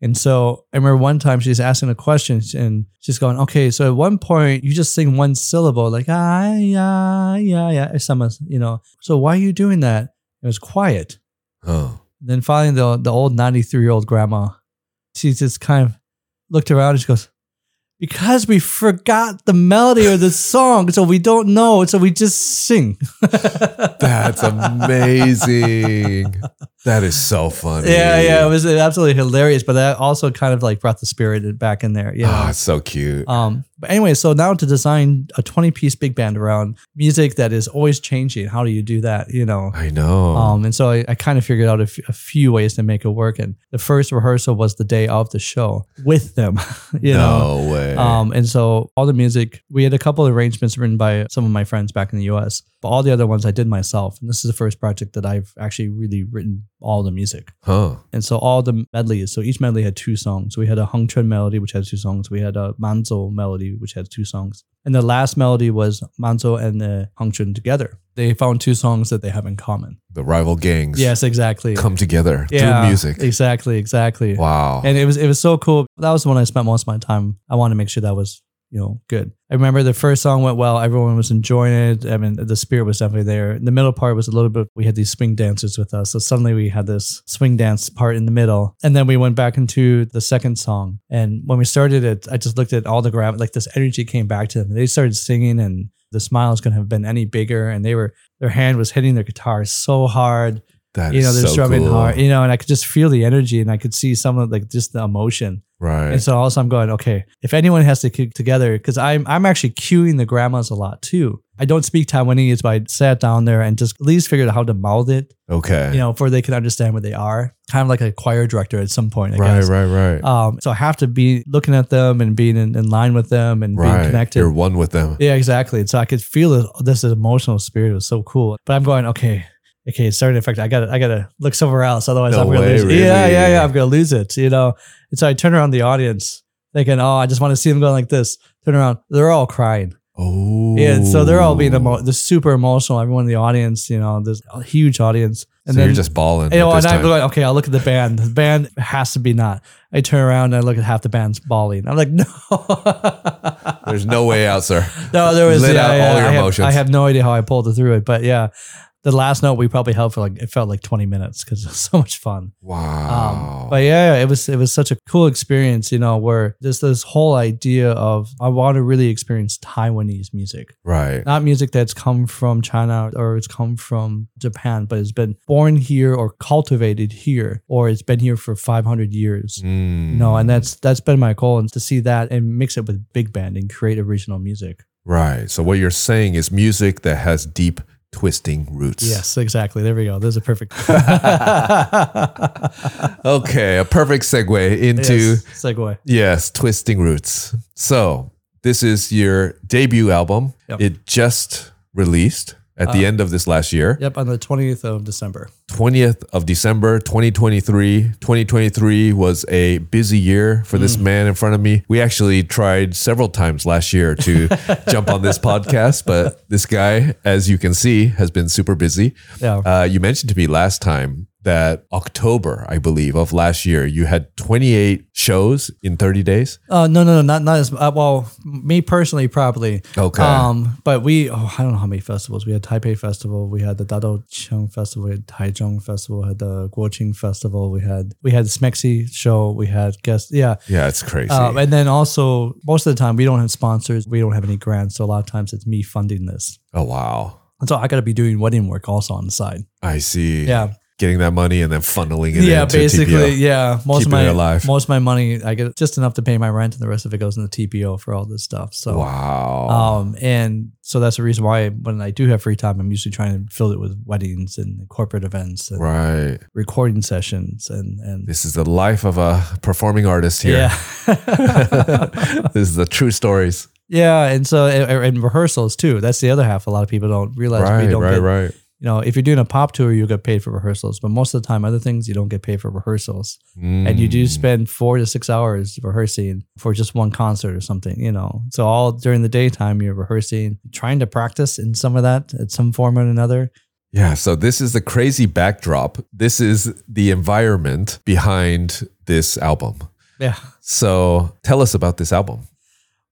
Speaker 4: And so I remember one time she's asking a question and she's going, okay, so at one point you just sing one syllable, like, ah, yeah, yeah, yeah, or some, you know, so why are you doing that? It was quiet.
Speaker 3: Oh.
Speaker 4: Then finally, the, the old 93 year old grandma, she just kind of looked around and she goes, because we forgot the melody of the song, so we don't know, so we just sing.
Speaker 3: *laughs*
Speaker 4: *laughs*
Speaker 3: That's amazing. That is so funny. Ah,
Speaker 4: Yeah, yeah, it was absolutely hilarious, but that also kind of like brought the spirit back in there. Yeah.
Speaker 3: Ah, it's so cute.
Speaker 4: Um, but anyway, so now to design a 20 piece big band around music that is always changing, how do you do that? You know?
Speaker 3: I know.
Speaker 4: Um, and so I, I kind of figured out a, f- a few ways to make it work. And the first rehearsal was the day of the show with them, *laughs* you know?
Speaker 3: no way.
Speaker 4: Um, and so all the music, we had a couple of arrangements written by some of my friends back in the US, but all the other ones I did myself. And this is the first project that I've actually really written all the music.
Speaker 3: huh.
Speaker 4: And so all the medleys, so each medley had two songs. We had a Hung Chun melody, which had two songs. We had a Manzo melody, which had two songs. And the last melody was Manzo and the Hung Chun together. They found two songs that they have in common.
Speaker 3: The rival gangs
Speaker 4: Yes, exactly.
Speaker 3: come together
Speaker 4: Yeah,
Speaker 3: through music.
Speaker 4: Exactly, exactly.
Speaker 3: Wow.
Speaker 4: And it was it was so cool. That was the one I spent most of my time. I wanted to make sure that was you know good. I remember the first song went well. Everyone was enjoying it. I mean, the spirit was definitely there. The middle part was a little bit. We had these swing dancers with us, so suddenly we had this swing dance part in the middle, and then we went back into the second song. And when we started it, I just looked at all the grab. Like this energy came back to them. They started singing and. The smiles couldn't have been any bigger, and they were their hand was hitting their guitar so hard
Speaker 3: That
Speaker 4: you know,
Speaker 3: is
Speaker 4: they're
Speaker 3: so
Speaker 4: strumming
Speaker 3: cool.
Speaker 4: hard, you know, and I could just feel the energy and I could see some of like just the emotion.
Speaker 3: Right.
Speaker 4: And so also I'm going, okay, if anyone has to kick together, because I'm I'm actually cueing the grandmas a lot too. I don't speak Taiwanese, but I sat down there and just at least figured out how to mouth it,
Speaker 3: Okay.
Speaker 4: you know, before they can understand what they are. Kind of like a choir director at some point, I
Speaker 3: right,
Speaker 4: guess.
Speaker 3: right, right,
Speaker 4: Um, so I have to be looking at them and being in, in line with them and being
Speaker 3: right.
Speaker 4: connected.
Speaker 3: You're one with them.
Speaker 4: Yeah, exactly. And so I could feel this, this emotional spirit. It was so cool. But I'm going, okay, okay, it's starting to affect. I gotta, I gotta look somewhere else. Otherwise,
Speaker 3: No
Speaker 4: I'm gonna
Speaker 3: way,
Speaker 4: lose. It. Yeah,
Speaker 3: really?
Speaker 4: yeah, yeah. I'm gonna lose it. You know. And so I turn around the audience, thinking, oh, I just want to see them going like this. Turn around, they're all crying.
Speaker 3: Oh.
Speaker 4: Yeah, and so they're all being emo- they're super emotional. Everyone in the audience, you know, there's a huge audience.
Speaker 3: so you're just balling.
Speaker 4: you know,
Speaker 3: at
Speaker 4: and
Speaker 3: this
Speaker 4: I'm
Speaker 3: time.
Speaker 4: going, okay, I'll look at the band. The band has to be not. I turn around and I look at half the band's bawling. I'm like, *laughs* no.
Speaker 3: There's no way out, sir.
Speaker 4: *laughs* No, there was
Speaker 3: Let
Speaker 4: yeah,
Speaker 3: out
Speaker 4: yeah,
Speaker 3: all your
Speaker 4: I have,
Speaker 3: emotions.
Speaker 4: I have no idea how I pulled it through it, but yeah, the last note we probably held for like it felt like twenty minutes because it was *laughs* so much fun.
Speaker 3: Wow.
Speaker 4: But yeah, it was it was such a cool experience, you know, where just this whole idea of I want to really experience Taiwanese music,
Speaker 3: right.
Speaker 4: not music that's come from China or it's come from Japan, but it's been born here or cultivated here or it's been here for five hundred years.
Speaker 3: Mm.
Speaker 4: No, and that's that's been my goal, and to see that and mix it with big band and create original music.
Speaker 3: Right. So what you're saying is music that has deep twisting roots.
Speaker 4: Yes, exactly. There we go. There's a *laughs* perfect
Speaker 3: Okay. A perfect segue into yes.
Speaker 4: Yes, segue.
Speaker 3: twisting roots. So this is your debut album.
Speaker 4: Yep. Uh,
Speaker 3: It just released at the end of this last year,
Speaker 4: Yep, on the 20th of December.
Speaker 3: 20th of December, 2023. 2023 was a busy year for
Speaker 4: Mm.
Speaker 3: this man in front of me. We actually tried several times last year
Speaker 4: *laughs*
Speaker 3: to jump on this podcast, but this guy, as you can see, has been super busy.
Speaker 4: Yeah.
Speaker 3: Uh, you mentioned to me last time that October, I believe, of last year, you had 28 shows in 30 days.
Speaker 4: Uh, no, no, no, not not as uh, well. Me personally, probably.
Speaker 3: Okay.
Speaker 4: Um, but we, oh, I don't know how many festivals we had. Taipei Festival, we had the Dado Cheng Festival, we had Taichung Festival, we had the Guoqing Festival, we had we had the Smexi show, we had guests. Yeah.
Speaker 3: Yeah, it's crazy.
Speaker 4: Uh, and then also, most of the time, we don't have sponsors. We don't have any grants. So a lot of times, it's me funding this.
Speaker 3: oh, wow.
Speaker 4: And so I got to be doing wedding work also on the side.
Speaker 3: I see.
Speaker 4: Yeah.
Speaker 3: Getting that money and then funneling it
Speaker 4: yeah,
Speaker 3: into
Speaker 4: basically,
Speaker 3: TPO.
Speaker 4: yeah. Most
Speaker 3: Keeping
Speaker 4: of my
Speaker 3: it alive.
Speaker 4: most of my money, I get just enough to pay my rent, and the rest of it goes into TPO for all this stuff. So,
Speaker 3: Wow.
Speaker 4: um, and so that's the reason why when I do have free time, I'm usually trying to fill it with weddings and corporate events and
Speaker 3: right.
Speaker 4: recording sessions and and
Speaker 3: This is the life of a performing artist here.
Speaker 4: yeah,
Speaker 3: *laughs*
Speaker 4: *laughs*
Speaker 3: this is the true stories.
Speaker 4: yeah. And so and, and rehearsals too. That's the other half. A lot of people don't realize we
Speaker 3: right,
Speaker 4: don't
Speaker 3: right,
Speaker 4: get-
Speaker 3: right.
Speaker 4: you know if you're doing a pop tour, you get paid for rehearsals, but most of the time, other things you don't get paid for rehearsals. and you do
Speaker 3: Mm.
Speaker 4: spend four to six hours rehearsing for just one concert or something, you know. So all during the daytime you're rehearsing, trying to practice in some of that at some form or another.
Speaker 3: Yeah, so this is the crazy backdrop. This is the environment behind this album.
Speaker 4: Yeah.
Speaker 3: So tell us about this album.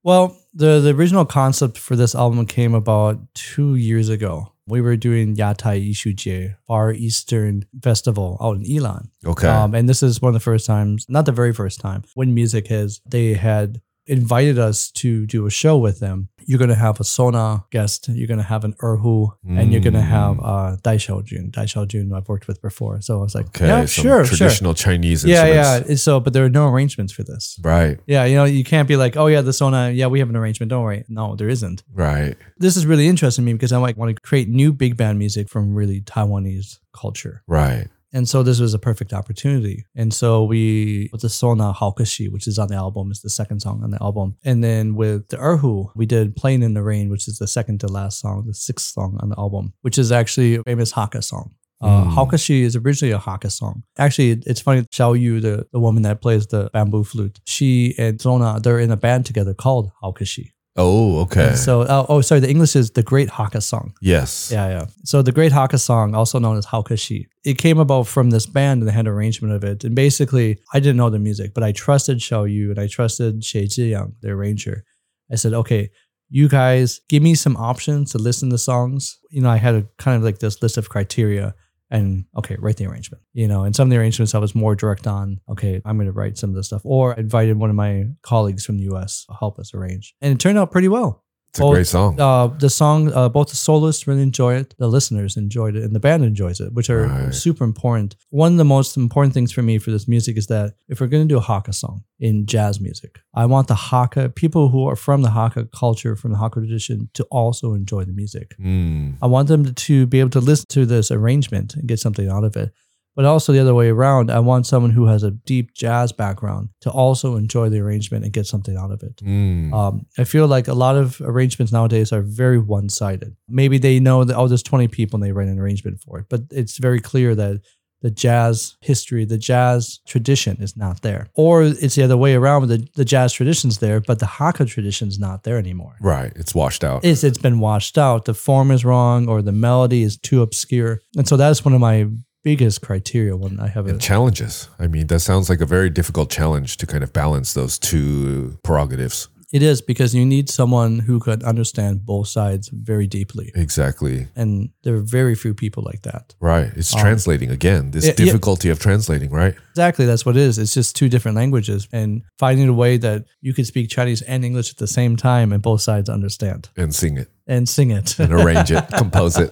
Speaker 4: Well, the, the original concept for this album came about two years ago. We were doing Yatai Ishuje, Far Eastern Festival out in Ilan.
Speaker 3: Okay.
Speaker 4: Um, and this is one of the first times, not the very first time, when music has, they had invited us to do a show with them. You're going to have a Sona guest, you're going to have an Erhu, and you're going to
Speaker 3: Mm.
Speaker 4: have uh, Dai Shaojun. Dai Shaojun I've worked with before. So I was like,
Speaker 3: okay.
Speaker 4: yeah,
Speaker 3: some
Speaker 4: sure, sure.
Speaker 3: Traditional Chinese
Speaker 4: Yeah, yeah.
Speaker 3: instruments.
Speaker 4: And So, but there are no arrangements for this.
Speaker 3: Right,
Speaker 4: Yeah, you know, you can't be like, oh yeah, the Sona, yeah, we have an arrangement. Don't worry. No, there isn't.
Speaker 3: right.
Speaker 4: This is really interesting to me because I might want to create new big band music from really Taiwanese culture.
Speaker 3: Right.
Speaker 4: And so this was a perfect opportunity. And so we, with the Sona Haokashi, which is on the album, is the second song on the album. And then with the Erhu, we did Playing in the Rain, which is the second to last song, the sixth song on the album, which is actually a famous Hakka song. Uh,
Speaker 3: Mm.
Speaker 4: Haokashi is originally a Hakka song. Actually, it- it's funny, Xiao Yu, the, the woman that plays the bamboo flute, she and Sona, they're in a band together called Haokashi.
Speaker 3: Oh, okay.
Speaker 4: So, oh, oh, sorry, the English is the Great Hakka Song.
Speaker 3: yes.
Speaker 4: Yeah, yeah. So the Great Hakka song, also known as Haukashi, it came about from this band and they had an arrangement of it. And basically, I didn't know the music, but I trusted Xiao Yu and I trusted Xie Ziyang, the arranger. I said, okay, you guys give me some options to listen to songs. You know, I had a kind of like this list of criteria and okay, write the arrangement. You know, and some of the arrangements I was more direct on, okay, I'm gonna write some of this stuff. Or I invited one of my colleagues from the US to help us arrange. And it turned out pretty well
Speaker 3: It's a
Speaker 4: Oh,
Speaker 3: great song.
Speaker 4: uh, the song, uh, both the soloists really enjoy it, the listeners enjoyed it, and the band enjoys it, which are
Speaker 3: Right.
Speaker 4: super important. One of the most important things for me for this music is that if we're going to do a Hakka song in jazz music, I want the Hakka people who are from the Hakka culture, from the Hakka tradition, to also enjoy the music.
Speaker 3: Mm,
Speaker 4: I want them to, to be able to listen to this arrangement and get something out of it. But also the other way around, I want someone who has a deep jazz background to also enjoy the arrangement and get something out of it.
Speaker 3: mm,
Speaker 4: Um, I feel like a lot of arrangements nowadays are very one sided. Maybe they know that, oh, there's 20 people and they write an arrangement for it, but it's very clear that the jazz history, the jazz tradition is not there. Or it's the other way around, the, the jazz tradition's there, but the Hakka tradition's not there anymore.
Speaker 3: right. It's washed out.
Speaker 4: It's, it's been washed out. The form is wrong or the melody is too obscure. And so that's one of my biggest criteria when I have
Speaker 3: and
Speaker 4: it.
Speaker 3: challenges. I mean, that sounds like a very difficult challenge to kind of balance those two prerogatives.
Speaker 4: It is because you need someone who could understand both sides very deeply.
Speaker 3: Exactly.
Speaker 4: and there are very few people like that.
Speaker 3: Right. It's
Speaker 4: Um,
Speaker 3: translating again. This
Speaker 4: yeah, yeah.
Speaker 3: difficulty of translating, right?
Speaker 4: Exactly, that's what it is. It's just two different languages, and finding a way that you could speak Chinese and English at the same time and both sides understand
Speaker 3: And sing it
Speaker 4: and sing it. *laughs*
Speaker 3: and arrange it, compose it.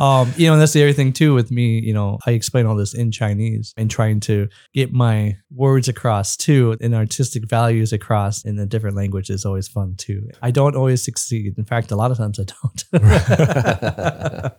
Speaker 4: um, you know, and that's the other thing too with me. You know, I explain all this in Chinese and trying to get my words across too, and artistic values across in a different language is always fun too. I don't always succeed. In fact, a lot of times I don't.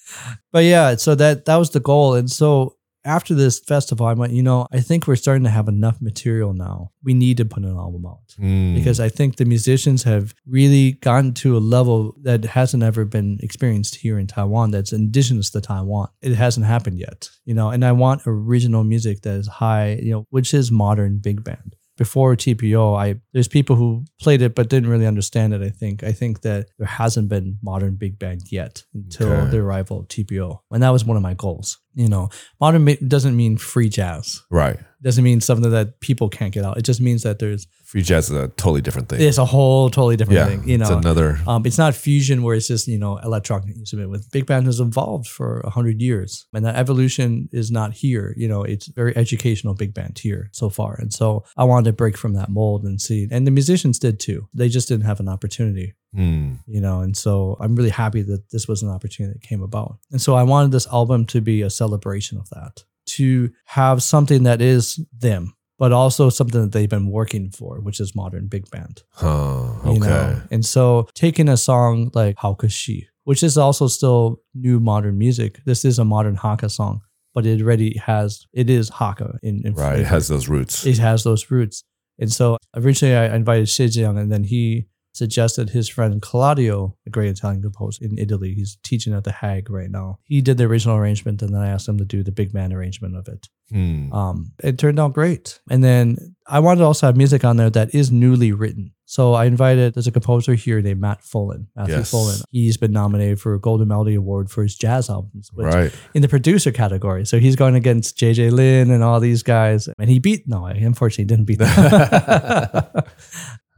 Speaker 4: *laughs* but yeah, so that that was the goal, and so. After this festival, I'm like, you know, I think we're starting to have enough material now. We need to put an album out
Speaker 3: Mm,
Speaker 4: because I think the musicians have really gotten to a level that hasn't ever been experienced here in Taiwan that's indigenous to Taiwan. It hasn't happened yet, you know, and I want original music that is high, you know, which is modern big band. Before TPO, I there's people who played it but didn't really understand it, I think. I think that there hasn't been modern big band yet until
Speaker 3: Okay.
Speaker 4: the arrival of TPO. And that was one of my goals. You know, modern mi- doesn't mean free jazz.
Speaker 3: right.
Speaker 4: Doesn't mean something that people can't get out. It just means that there's
Speaker 3: Free jazz is a totally different thing.
Speaker 4: it's a whole totally different
Speaker 3: yeah.
Speaker 4: thing. You know,
Speaker 3: it's another.
Speaker 4: um, it's not fusion where it's just you know electronic instrument. With big band has evolved for hundred years, and that evolution is not here. You know, it's very educational big band here so far, and so I wanted to break from that mold and see. And the musicians did too. They just didn't have an opportunity
Speaker 3: Mm,
Speaker 4: you know and so i'm really happy that this was an opportunity that came about and so i wanted this album to be a celebration of that to have something that is them but also something that they've been working for which is modern big band
Speaker 3: huh.
Speaker 4: you
Speaker 3: Okay.
Speaker 4: know and so taking a song like how could she which is also still new modern music this is a modern haka song but it already has it is haka in, in
Speaker 3: Right. It has those roots.
Speaker 4: it has those roots. And so originally I invited Shijian, and then he suggested his friend Claudio, a great Italian composer in Italy. He's teaching at The Hague right now. He did the original arrangement, and then I asked him to do the big man arrangement of it.
Speaker 3: Mm,
Speaker 4: Um, it turned out great. And then I wanted to also have music on there that is newly written. So I invited, there's a composer here named Matt Fullen, Matthew
Speaker 3: Yes.
Speaker 4: Fullen. He's been nominated for a Golden Melody Award for his jazz albums, which
Speaker 3: Right.
Speaker 4: in the producer category. So he's going against JJ Lynn and all these guys. And he beat, no, I unfortunately didn't
Speaker 3: *laughs*
Speaker 4: beat *laughs* them.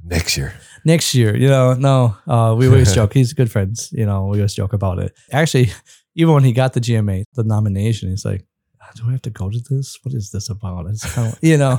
Speaker 3: Next year.
Speaker 4: Next year, you know, no, uh, we always joke. He's good friends. You know, we always joke about it. Actually, *laughs* even when he got the GMA, the nomination, he's like, "Ah, do I have to go to this? What is this about? It's kind of, you know,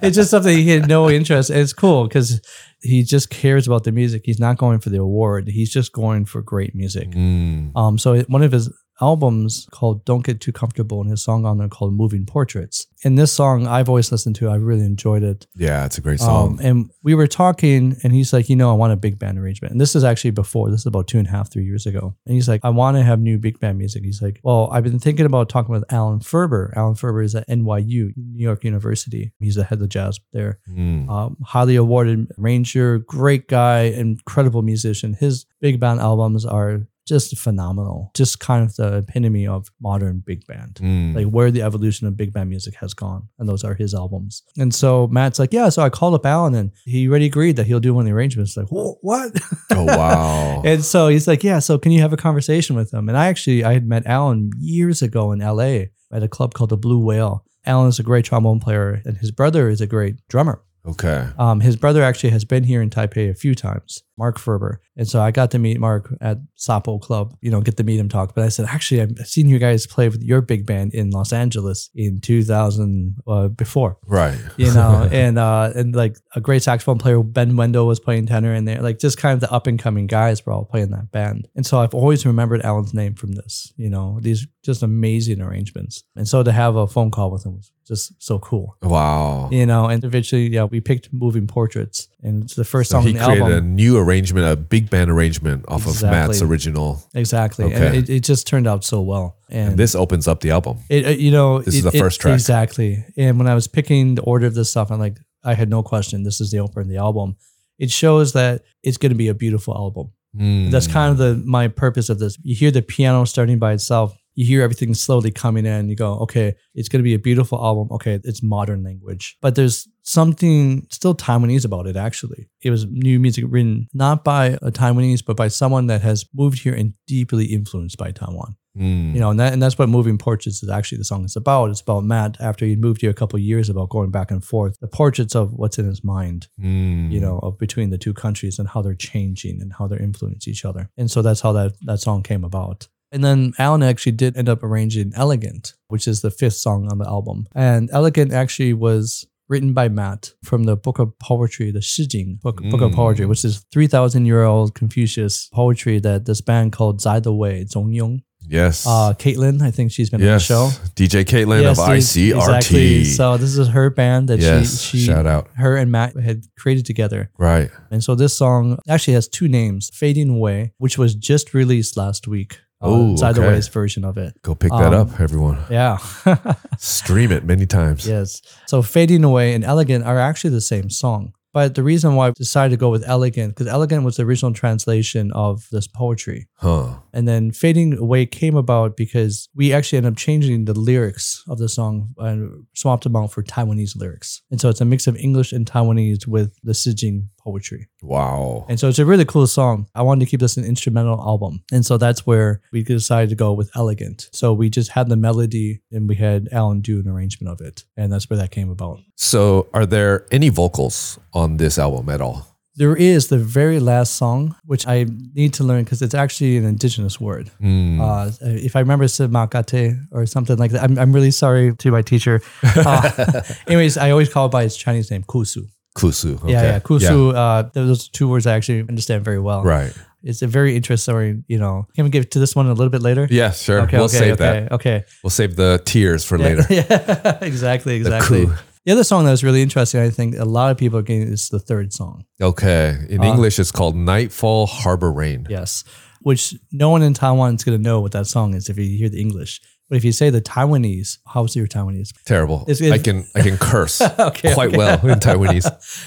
Speaker 4: it's just something he had no interest. And it's cool because he just cares about the music. He's not going for the award. He's just going for great music.
Speaker 3: Mm.
Speaker 4: Um, so it- one of his albums called "Don't Get Too Comfortable" and his song on there called "Moving Portraits." And this song I've always listened to. I really enjoyed it.
Speaker 3: Yeah, it's a great
Speaker 4: Um,
Speaker 3: song.
Speaker 4: and we were talking, and he's like, you know, I want a big band arrangement. And this is actually before. This is about two and a half, three years ago. And he's like, I want to have new big band music. He's like, well, I've been thinking about talking with Alan Ferber. Alan Ferber is at NYU, New York University. He's the head of the jazz there
Speaker 3: Mm.
Speaker 4: um, highly awarded ranger, great guy, incredible musician. His big band albums are just phenomenal, just kind of the epitome of modern big band.
Speaker 3: Mm.
Speaker 4: Like where the evolution of big band music has gone, and those are his albums. And so Matt's like, yeah. So I called up Alan, and he already agreed that he'll do one of the arrangements. Like, "Wha- what?
Speaker 3: oh wow.
Speaker 4: *laughs* And so he's like, "Yeah, so can you have a conversation with him?" And I actually I had met Alan years ago in LA at a club called the Blue Whale. Alan is a great trombone player, and his brother is a great drummer.
Speaker 3: okay.
Speaker 4: Um, his brother actually has been here in Taipei a few times, Mark Ferber. And so I got to meet Mark at Sapo Club, you know, get to meet him talk. But I said, actually, I've seen you guys play with your big band in Los Angeles in 2000 uh, before,
Speaker 3: Right. *laughs*
Speaker 4: you know, and uh, and like a great saxophone player, Ben Wendell was playing tenor in there. Like just kind of the up and coming guys were all playing that band. And so I've always remembered Alan's name from this, you know, these just amazing arrangements. And so to have a phone call with him was just so cool
Speaker 3: wow.
Speaker 4: you know, and eventually, yeah, we picked moving portraits, and it's the first
Speaker 3: So
Speaker 4: song
Speaker 3: he
Speaker 4: on the
Speaker 3: created
Speaker 4: album.
Speaker 3: a new arrangement, a big band arrangement off
Speaker 4: Exactly.
Speaker 3: of Matt's original.
Speaker 4: exactly, and
Speaker 3: Okay.
Speaker 4: it, it just turned out so well. And,
Speaker 3: And this opens up the album.
Speaker 4: it, it- you know,
Speaker 3: This is
Speaker 4: it-
Speaker 3: the
Speaker 4: it-
Speaker 3: first track.
Speaker 4: exactly. And when I was picking the order of this stuff, I'm like, I had no question. This is the opener of the album. It shows that it's going to be a beautiful album.
Speaker 3: Mm.
Speaker 4: That's kind of the my purpose of this. You hear the piano starting by itself. You hear everything slowly coming in. You go, okay, it's going to be a beautiful album. Okay, it's modern language, but there's something still Taiwanese about it. Actually, it was new music written not by a Taiwanese, but by someone that has moved here and deeply influenced by Taiwan.
Speaker 3: Mm.
Speaker 4: You know, and that, and that's what moving portraits is actually the song is about. It's about Matt after he moved here a couple of years, about going back and forth, the portraits of what's in his mind
Speaker 3: Mm.
Speaker 4: you know, of between the two countries and how they're changing and how they influence each other. And so that's how that, that song came about. And then Alan actually did end up arranging Elegant, which is the fifth song on the album. And Elegant actually was written by Matt from the book of poetry, the Shijing book, book of
Speaker 3: Mm.
Speaker 4: poetry, which is 3,000 year old Confucius poetry that this band called Zai the Wei, Zhong Yong.
Speaker 3: Yes.
Speaker 4: Uh, Caitlin, I think she's been
Speaker 3: yes.
Speaker 4: on the show.
Speaker 3: DJ Caitlin of
Speaker 4: Yes,
Speaker 3: ICRT.
Speaker 4: Exactly. So this is her band that
Speaker 3: yes.
Speaker 4: she, she
Speaker 3: Shout out.
Speaker 4: her and Matt had created together.
Speaker 3: Right.
Speaker 4: And so this song actually has two names Fading Away, which was just released last week.
Speaker 3: Ooh,
Speaker 4: Side
Speaker 3: okay.
Speaker 4: Way's version of it.
Speaker 3: Go pick that
Speaker 4: Um,
Speaker 3: up, everyone.
Speaker 4: Yeah. *laughs*
Speaker 3: Stream it many times.
Speaker 4: yes. So Fading Away and Elegant are actually the same song. But the reason why I decided to go with Elegant, because Elegant was the original translation of this poetry.
Speaker 3: Huh.
Speaker 4: And then Fading Away came about because we actually ended up changing the lyrics of the song and swapped them out for Taiwanese lyrics. And so it's a mix of English and Taiwanese with the Sijing poetry.
Speaker 3: Wow.
Speaker 4: And so it's a really cool song. I wanted to keep this an instrumental album. And so that's where we decided to go with Elegant. So we just had the melody and we had Alan do an arrangement of it. And that's where that came about.
Speaker 3: so, are there any vocals on this album at all?
Speaker 4: There is the very last song, which I need to learn because it's actually an indigenous word.
Speaker 3: Mm. *laughs*
Speaker 4: Uh, if I remember, it's Makate or something like that. I'm, I'm really sorry to
Speaker 3: *laughs*
Speaker 4: my teacher. Uh, anyways, I always call it by its Chinese name, Kusu.
Speaker 3: Kusu. Okay.
Speaker 4: Yeah, yeah, Kusu. Uh, those are two words I actually understand very well.
Speaker 3: Right.
Speaker 4: It's a very interesting story, you know. Can we get to this one a little bit later?
Speaker 3: Yeah, sure.
Speaker 4: Okay,
Speaker 3: we'll
Speaker 4: okay,
Speaker 3: save
Speaker 4: okay,
Speaker 3: that.
Speaker 4: Okay.
Speaker 3: We'll save the tears for later.
Speaker 4: *laughs* Yeah, exactly,
Speaker 3: The
Speaker 4: exactly.
Speaker 3: coup.
Speaker 4: The, other song that was really interesting, I think a lot of people are getting is the third song.
Speaker 3: Okay. In
Speaker 4: Uh,
Speaker 3: English, it's called Nightfall Harbor Rain.
Speaker 4: Yes. Which no one in Taiwan is gonna know what that song is if you hear the English. But if you say the Taiwanese, how's your
Speaker 3: *laughs*
Speaker 4: Taiwanese?
Speaker 3: Terrible.
Speaker 4: It's- it's-
Speaker 3: I can I can curse
Speaker 4: *laughs* okay.
Speaker 3: quite
Speaker 4: okay.
Speaker 3: well in
Speaker 4: *laughs*
Speaker 3: Taiwanese.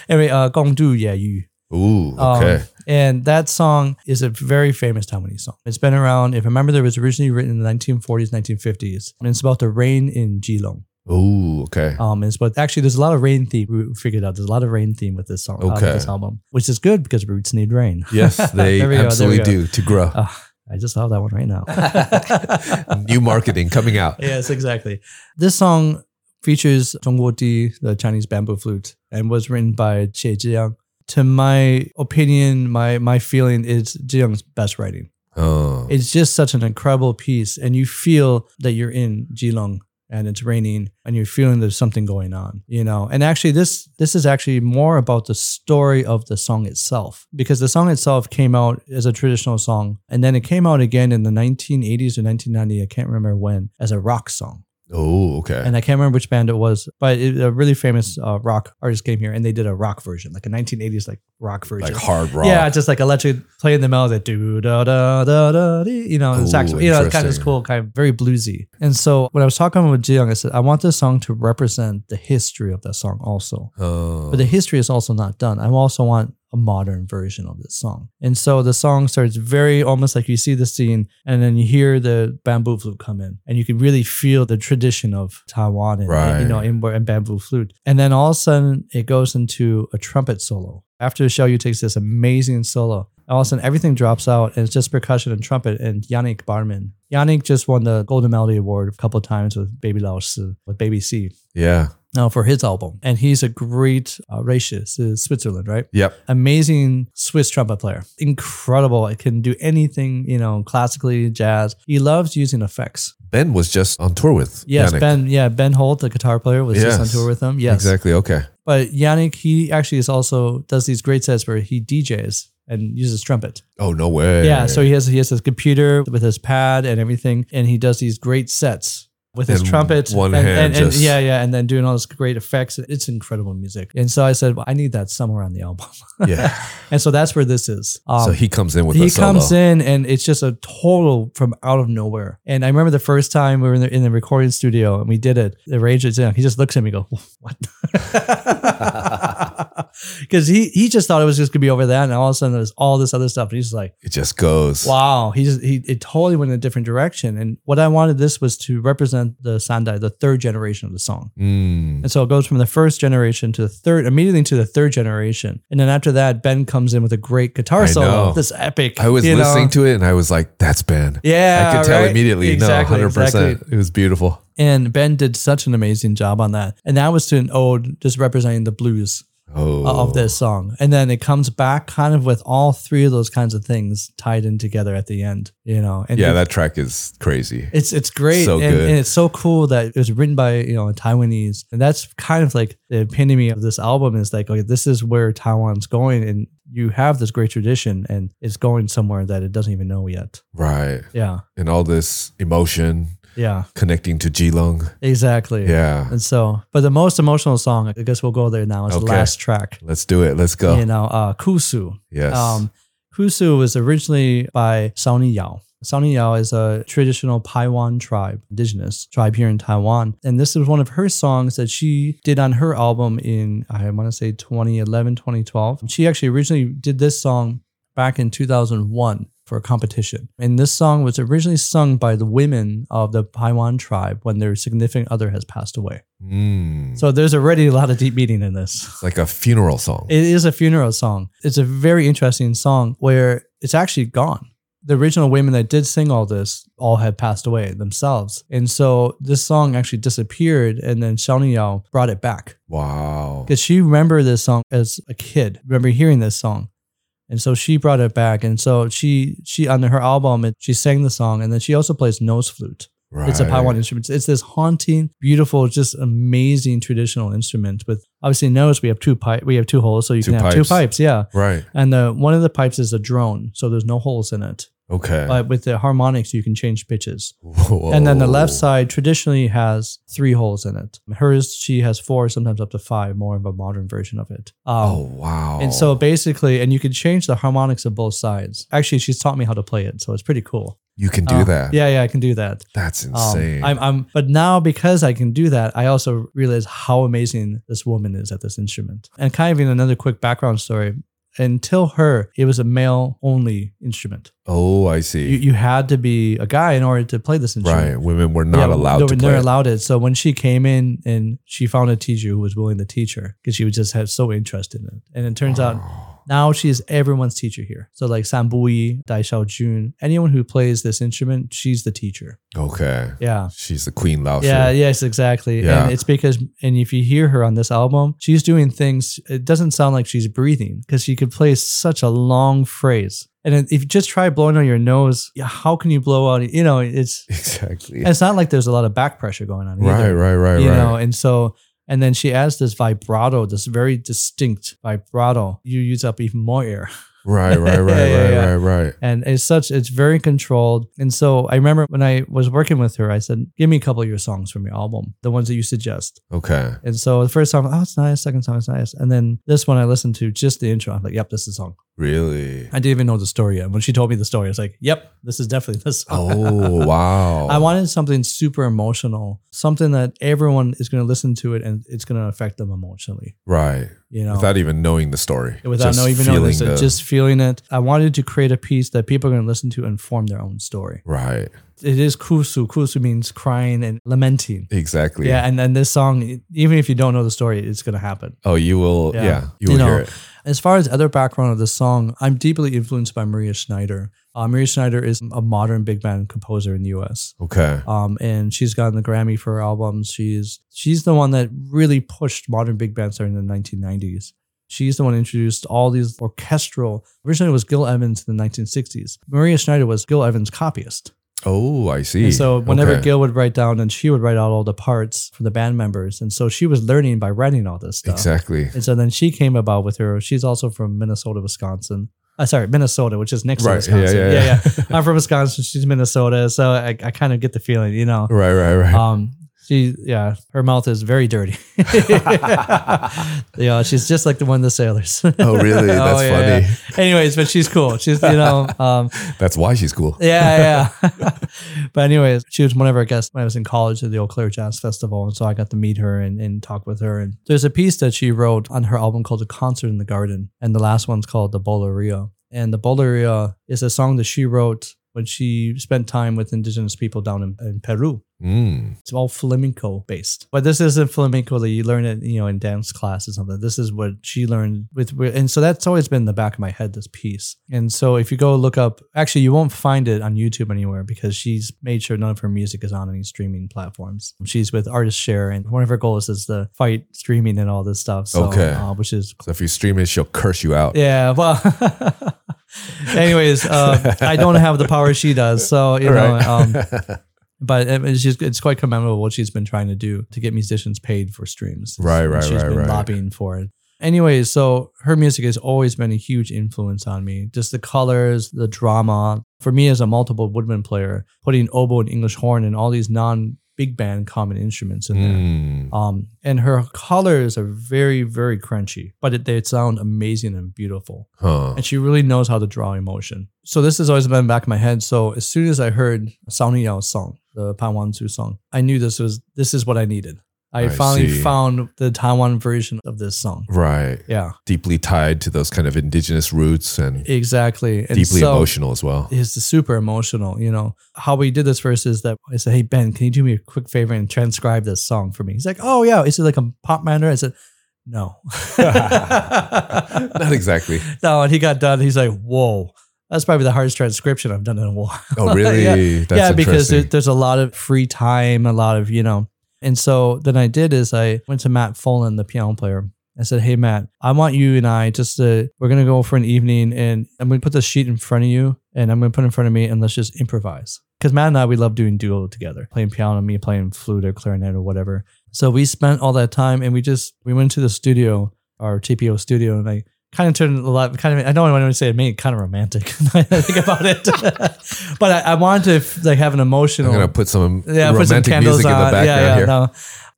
Speaker 4: anyway, uh Gongdu Yeah You.
Speaker 3: Ooh.
Speaker 4: Um,
Speaker 3: Okay.
Speaker 4: and that song is a very famous Taiwanese song. It's been around, if I remember, there was originally written in the 1940s, 1950s. And it's about the rain in Geelong.
Speaker 3: Oh, okay.
Speaker 4: Um, is but actually, there's a lot of rain theme. We figured out there's a lot of rain theme with this song, uh, with
Speaker 3: Okay.
Speaker 4: this album, which is good because roots need rain. *laughs*
Speaker 3: Yes, they
Speaker 4: There we go, there
Speaker 3: absolutely
Speaker 4: we go.
Speaker 3: do to
Speaker 4: *laughs*
Speaker 3: grow.
Speaker 4: Uh, I just love that one right now.
Speaker 3: *laughs* New marketing coming out.
Speaker 4: yes, exactly. This song features Zhongguodi, the Chinese bamboo flute, and was written by Xie Ziyang. To my opinion, my my feeling is Ziyang's best writing.
Speaker 3: Oh,
Speaker 4: It's just such an incredible piece, and you feel that you're in Geelong and it's raining, and you're feeling there's something going on, you know. And actually, this this is actually more about the story of the song itself, because the song itself came out as a traditional song, and then it came out again in the 1980s or 1990, I can't remember when, as a rock song
Speaker 3: oh, okay.
Speaker 4: and I can't remember which band it was, but it, a really famous uh, rock artist came here and they did a rock version, like a 1980s like rock version.
Speaker 3: Like hard rock.
Speaker 4: Yeah, just like electric playing the melody, do da da da da, dee, you know, and
Speaker 3: Ooh,
Speaker 4: saxophone, you know, it's kind of
Speaker 3: interesting.
Speaker 4: cool, kind of very bluesy. And so when I was talking with Jiyoung, I said I want this song to represent the history of that song also,
Speaker 3: Oh,
Speaker 4: but the history is also not done. I also want a modern version of this song, and so the song starts very almost like you see the scene, and then you hear the bamboo flute come in, and you can really feel the tradition of Taiwan and and, you know,
Speaker 3: Right.
Speaker 4: in, and bamboo flute. And then all of a sudden, it goes into a trumpet solo. After Xiao Yu takes this amazing solo, all of a sudden everything drops out and it's just percussion and trumpet and Yannick Barman. Yannick just won the Golden Melody Award a couple of times with Baby Lao Si, with Baby C
Speaker 3: yeah.
Speaker 4: now uh, for his album. And he's a great uh, racist, uh, Switzerland, right?
Speaker 3: Yep.
Speaker 4: Amazing Swiss trumpet player. Incredible. It can do anything, you know, classically, jazz. He loves using effects.
Speaker 3: Ben was just on tour with.
Speaker 4: Yes,
Speaker 3: Yannick.
Speaker 4: Ben, yeah, Ben Holt, the guitar player, was just on
Speaker 3: Yes.
Speaker 4: tour with him. Yes.
Speaker 3: Exactly. Okay.
Speaker 4: But Yannick, he actually is also does these great sets where he DJs and uses trumpet.
Speaker 3: Oh no way.
Speaker 4: Yeah. So he has he has his computer with his pad and everything, and he does these great sets with his
Speaker 3: And
Speaker 4: trumpet.
Speaker 3: one
Speaker 4: and,
Speaker 3: hand
Speaker 4: and, and-
Speaker 3: just-
Speaker 4: yeah, yeah, and then doing all this great effects. It's incredible music. And so I said, well, I need that somewhere on the album.
Speaker 3: *laughs*
Speaker 4: *laughs*
Speaker 3: yeah.
Speaker 4: and so that's where this is. Um,
Speaker 3: so he comes in with
Speaker 4: he
Speaker 3: a solo.
Speaker 4: comes in and it's just a total from out of nowhere. And I remember the first time we were in the, in the recording studio and we did it. The arranger, you know, he just looks at me and go, *laughs*
Speaker 3: *laughs*
Speaker 4: "What?" Because he he just thought it was just gonna be over that, and all of a sudden there's all this other stuff. And he's like,
Speaker 3: It just goes.
Speaker 4: Wow, he just, he it totally went in a different direction. And what I wanted this was to represent the Sandai, the third generation of the song.
Speaker 3: Mm.
Speaker 4: And so it goes from the first generation to the third, immediately to the third generation. And then after that, Ben comes in with a great guitar
Speaker 3: I
Speaker 4: solo,
Speaker 3: know.
Speaker 4: this epic.
Speaker 3: I was
Speaker 4: you know?
Speaker 3: listening to it and I was like, "That's Ben."
Speaker 4: Yeah,
Speaker 3: I could tell
Speaker 4: right?
Speaker 3: immediately.
Speaker 4: Exactly,
Speaker 3: no, hundred
Speaker 4: exactly.
Speaker 3: percent. It was beautiful.
Speaker 4: And Ben did such an amazing job on that. And that was to an ode just representing the blues
Speaker 3: Oh,
Speaker 4: of this song. And then it comes back kind of with all three of those kinds of things tied in together at the end, you know. And
Speaker 3: Oh. Yeah,
Speaker 4: it-
Speaker 3: that track is crazy.
Speaker 4: it's it's great.
Speaker 3: So
Speaker 4: and,
Speaker 3: good.
Speaker 4: and it's so cool that it was written by, you know, Taiwanese. And that's kind of like the epitome of this album is like, okay, this is where Taiwan's going and you have this great tradition and it's going somewhere that it doesn't even know yet.
Speaker 3: Right.
Speaker 4: Yeah.
Speaker 3: And all this emotion
Speaker 4: Yeah.
Speaker 3: connecting to Geelong.
Speaker 4: Exactly.
Speaker 3: Yeah.
Speaker 4: And so, but the most emotional song, I guess we'll go there now, is the
Speaker 3: Okay.
Speaker 4: last track.
Speaker 3: Let's do it. Let's go.
Speaker 4: You know, uh, Kusu.
Speaker 3: yes.
Speaker 4: Um, Kusu was originally by Saoni Yao. Saoni Yao is a traditional Paiwan tribe, indigenous tribe here in Taiwan. And this is one of her songs that she did on her album in, I want to say 2011, 2012. She actually originally did this song back in 2001 for a competition. And this song was originally sung by the women of the Paiwan tribe when their significant other has passed away.
Speaker 3: Mm.
Speaker 4: So there's already a lot of deep meaning in this.
Speaker 3: it's like a funeral song.
Speaker 4: It is a funeral song. It's a very interesting song where it's actually gone. The original women that did sing all this all had passed away themselves. And so this song actually disappeared and then Xiao Yao brought it back.
Speaker 3: wow.
Speaker 4: Because she remembered this song as a kid, remember hearing this song. And so she brought it back. And so she she on her album it, she sang the song and then she also plays nose flute.
Speaker 3: Right.
Speaker 4: It's a Paiwan instrument. It's this haunting, beautiful, just amazing traditional instrument. With obviously notice we have two pipe, we have two holes, so you
Speaker 3: Two
Speaker 4: can have two
Speaker 3: pipes.
Speaker 4: pipes. Yeah,
Speaker 3: Right.
Speaker 4: and the one of the pipes is a drone, so there's no holes in it.
Speaker 3: Okay.
Speaker 4: But with the harmonics, you can change pitches.
Speaker 3: Whoa.
Speaker 4: And then the left side traditionally has three holes in it. Hers, she has four, sometimes up to five. More of a modern version of it. Um,
Speaker 3: Oh wow.
Speaker 4: And so basically, and you can change the harmonics of both sides. Actually, she's taught me how to play it, so it's pretty cool.
Speaker 3: you can do
Speaker 4: Uh,
Speaker 3: that.
Speaker 4: Yeah, yeah, I can do that.
Speaker 3: That's
Speaker 4: Um,
Speaker 3: insane.
Speaker 4: I'm, I'm, but now because I can do that, I also realize how amazing this woman is at this instrument. And kind of in another quick background story, until her, it was a male only instrument.
Speaker 3: Oh, I
Speaker 4: You,
Speaker 3: see.
Speaker 4: you had to be a guy in order to play this instrument.
Speaker 3: right. Women were not
Speaker 4: Yeah,
Speaker 3: allowed
Speaker 4: they
Speaker 3: to
Speaker 4: were-
Speaker 3: play.
Speaker 4: They're
Speaker 3: it.
Speaker 4: allowed it. So when she came in and she found a teacher who was willing to teach her because she was just had so interested in it. And it turns out now she is everyone's teacher here. So like Sambui, Dai Xiao Jun, anyone who plays this instrument, she's the teacher.
Speaker 3: Oh, Okay.
Speaker 4: Yeah.
Speaker 3: She's the queen Lao Shu.
Speaker 4: Yeah, yes, exactly.
Speaker 3: Yeah.
Speaker 4: And it's because, and if you hear her on this album, she's doing things, it doesn't sound like she's breathing because she could play such a long phrase. And if you just try blowing on your nose, yeah, how can you blow out? You know, it's
Speaker 3: *laughs* Exactly.
Speaker 4: it's not like there's a lot of back pressure going on. Either,
Speaker 3: right, right, right,
Speaker 4: You
Speaker 3: right.
Speaker 4: know, and so, and then she adds this vibrato, this very distinct vibrato. You use up even more air.
Speaker 3: right, right, right,
Speaker 4: *laughs* Yeah, yeah,
Speaker 3: right,
Speaker 4: yeah.
Speaker 3: right, right.
Speaker 4: And it's such, it's very controlled. And so I remember when I was working with her, I said, give me a couple of your songs from your album, the ones that you suggest.
Speaker 3: Okay.
Speaker 4: And so the first song, oh, it's nice. Second song, it's nice. And then this one I listened to just the intro. I'm like, yep, this is the song. *laughs*
Speaker 3: Really?
Speaker 4: I didn't even know the story yet. When she told me the story, I was like, yep, this is definitely this song.
Speaker 3: Oh, wow.
Speaker 4: I wanted something super emotional, something that everyone is going to listen to it and it's going to affect them emotionally,
Speaker 3: Right.
Speaker 4: you know?
Speaker 3: Without even knowing the story.
Speaker 4: Without
Speaker 3: Just
Speaker 4: no even knowing,
Speaker 3: feeling
Speaker 4: so
Speaker 3: the-
Speaker 4: just feeling it. I wanted to create a piece that people are going to listen to and form their own story.
Speaker 3: Right.
Speaker 4: It is kusu. Kusu means crying and lamenting.
Speaker 3: Exactly.
Speaker 4: Yeah, and then this song, e-, even if you don't know the story, it's going to happen.
Speaker 3: Oh, you will. Yeah.
Speaker 4: Yeah.
Speaker 3: you will
Speaker 4: You know,
Speaker 3: hear it.
Speaker 4: As far as other background of the song, I'm deeply influenced by Maria Schneider. Uh, Maria Schneider is a modern big band composer in the U.S.
Speaker 3: Okay.
Speaker 4: Um, and she's gotten the Grammy for her albums. She's she's the one that really pushed modern big bands during the 1990s. She's the one who introduced all these orchestral. Originally, it was Gil Evans in the 1960s. Maria Schneider was Gil Evans' copyist.
Speaker 3: Oh, I see.
Speaker 4: And so whenever
Speaker 3: Okay.
Speaker 4: Gil would write down, and she would write out all the parts for the band members, and so she was learning by writing all this stuff.
Speaker 3: Exactly.
Speaker 4: And so then she came about with her. She's also from Minnesota, Wisconsin. Uh, sorry, Minnesota, which is next to
Speaker 3: Right. Yeah,
Speaker 4: Wisconsin.
Speaker 3: yeah,
Speaker 4: Yeah,
Speaker 3: yeah.
Speaker 4: yeah. *laughs* I'm from Wisconsin. She's Minnesota. So I, I kind of get the feeling, you know.
Speaker 3: Right, right, right.
Speaker 4: Um, she, yeah, her mouth is very dirty. *laughs* yeah, she's just like the one of the sailors.
Speaker 3: oh,
Speaker 4: *laughs*
Speaker 3: really? That's
Speaker 4: yeah,
Speaker 3: funny.
Speaker 4: yeah. Anyways, but she's cool. She's, you
Speaker 3: *laughs*
Speaker 4: know, um,
Speaker 3: That's why she's cool.
Speaker 4: *laughs* yeah, yeah. *laughs* but anyways, she was one of our guests when I was in college at the Eau Claire Jazz Festival, and so I got to meet her and, and talk with her. And there's a piece that she wrote on her album called "A Concert in the Garden," and the last one's called "The Boleria." And the Boleria is a song that she wrote when she spent time with indigenous people down in, in Peru.
Speaker 3: Mm.
Speaker 4: It's all flamenco based, but this isn't flamenco that you learn it, you know, in dance class or something. This is what she learned with, and so that's always been in the back of my head. This piece, and so if you go look up, actually, you won't find it on YouTube anywhere because she's made sure none of her music is on any streaming platforms. She's with Artist Share, and one of her goals is to fight streaming and all this stuff. So,
Speaker 3: Okay.
Speaker 4: uh, which is
Speaker 3: So if you stream it, she'll curse you out.
Speaker 4: yeah, well. *laughs* Anyways, uh, I don't have the power she does, so you know.
Speaker 3: Right.
Speaker 4: Um,
Speaker 3: *laughs*
Speaker 4: but it- it's just it's quite commendable what she's been trying to do to get musicians paid for streams.
Speaker 3: Right,
Speaker 4: And
Speaker 3: right,
Speaker 4: She's
Speaker 3: right,
Speaker 4: been
Speaker 3: right.
Speaker 4: lobbying for it. Anyways, so her music has always been a huge influence on me. Just the colors, the drama. For me, as a multiple woodwind player, putting oboe and English horn and all these non big band common instruments in there.
Speaker 3: Mm.
Speaker 4: Um, and her colors are very, very crunchy, but it, they sound amazing and beautiful.
Speaker 3: Huh.
Speaker 4: And she really knows how to draw emotion. So this has always been in the back of my head. So as soon as I heard Sao Ni Yao's song, the Panwan Zhu song, I knew this was this is what I needed. I,
Speaker 3: I
Speaker 4: finally
Speaker 3: see.
Speaker 4: found the Taiwan version of this song.
Speaker 3: Right.
Speaker 4: Yeah,
Speaker 3: Deeply tied to those kind of indigenous roots and
Speaker 4: exactly. And
Speaker 3: deeply
Speaker 4: so-
Speaker 3: emotional as well.
Speaker 4: is super emotional. You know how we did this verse is that I said, "Hey Ben, can you do me a quick favor and transcribe this song for me?" He's like, "Oh yeah, is it like a pop mandarin?" I said, "No,
Speaker 3: *laughs* *laughs*
Speaker 4: *laughs*
Speaker 3: Not exactly.
Speaker 4: no." And he got done. He's like, "Whoa, that's probably the hardest transcription I've done in a while."
Speaker 3: Oh, really? That's
Speaker 4: yeah, because there,
Speaker 3: interesting.
Speaker 4: there's a lot of free time, a lot of you know. And so then I did is I went to Matt Folan, the piano player. I said, "Hey Matt, I want you and I just to we're gonna go for an evening, and I'm gonna put this sheet in front of you, and I'm gonna put it in front of me, and let's just improvise." Because Matt and I we love doing duo together, playing piano, me playing flute or clarinet or whatever. So we spent all that time, and we just we went to the studio, our TPO studio, and I kind of turned a lot kind of I don't want to say it made it kind of romantic *laughs* now that I think about it *laughs* but I, I wanted to like have an
Speaker 3: I'm
Speaker 4: emotional
Speaker 3: gonna put some
Speaker 4: yeah put some
Speaker 3: romantic
Speaker 4: candles
Speaker 3: music in
Speaker 4: on
Speaker 3: the background
Speaker 4: yeah yeah
Speaker 3: here.
Speaker 4: no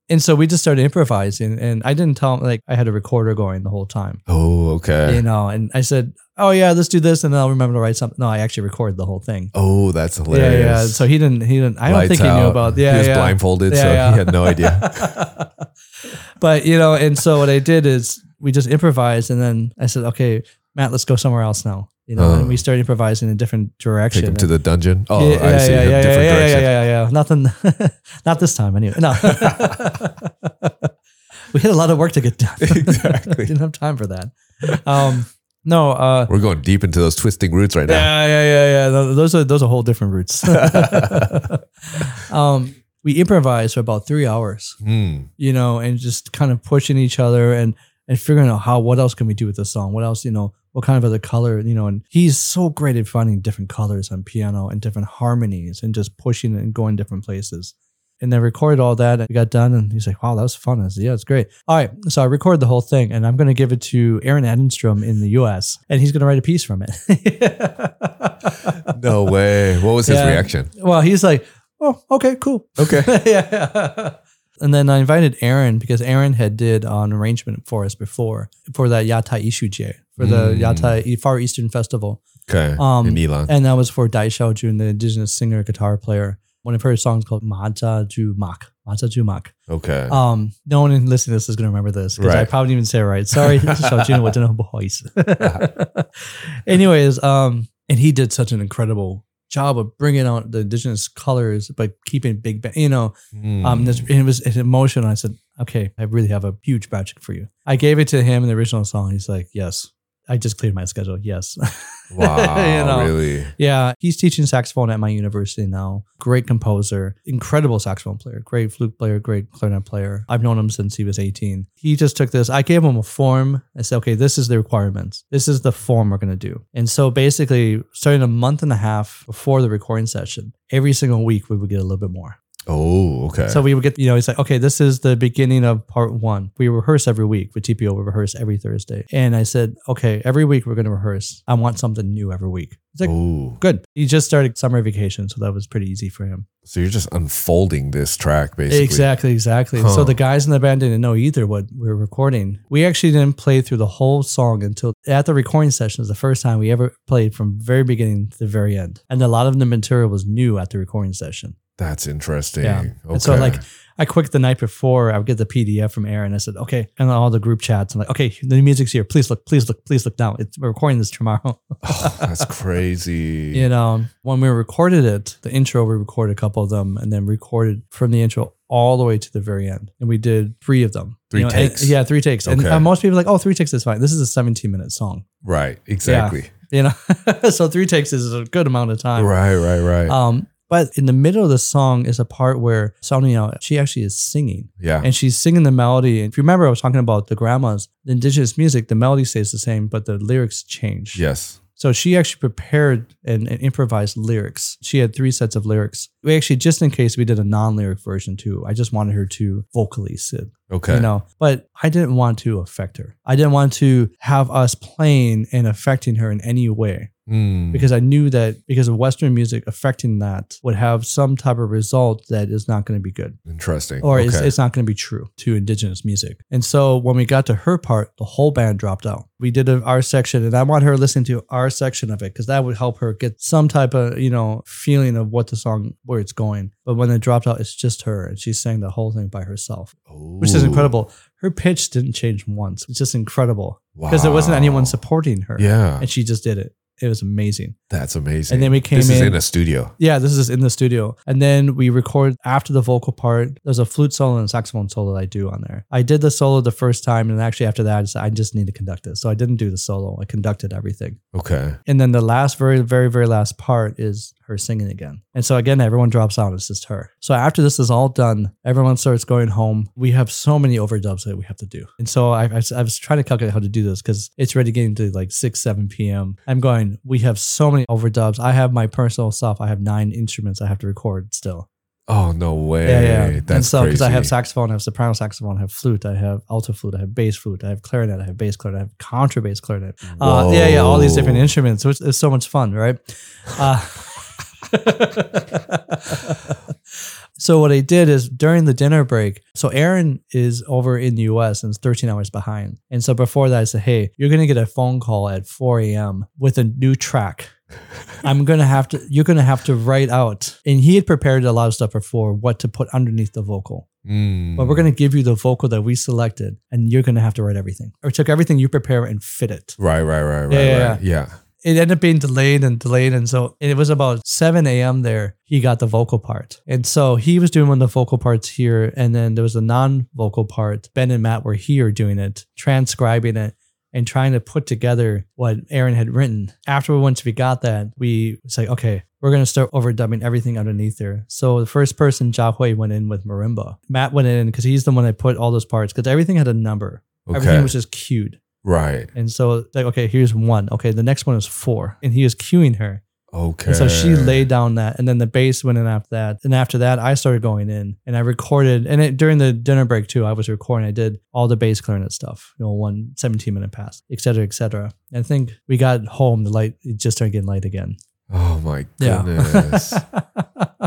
Speaker 4: and so we just started improvising and I didn't tell him like I had a recorder going the whole time
Speaker 3: Oh, okay.
Speaker 4: you know and I said oh yeah let's do this and then I'll remember to write something no I actually recorded the whole thing
Speaker 3: Oh, that's
Speaker 4: yeah
Speaker 3: hilarious.
Speaker 4: yeah so he didn't he didn't I don't
Speaker 3: Lights
Speaker 4: think he knew
Speaker 3: out.
Speaker 4: about yeah
Speaker 3: he was
Speaker 4: yeah.
Speaker 3: blindfolded,
Speaker 4: Yeah,
Speaker 3: so
Speaker 4: yeah.
Speaker 3: he had no
Speaker 4: *laughs*
Speaker 3: idea.
Speaker 4: but you know, and so what I did is we just improvised, and then I said, okay, Matt, let's go somewhere else now. You know,
Speaker 3: Uh.
Speaker 4: and we start improvising in a different direction.
Speaker 3: Take him to the dungeon. Oh,
Speaker 4: yeah,
Speaker 3: I
Speaker 4: yeah,
Speaker 3: see.
Speaker 4: yeah,
Speaker 3: a
Speaker 4: yeah,
Speaker 3: different
Speaker 4: yeah, yeah,
Speaker 3: direction.
Speaker 4: yeah, yeah, yeah. Nothing, *laughs* not this time. Anyway, no. *laughs* we had a lot of work to get done. *laughs*
Speaker 3: Exactly.
Speaker 4: Didn't have time for that. Um, no. Uh,
Speaker 3: We're going deep into those twisting roots right now.
Speaker 4: yeah, yeah, yeah, yeah. Th- Those are those are whole
Speaker 3: *laughs*
Speaker 4: different routes. *laughs* um, we improvised for about three hours,
Speaker 3: Hmm.
Speaker 4: you know, and just kind of pushing each other and and figuring out how what else can we do with this song? What else, you know, what kind of other color, you know? And he's so great at finding different colors on piano and different harmonies and just pushing it and going different places. And then recorded all that. And we got done, and he's like, "Wow, that was fun." I said, "Yeah, it's great." All right, so I recorded the whole thing, and I'm going to give it to Aaron Edenstrom in the U.S., and he's going to write a piece from it. *laughs*
Speaker 3: No way. What was his
Speaker 4: Yeah.
Speaker 3: reaction?
Speaker 4: Well, he's like, oh, okay, cool.
Speaker 3: Okay.
Speaker 4: *laughs* yeah. And then I invited Aaron because Aaron had did an arrangement for us before for that Yatai Ishuje for the
Speaker 3: Mm.
Speaker 4: Yatai Far Eastern Festival,
Speaker 3: Okay.
Speaker 4: Um,
Speaker 3: in Elon.
Speaker 4: and that was for Dai Xiaojun, the indigenous singer guitar player. One of her songs called Mata Ju Mak, Mata Ju Mak.
Speaker 3: okay.
Speaker 4: Um, no one listening to this is going to remember this because I
Speaker 3: Right.
Speaker 4: probably didn't even say it right.
Speaker 3: *laughs*
Speaker 4: Sorry, Xiaojun, what know voice. *laughs* Anyways, um, and he did such an incredible job of bringing out the indigenous colors, but keeping big, ba- you know,
Speaker 3: Hmm.
Speaker 4: um, this, it was it's emotional. I said, okay, I really have a huge project for you. I gave it to him in the original song. He's like, yes. I just cleared my schedule. Yes. *laughs*
Speaker 3: wow.
Speaker 4: you know.
Speaker 3: Really?
Speaker 4: yeah. He's teaching saxophone at my university now. Great composer, incredible saxophone player, great flute player, great clarinet player. I've known him since he was 18. He just took this. I gave him a form. I said, okay, this is the requirements. This is the form we're going to do. And so basically, starting a month and a half before the recording session, every single week, we would get a little bit more.
Speaker 3: Oh, okay.
Speaker 4: So we would get, you know, it's like, okay, this is the beginning of part one. We rehearse every week with TPO. We rehearse every Thursday. And I said, okay, every week we're going to rehearse. I want something new every week. It's like,
Speaker 3: Ooh.
Speaker 4: good. He just started summer vacation. So that was pretty easy for him.
Speaker 3: So you're just unfolding this track, basically.
Speaker 4: Exactly, exactly.
Speaker 3: Huh.
Speaker 4: So the guys in the band didn't know either what we were recording. We actually didn't play through the whole song until at the recording session is the first time we ever played from very beginning to the very end. And a lot of the material was new at the recording session.
Speaker 3: That's interesting.
Speaker 4: Yeah.
Speaker 3: Okay.
Speaker 4: And so, like, I quit the night before. I would get the PDF from Aaron. I said, okay, and all the group chats. I'm like, okay, the music's here. Please look, please look, please look now. It's, we're recording
Speaker 3: *laughs*
Speaker 4: this tomorrow.
Speaker 3: oh, *laughs* that's crazy.
Speaker 4: *laughs* You know, when we recorded it, the intro, we recorded a couple of them and then recorded from the intro all the way to the very end. And we did three of them.
Speaker 3: Three
Speaker 4: You know, and-
Speaker 3: takes.
Speaker 4: yeah, three takes. And
Speaker 3: Okay.
Speaker 4: uh, most people are like, oh, three takes is fine. This is a 17 minute song, *laughs*
Speaker 3: Right. Exactly.
Speaker 4: you know? *laughs* so three takes is a good amount of time.
Speaker 3: Right. Right. Right.
Speaker 4: Um, but in the middle of the song is a part where Sonia, she actually is singing
Speaker 3: yeah.
Speaker 4: and she's singing the melody. And if you remember, I was talking about the grandmas, the indigenous music, the melody stays the same, but the lyrics change.
Speaker 3: yes.
Speaker 4: So she actually prepared and, and improvised lyrics. She had three sets of lyrics. We actually, just in case, we did a non-lyric version too. I just wanted her to vocally sit,
Speaker 3: Okay.
Speaker 4: you know. But I didn't want to affect her. I didn't want to have us playing and affecting her in any way
Speaker 3: Hmm.
Speaker 4: because I knew that because of Western music affecting that would have some type of result that is not going to be good
Speaker 3: interesting.
Speaker 4: or
Speaker 3: okay.
Speaker 4: it's, it's not going to be true to indigenous music. And so when we got to her part, the whole band dropped out. We did a, our section, and I want her listening to our section of it because that would help her get some type of you know feeling of what the song where it's going. But when it dropped out, it's just her, and she sang the whole thing by herself, which is
Speaker 3: Ooh.
Speaker 4: incredible. Her pitch didn't change once. It's just incredible because there wasn't
Speaker 3: Wow.
Speaker 4: anyone supporting her,
Speaker 3: Yeah.
Speaker 4: and she just did it. It was amazing.
Speaker 3: That's amazing.
Speaker 4: And then we came
Speaker 3: this is
Speaker 4: in-
Speaker 3: in a studio.
Speaker 4: Yeah, this is in the studio. And then we record after the vocal part. There's a flute solo and saxophone solo that I do on there. I did the solo the first time. And actually, after that, I just, I just need to conduct it. So I didn't do the solo, I conducted everything.
Speaker 3: Okay.
Speaker 4: And then the last, very, very, very last part is her singing again. And so again, everyone drops out. It's just her. So after this is all done, everyone starts going home. We have so many overdubs that we have to do. And so I, I, was- I was trying to calculate how to do this because it's already getting to like 6, 7 p.m. I'm going, we have so many overdubs. I have my personal stuff. I have nine instruments I have to record still.
Speaker 3: Oh no way. That's
Speaker 4: and so
Speaker 3: crazy.
Speaker 4: because I have saxophone, I have soprano saxophone, I have flute, I have alto flute, I have bass flute, I have clarinet, I have bass clarinet, I have contrabass clarinet. Uh, yeah, yeah, all these different
Speaker 3: Whoa.
Speaker 4: instruments, which is so much fun, right? Uh, *laughs* so what I did is during the dinner break. So Aaron is over in the U.S. and is 13 hours behind, and so before that, I said, "Hey, you're going to get a phone call at 4 a.m. with a new track." I'm gonna have to. You're gonna have to write out. And he had prepared a lot of stuff before what to put underneath the vocal.
Speaker 3: Mm.
Speaker 4: But we're gonna give you the vocal that we selected, and you're gonna have to write everything. Or took everything you prepare and fit it.
Speaker 3: Right, right, right, right,
Speaker 4: Yeah, yeah,
Speaker 3: right. Yeah.
Speaker 4: It ended up being delayed and delayed, and so it was about 7 a.m. there. He got the vocal part, and so he was doing one of the vocal parts here, and then there was a non-vocal part. Ben and Matt were here doing it, transcribing it, and trying to put together what Aaron had written. After once we got that, we was like, okay, we're gonna start overdubbing everything underneath there. So the first person, Jahui, went in with marimba. Matt went in because he's the one that put all those parts because everything had a number.
Speaker 3: Okay.
Speaker 4: Everything was just cued.
Speaker 3: right.
Speaker 4: And so like, okay, here's one. Okay, the next one is four. And he is cueing her.
Speaker 3: Okay.
Speaker 4: And so she laid down that, and then the bass went in after that. And after that, I started going in and I recorded. And it, during the dinner break, too, I was recording. I did all the bass clarinet stuff, you know, one 17 minute pass, et cetera, et cetera. And I think we got home, the light it just started getting light again.
Speaker 3: Oh my
Speaker 4: Yeah. *laughs*
Speaker 3: goodness.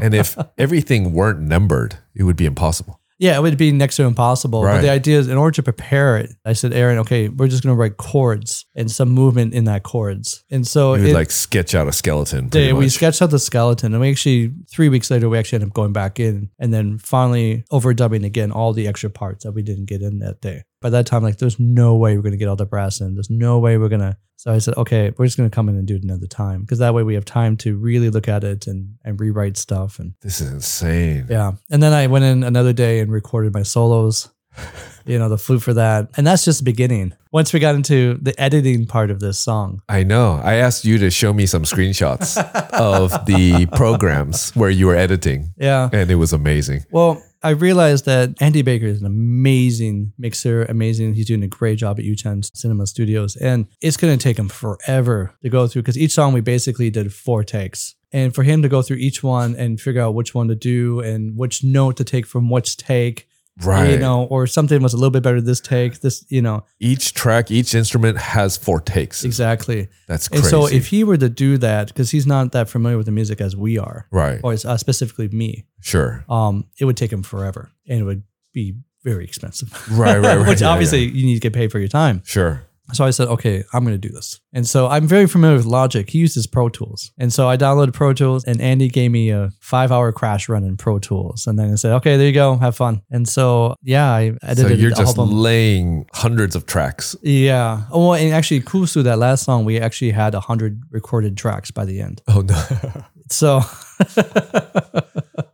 Speaker 3: and if everything weren't numbered, it would be impossible.
Speaker 4: Yeah, it would be next to impossible. But
Speaker 3: Right.
Speaker 4: the idea is, in order to prepare it, I said, Aaron, okay, we're just going to write chords and some movement in that chords. And so
Speaker 3: You would
Speaker 4: Oh, it,
Speaker 3: like sketch out a skeleton.
Speaker 4: Yeah,
Speaker 3: pretty
Speaker 4: we
Speaker 3: much.
Speaker 4: sketched out the skeleton, and we actually three weeks later we actually ended up going back in and then finally overdubbing again all the extra parts that we didn't get in that day. By that time, like there's no way we're gonna get all the brass in. There's no way we're gonna. So I said, okay, we're just gonna come in and do it another time because that way we have time to really look at it and and rewrite stuff and
Speaker 3: This is insane.
Speaker 4: yeah. And then I went in another day and recorded my solos. *laughs* You know the flute for that, and that's just the beginning. Once we got into the editing part of this song,
Speaker 3: I know. I asked you to show me some
Speaker 4: *laughs*
Speaker 3: screenshots of the programs where you were editing,
Speaker 4: yeah,
Speaker 3: and it was amazing.
Speaker 4: Well, I realized that Andy Baker is an amazing mixer, amazing. He's doing a great job at U10 Cinema Studios, and it's going to take him forever to go through because each song we basically did four takes. And for him to go through each one and figure out which one to do and which note to take from which take,
Speaker 3: Right.
Speaker 4: you know, or something was a little bit better this take, this, you know,
Speaker 3: each track, each instrument has four takes.
Speaker 4: exactly.
Speaker 3: That's crazy.
Speaker 4: And so if he were to do that, because he's not that familiar with the music as we are,
Speaker 3: right.
Speaker 4: or as, uh, specifically me,
Speaker 3: Sure.
Speaker 4: um, it would take him forever and it would be very expensive.
Speaker 3: Right,
Speaker 4: *laughs*
Speaker 3: right, right.
Speaker 4: Which
Speaker 3: Yeah,
Speaker 4: obviously
Speaker 3: yeah.
Speaker 4: you need to get paid for your time.
Speaker 3: Sure.
Speaker 4: So I said, okay, I'm going to do this. And so I'm very familiar with Logic. He uses Pro Tools. And so I downloaded Pro Tools and Andy gave me a five hour crash run in Pro Tools. And then I said, okay, there you go. Have fun. And so, yeah, I
Speaker 3: So
Speaker 4: edited
Speaker 3: you're
Speaker 4: the
Speaker 3: just
Speaker 4: album.
Speaker 3: laying hundreds of tracks.
Speaker 4: yeah. Oh, well, and actually, Kusu, that last song, we actually had 100 recorded tracks by the end.
Speaker 3: Oh no.
Speaker 4: So,
Speaker 3: *laughs*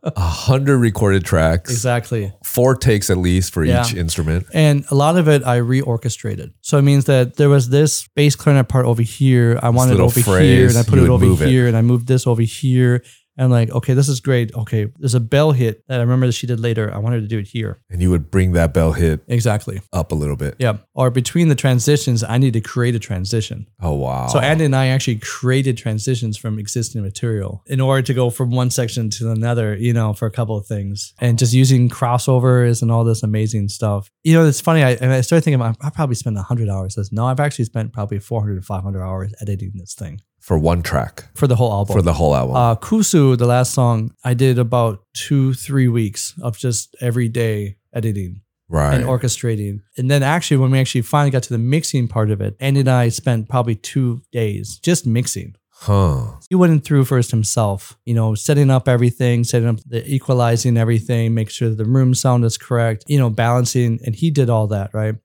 Speaker 3: A hundred recorded tracks.
Speaker 4: exactly.
Speaker 3: Four takes at least for
Speaker 4: Yeah.
Speaker 3: each instrument.
Speaker 4: And a lot of it I reorchestrated. So it means that there was this bass clarinet part over here. I wanted it
Speaker 3: little
Speaker 4: over here
Speaker 3: phrase,
Speaker 4: and I put
Speaker 3: you
Speaker 4: it
Speaker 3: would
Speaker 4: over
Speaker 3: move it.
Speaker 4: here and I moved this over here. And I'm like, okay, this is great. Okay, there's a bell hit that I remember that she did later. I wanted to do it here.
Speaker 3: And you would bring that bell hit
Speaker 4: Exactly.
Speaker 3: up a little bit.
Speaker 4: Yeah. Or between the transitions, I need to create a transition.
Speaker 3: Oh wow.
Speaker 4: So Andy and I actually created transitions from existing material in order to go from one section to another, you know, for a couple of things, and just using crossovers and all this amazing stuff. You know, it's funny. I, and I started thinking, about, I probably spent hundred hours. This. No, I've actually spent probably 400 to 500 hours editing this thing
Speaker 3: for one track.
Speaker 4: for the whole album.
Speaker 3: For the whole album.
Speaker 4: uh, Kusu, the last song, I did about two, three weeks of just every day editing
Speaker 3: right.
Speaker 4: and orchestrating. And then actually, when we actually finally got to the mixing part of it, Andy and I spent probably two days just mixing.
Speaker 3: huh.
Speaker 4: He went in through first himself, you know, setting up everything, setting up the equalizing everything, make sure the room sound is correct, you know, balancing. And he did all that, right?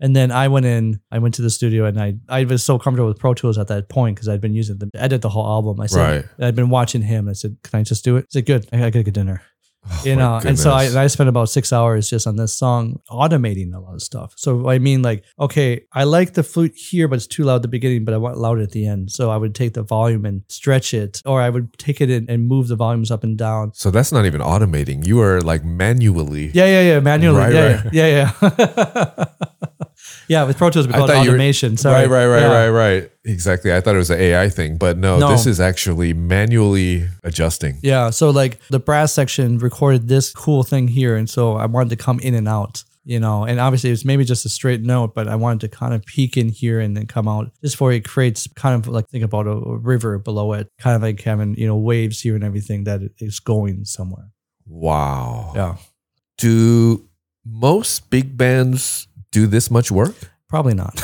Speaker 4: And then I went in, I went to the studio and I, I was so comfortable with Pro Tools at that point because I'd been using them to edit the whole album. I said,
Speaker 3: Right.
Speaker 4: and I'd been watching him. I said, can I just do it? He said, good. I gotta get dinner
Speaker 3: Oh,
Speaker 4: you
Speaker 3: my
Speaker 4: know and so I,
Speaker 3: goodness.
Speaker 4: and I spent about six hours just on this song automating a lot of stuff so i mean like okay i like the flute here but it's too loud at the beginning but i want it loud at the end so i would take the volume and stretch it or i would take it in and move the volumes up and down
Speaker 3: so that's not even automating. You are like manually.
Speaker 4: yeah yeah yeah manually
Speaker 3: Right,
Speaker 4: yeah,
Speaker 3: right.
Speaker 4: yeah yeah *laughs* yeah yeah with pro tools we
Speaker 3: I
Speaker 4: call it
Speaker 3: thought you were-
Speaker 4: automation sorry
Speaker 3: Right, right, right,
Speaker 4: Yeah.
Speaker 3: right, right. Exactly. I thought it was an AI thing, but no,
Speaker 4: No.
Speaker 3: this is actually manually adjusting.
Speaker 4: Yeah. So like the brass section recorded this cool thing here. And so I wanted to come in and out, you know, and obviously it's maybe just a straight note, but I wanted to kind of peek in here and then come out just for it creates kind of like think about a, a river below it, kind of like having, you know, waves here and everything that it- it's going somewhere.
Speaker 3: Wow.
Speaker 4: Yeah.
Speaker 3: Do most big bands do this much work?
Speaker 4: *laughs* Probably not.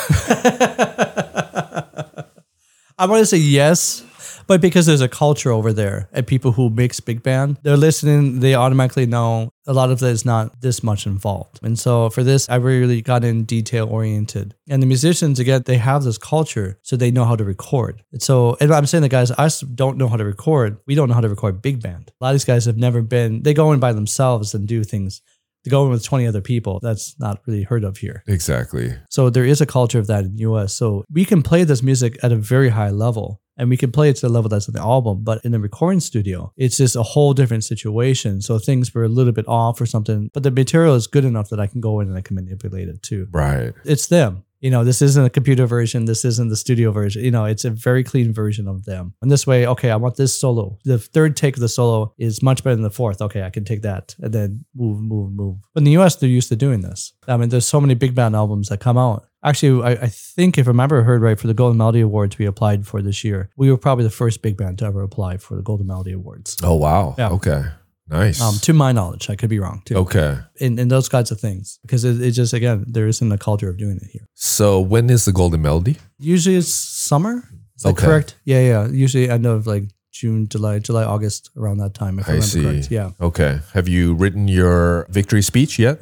Speaker 4: I want to say yes, But because there's a culture over there and people who mix big band, they're listening, they automatically know a lot of that is not this much involved. And so for this, I really got in detail oriented. And the musicians, again, they have this culture, so they know how to record. And so, and I'm saying that guys, us don't know how to record. We don't know how to record big band. A lot of these guys have never been, they go in by themselves and do things. To go in with 20 other people, that's not really heard of here.
Speaker 3: Exactly.
Speaker 4: So there is a culture of that in US. So we can play this music at a very high level. And we can play it to the level that's in the album, but in the recording studio, it's just a whole different situation. So things were a little bit off or something, but the material is good enough that I can go in and I can manipulate it too.
Speaker 3: Right.
Speaker 4: It's them. You know, this isn't a computer version. This isn't the studio version. You know, it's a very clean version of them. And this way, okay, I want this solo. The third take of the solo is much better than the fourth. Okay, I can take that and then move, move, move. But in the US, they're used to doing this. I mean, there's so many big band albums that come out. Actually, I, I think if I remember heard right, for the Golden Melody Awards we applied for this year, we were probably the first big band to ever apply for the Golden Melody Awards.
Speaker 3: Oh wow.
Speaker 4: Yeah.
Speaker 3: Okay. Nice.
Speaker 4: Um, to my knowledge, I could be wrong too.
Speaker 3: okay.
Speaker 4: In, in those kinds of things, because it, it just again, there isn't a culture of doing it here.
Speaker 3: So when is the golden melody?
Speaker 4: Usually it's summer. Is that
Speaker 3: Okay.
Speaker 4: correct? Yeah, yeah. Usually end of like June, July, July, August, around that time. If I,
Speaker 3: I
Speaker 4: remember
Speaker 3: see.
Speaker 4: correct. Yeah. *laughs*
Speaker 3: Okay. Have you written your victory speech yet?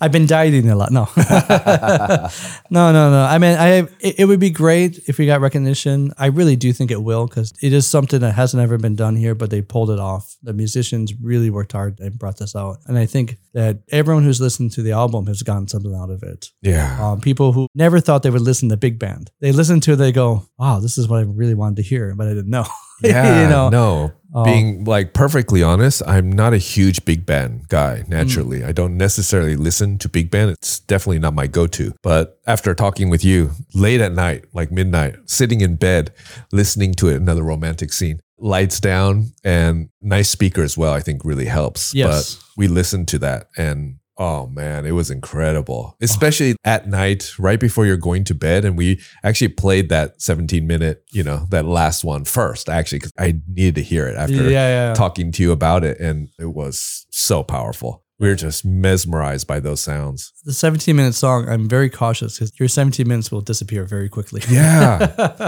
Speaker 4: I've been dieting a lot. No, *laughs* no, no, no. I mean, I it, it would be great if we got recognition. I really do think it will because it is something that hasn't ever been done here, but they pulled it off. The musicians really worked hard and brought this out, and I think that everyone who's listened to the album has gotten something out of it.
Speaker 3: Yeah.
Speaker 4: Um, people who never thought they would listen to big band, they listen to it, they go, "Wow, this is what I really wanted to hear," but I didn't know. *laughs*
Speaker 3: Yeah.
Speaker 4: you know,
Speaker 3: No.
Speaker 4: Um,
Speaker 3: Being like perfectly honest, I'm not a huge big band guy naturally.
Speaker 4: Mm.
Speaker 3: I don't necessarily listen to big band. It's definitely not my go to. But after talking with you late at night, like midnight, sitting in bed, listening to it, another romantic scene, lights down and nice speaker as well, I think really helps.
Speaker 4: Yes.
Speaker 3: But we listened to that and oh man, it was
Speaker 4: Oh.
Speaker 3: incredible. Especially at night, right before you're going to bed. And we actually played that 17 minute, you know, that last one first, actually, because I needed to hear it after
Speaker 4: yeah, yeah.
Speaker 3: talking to you about it. And it was so powerful. We were just mesmerized by those sounds.
Speaker 4: the 17 minute song, I'm very cautious because your 17 minutes will disappear very quickly.
Speaker 3: Yeah. *laughs*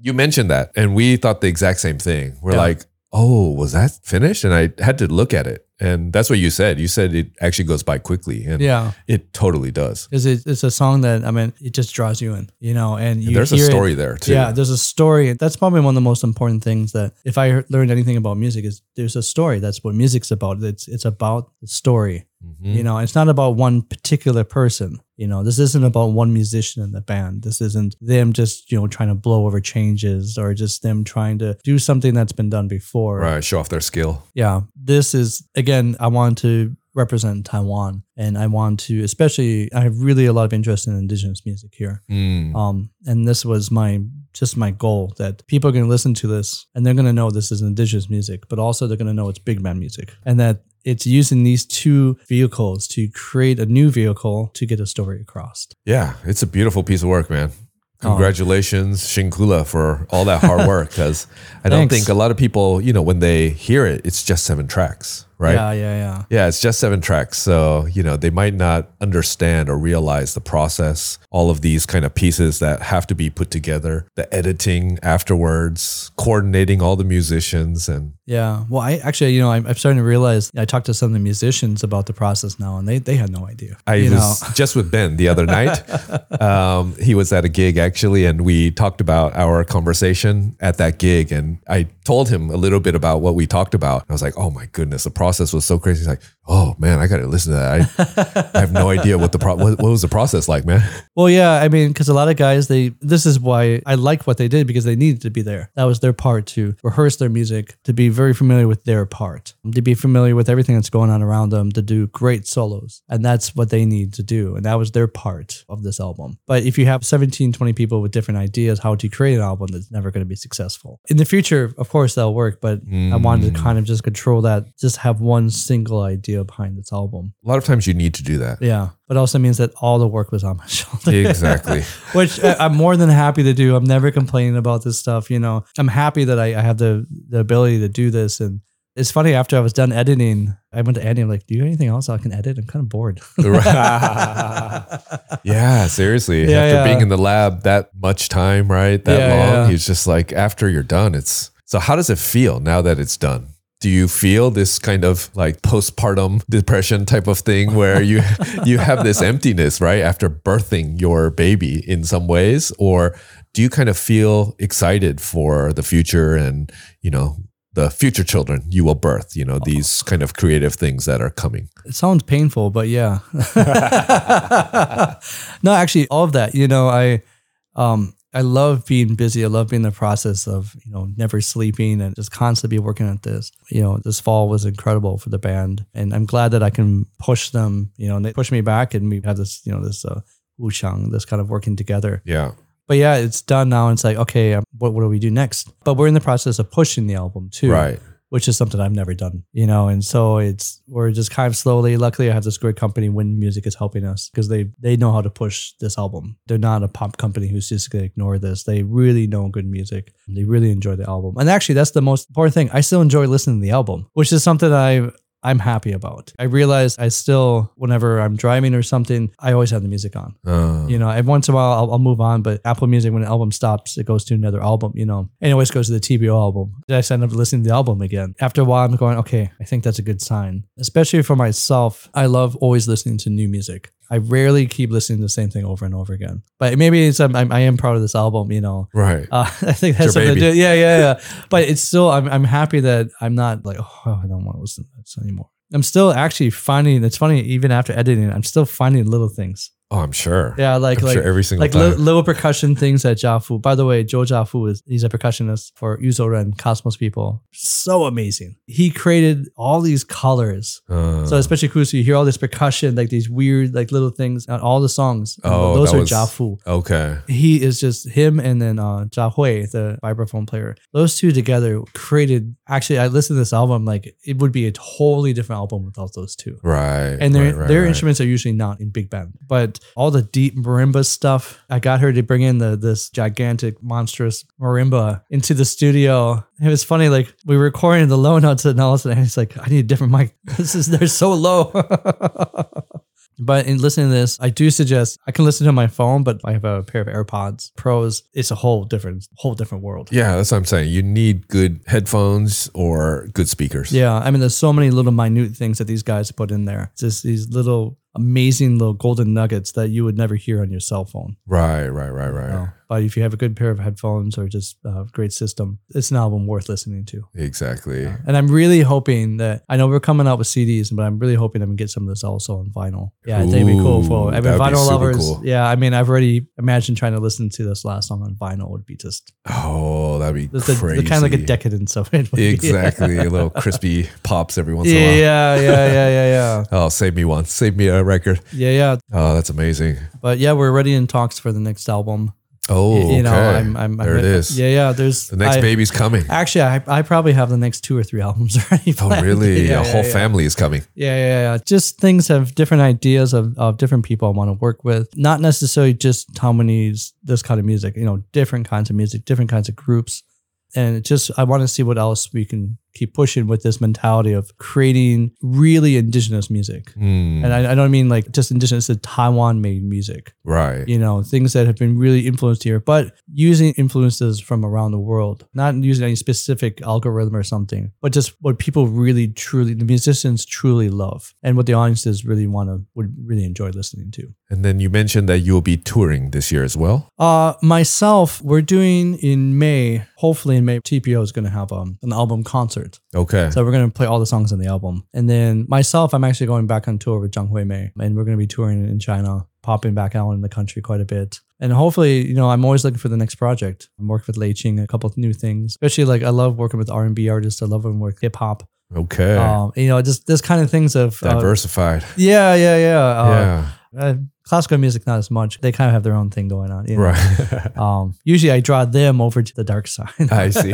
Speaker 3: you mentioned that. And we thought the exact same thing. We're
Speaker 4: Yeah.
Speaker 3: like, oh, was that finished? And I had to look at it. And that's what you said. You said it actually goes by quickly. And
Speaker 4: *laughs* yeah.
Speaker 3: it totally does.
Speaker 4: Because it, it's a song that, I mean, it just draws you in, you know, and you
Speaker 3: And there's a
Speaker 4: hear it-
Speaker 3: story there too.
Speaker 4: Yeah, there's a story. That's probably one of the most important things that if I heard- learned anything about music is there's a story. That's what music's about. It's it's about the story.
Speaker 3: Mhm.
Speaker 4: You know, it's not about one particular person. You know, this isn't about one musician in the band. This isn't them just, you know, trying to blow over changes or just them trying to do something that's been done before.
Speaker 3: Right. Show off their skill.
Speaker 4: Yeah. This is, again, I want to represent Taiwan and I want to, especially, I have really a lot of interest in indigenous music here.
Speaker 3: Mm.
Speaker 4: Um, and this was my, just my goal that people are going to listen to this and they're going to know this is indigenous music, but also they're going to know it's big band music and that it's using these two vehicles to create a new vehicle to get a story across.
Speaker 3: Yeah. It's a beautiful piece of work, man.
Speaker 4: Oh.
Speaker 3: Congratulations, Shinkula, for all that hard work.
Speaker 4: *laughs*
Speaker 3: Because I don't
Speaker 4: Thanks.
Speaker 3: think a lot of people, you know, when they hear it, it's just seven tracks, right?
Speaker 4: Yeah. Yeah. Yeah.
Speaker 3: Yeah, it's just seven tracks. So, you know, they might not understand or realize the process, all of these kind of pieces that have to be put together, the editing afterwards, coordinating all the musicians. And
Speaker 4: Yeah. Well, I actually, you know, I'm, I'm starting to realize I talked to some of the musicians about the process now and they, they had no idea.
Speaker 3: I
Speaker 4: you
Speaker 3: was just with Ben the other night. um, he was at a gig actually, and we talked about our conversation at that gig. And I told him a little bit about what we talked about. I was like, oh my goodness, the process was so crazy. He's like, oh man, I got to listen to that. I, I have no idea what the pro- what, what was the process like, man.
Speaker 4: Well, yeah, I mean, because a lot of guys, they this is why I like what they did because they needed to be there. That was their part to rehearse their music, to be very familiar with their part, to be familiar with everything that's going on around them, to do great solos, and that's what they need to do, and that was their part of this album. But if you have 17, 20 people with different ideas how to create an album, that's never going to be successful. In the future, of course, that'll work, but I wanted
Speaker 3: Mm.
Speaker 4: to kind of just control that, just have one single idea behind this album.
Speaker 3: A lot of times you need to do
Speaker 4: *laughs*
Speaker 3: that.
Speaker 4: Yeah, but also means that all the work was on my *laughs* shoulder.
Speaker 3: Exactly.
Speaker 4: which I- I'm more than happy to do. I'm never complaining about this stuff. You know, I'm happy that I, I have the the ability to do this, and It's funny, after I was done editing, I went to Andy. I'm like, do you have anything else I can edit? I'm kind of bored. *laughs*
Speaker 3: *laughs* Yeah, seriously.
Speaker 4: Yeah,
Speaker 3: after
Speaker 4: yeah.
Speaker 3: being in the lab that much time, right? That
Speaker 4: Yeah,
Speaker 3: long,
Speaker 4: yeah.
Speaker 3: he's just like, after you're done, it's so. How does it feel now that it's done? Do you feel this kind of like postpartum depression type of thing where you *laughs* you have this emptiness, right, after birthing your baby in some ways, or do you kind of feel excited for the future and you know the future children you will birth, you know these kind of creative things that are coming?
Speaker 4: It sounds painful, but yeah. *laughs* no, actually, all of that. You know, I, um, I love being busy. I love being in the process of you know never sleeping and just constantly working at this. You know, this fall was incredible for the band, and I'm glad that I can push them. You know, and they push me back, and we have this you know this uh, wuchang, this kind of working together.
Speaker 3: Yeah,
Speaker 4: But yeah, it's done now. And it's like okay, um, what what do we do next? But we're in the process of pushing the album too,
Speaker 3: right.
Speaker 4: which is something I've never done, you know. And so it's we're just kind of slowly. Luckily, I have this great company, Wind Music, is helping us because they they know how to push this album. They're not a pop company who's just gonna ignore this. They really know good music. They really enjoy the album, and actually, that's the most important thing. I still enjoy listening to the album, which is something I. I'm happy about. I realize I still, whenever I'm driving or something, I always have the music on.
Speaker 3: Uh,
Speaker 4: You know, every once in a while I'll, I'll move on, but Apple Music, when an album stops, it goes to another album, you know, and it always goes to the TBO album. Then I end up listening to the album again. After a while, I'm going, okay, I think that's a good sign, especially for myself. I love always listening to new music. I rarely keep listening to the same thing over and over again, but maybe it's, I'm, I'm, I am proud of this album, you know. *laughs*
Speaker 3: Right.
Speaker 4: Uh, I think that's
Speaker 3: your
Speaker 4: something to
Speaker 3: baby.
Speaker 4: do. Yeah, yeah, yeah. but it's still, I'm, I'm happy that I'm not like, oh, I don't want to listen to this anymore. I'm still actually finding, it's funny, even after editing, I'm still finding little things.
Speaker 3: Oh, I'm sure.
Speaker 4: Yeah, like,
Speaker 3: I'm
Speaker 4: like,
Speaker 3: sure every single
Speaker 4: like
Speaker 3: time.
Speaker 4: li- little percussion things at Jafu. By the way, Joe Jafu is he's a percussionist for Uzoren Cosmos people. So amazing. He created all these colors.
Speaker 3: Uh,
Speaker 4: So especially Kusu, you hear all this percussion, like these weird, like little things on all the songs. And
Speaker 3: Oh,
Speaker 4: those
Speaker 3: that
Speaker 4: are
Speaker 3: was-
Speaker 4: Jafu.
Speaker 3: okay.
Speaker 4: He is just him and then uh Ja Hui, the vibraphone player. Those two together created actually I listened to this album, like it would be a totally different album without those two
Speaker 3: Right.
Speaker 4: and their
Speaker 3: right, right,
Speaker 4: their
Speaker 3: right.
Speaker 4: instruments are usually not in big band, but all the deep marimba stuff. I got her to bring in the this gigantic monstrous marimba into the studio. It was funny, like we were recording the low notes and all of a sudden it's like, I need a different mic. *laughs* This is they're so low. *laughs* But in listening to this, I do suggest I can listen to my phone, but I have a pair of AirPods Pros. It's a whole different, whole different world.
Speaker 3: Yeah, that's what I'm saying. You need good headphones or good speakers.
Speaker 4: Yeah, I mean, there's so many little minute things that these guys put in there. It's just these little amazing little golden nuggets that you would never hear on your cell phone. Uh,
Speaker 3: Right. Right. Right. Right.
Speaker 4: But if you have a good pair of headphones or just a great system, it's an album worth listening to. Uh,
Speaker 3: Exactly.
Speaker 4: And I'm really hoping that I know we're coming out with CDs, but I'm really hoping I'm gonna get some of this also on vinyl. Yeah, that'd be cool
Speaker 3: Ooh,
Speaker 4: for I mean
Speaker 3: that'd be
Speaker 4: vinyl
Speaker 3: super
Speaker 4: lovers.
Speaker 3: cool.
Speaker 4: Yeah, I mean I've already imagined trying to listen to this last song on vinyl would be just
Speaker 3: Oh, that'd be
Speaker 4: the, the,
Speaker 3: crazy.
Speaker 4: the kind of like a *laughs* decadence of it. would be.
Speaker 3: Exactly. a little crispy pops every once in a while.
Speaker 4: *laughs* Yeah, yeah, yeah, yeah, yeah. *laughs*
Speaker 3: Oh, save me one. Save me a record.
Speaker 4: Yeah, yeah.
Speaker 3: Oh, that's amazing.
Speaker 4: But yeah, we're already in talks for the next album.
Speaker 3: Oh,
Speaker 4: Y- you
Speaker 3: okay.
Speaker 4: know, I'm, I'm,
Speaker 3: there
Speaker 4: I'm,
Speaker 3: it is.
Speaker 4: Yeah, yeah. There's
Speaker 3: The next
Speaker 4: I-
Speaker 3: baby's
Speaker 4: *laughs*
Speaker 3: coming.
Speaker 4: Actually, I, I probably have the next two or three albums *laughs* already.
Speaker 3: Oh,
Speaker 4: planned.
Speaker 3: really?
Speaker 4: *laughs* Yeah,
Speaker 3: a whole
Speaker 4: yeah, yeah.
Speaker 3: family is coming.
Speaker 4: Yeah, yeah, yeah. Just things have different ideas of, of different people I want to work with. Not necessarily just Taiwanese, this kind of music, you know, different kinds of music, different kinds of groups. And it just, I want to see what else we can keep pushing with this mentality of creating really indigenous music.
Speaker 3: Mm,
Speaker 4: And I, I don't mean like just indigenous, the Taiwan made music
Speaker 3: right.
Speaker 4: you know, things that have been really influenced here, but using influences from around the world, not using any specific algorithm or something, but just what people really truly, the musicians truly love and what the audiences really want to, would really enjoy listening to.
Speaker 3: And then you mentioned that you'll be touring this year as well.
Speaker 4: Uh, myself, we're doing in May, hopefully in May, TPO is going to have um, an album concert.
Speaker 3: Okay.
Speaker 4: So we're going to play all the songs on the album. And then myself, I'm actually going back on tour with Zhang Hui Mei, and we're going to be touring in China, popping back out in the country quite a bit. And hopefully, you know, I'm always looking for the next project. I'm working with Lei Ching, a couple of new things, especially like I love working with R&B artists. I love when work hip hop.
Speaker 3: okay.
Speaker 4: Um, you know, just this kind of things of uh,
Speaker 3: Diversified.
Speaker 4: yeah, yeah, yeah. Uh,
Speaker 3: yeah.
Speaker 4: uh, classical music, not as much. They kind of have their own thing going on. You know?
Speaker 3: Right. *laughs*
Speaker 4: Um, usually I draw them over to the dark *laughs* side.
Speaker 3: I see.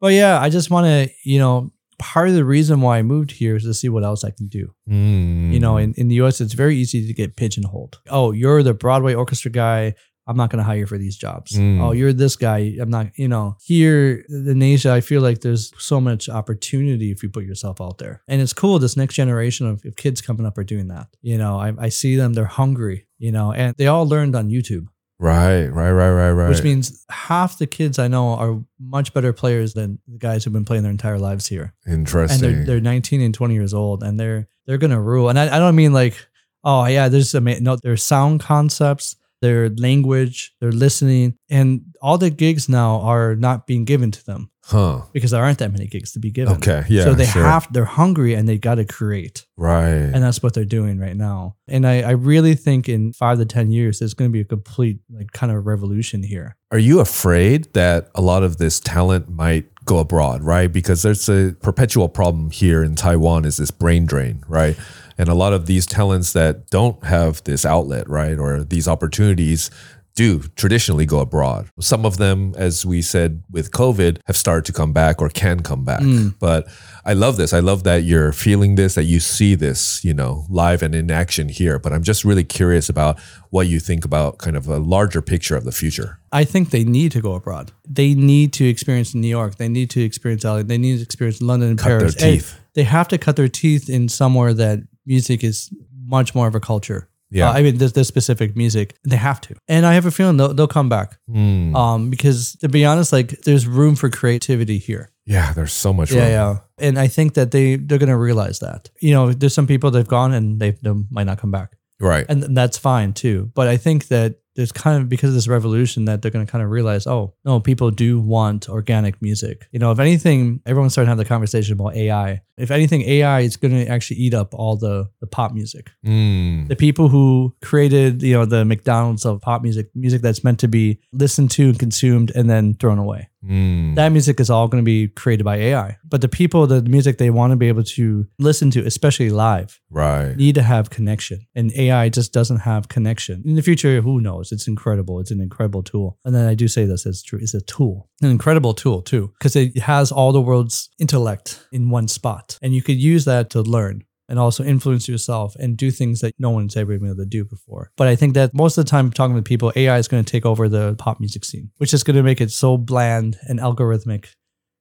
Speaker 4: but yeah, I just want to, you know, part of the reason why I moved here is to see what else I can do.
Speaker 3: Hmm.
Speaker 4: You know, in, in the US, it's very easy to get pigeonholed. Oh, you're the Broadway orchestra guy. I'm not going to hire you for these jobs.
Speaker 3: Mm.
Speaker 4: Oh, you're this guy. I'm not, you know, here in Asia, I feel like there's so much opportunity if you put yourself out there. And it's cool. This next generation of, of kids coming up are doing that. You know, I, I see them, they're hungry, you know, and they all learned on YouTube,
Speaker 3: Right, right, right, right, right.
Speaker 4: which means half the kids I know are much better players than the guys who've been playing their entire lives here and
Speaker 3: interesting.
Speaker 4: they're, they're 19 and 20 years old and they're they're gonna rule and i, I don't mean like oh yeah there's a no their sound concepts their language their listening and all the gigs now are not being given to them
Speaker 3: huh.
Speaker 4: because there aren't that many gigs to be given
Speaker 3: Okay. Yeah.
Speaker 4: so they
Speaker 3: sure.
Speaker 4: have they're hungry and they got to create
Speaker 3: Right.
Speaker 4: and that's what they're doing right now and I, I really think in five to ten years there's going to be a complete like kind of revolution here
Speaker 3: Are you afraid that a lot of this talent might go abroad, right? Because there's a perpetual problem here in Taiwan is this brain drain, right? And a lot of these talents that don't have this outlet, right, or these opportunities do traditionally go abroad. Some of them, as we said with COVID, have started to come back or can come back. But I love this. I love that you're feeling this, that you see this, you know, live and in action here. But I'm just really curious about what you think about kind of a larger picture of the future.
Speaker 4: I think they need to go abroad. They need to experience New York. They need to experience LA. They need to experience London and
Speaker 3: Cut their
Speaker 4: Paris. And
Speaker 3: teeth.
Speaker 4: They have to cut their teeth in somewhere that music is much more of a culture.
Speaker 3: Yeah.
Speaker 4: Uh, I mean, this, this specific music, they have to. And I have a feeling they'll, they'll come back.
Speaker 3: Mm.
Speaker 4: Um, because to be honest, like there's room for creativity here.
Speaker 3: yeah, there's so much.
Speaker 4: Yeah,
Speaker 3: room.
Speaker 4: yeah. And I think that they, they're going to realize that. You know, there's some people that have gone and they, they might not come back
Speaker 3: Right.
Speaker 4: and th- that's fine too. But I think that there's kind of because of this revolution that they're going to kind of realize, oh no, people do want organic music. You know, if anything, everyone's starting to have the conversation about AI. If anything, AI is going to actually eat up all the the pop music.
Speaker 3: Mm.
Speaker 4: The people who created, you know, the McDonald's of pop music, music that's meant to be listened to and consumed and then thrown away.
Speaker 3: Mm.
Speaker 4: That music is all going to be created by AI. But the people, the music they want to be able to listen to, especially live,
Speaker 3: right.
Speaker 4: need to have connection and ai just doesn't have connection in the future who knows it's incredible it's an incredible tool and then i do say this it's true it's a tool an incredible tool too because it has all the world's intellect in one spot and you could use that to learn and also influence yourself and do things that no one's ever been able to do before. But I think that most of the time, talking to people, AI is going to take over the pop music scene, which is going to make it so bland and algorithmic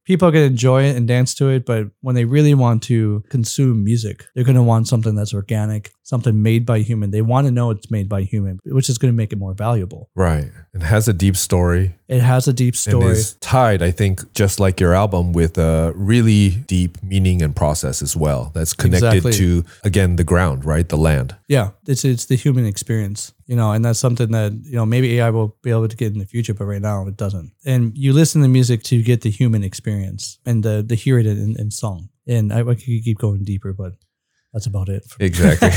Speaker 4: people can enjoy it and dance to it, but when they really want to consume music, they're going to want something that's organic, something made by human. They want to know it's made by human, which is going to make it more valuable.
Speaker 3: Right. It has a deep story.
Speaker 4: It has a deep
Speaker 3: And
Speaker 4: story.
Speaker 3: is tied, I think, just like your album, with a really deep meaning and process as well. That's connected
Speaker 4: Exactly.
Speaker 3: to again the ground, right? The land.
Speaker 4: Yeah, it's it's the human experience, you know, and that's something that you know maybe AI will be able to get in the future, but right now it doesn't. And you listen to music to get the human experience and the the hear it in, in song. And I, I could keep going deeper, but that's about it. for me.
Speaker 3: Exactly.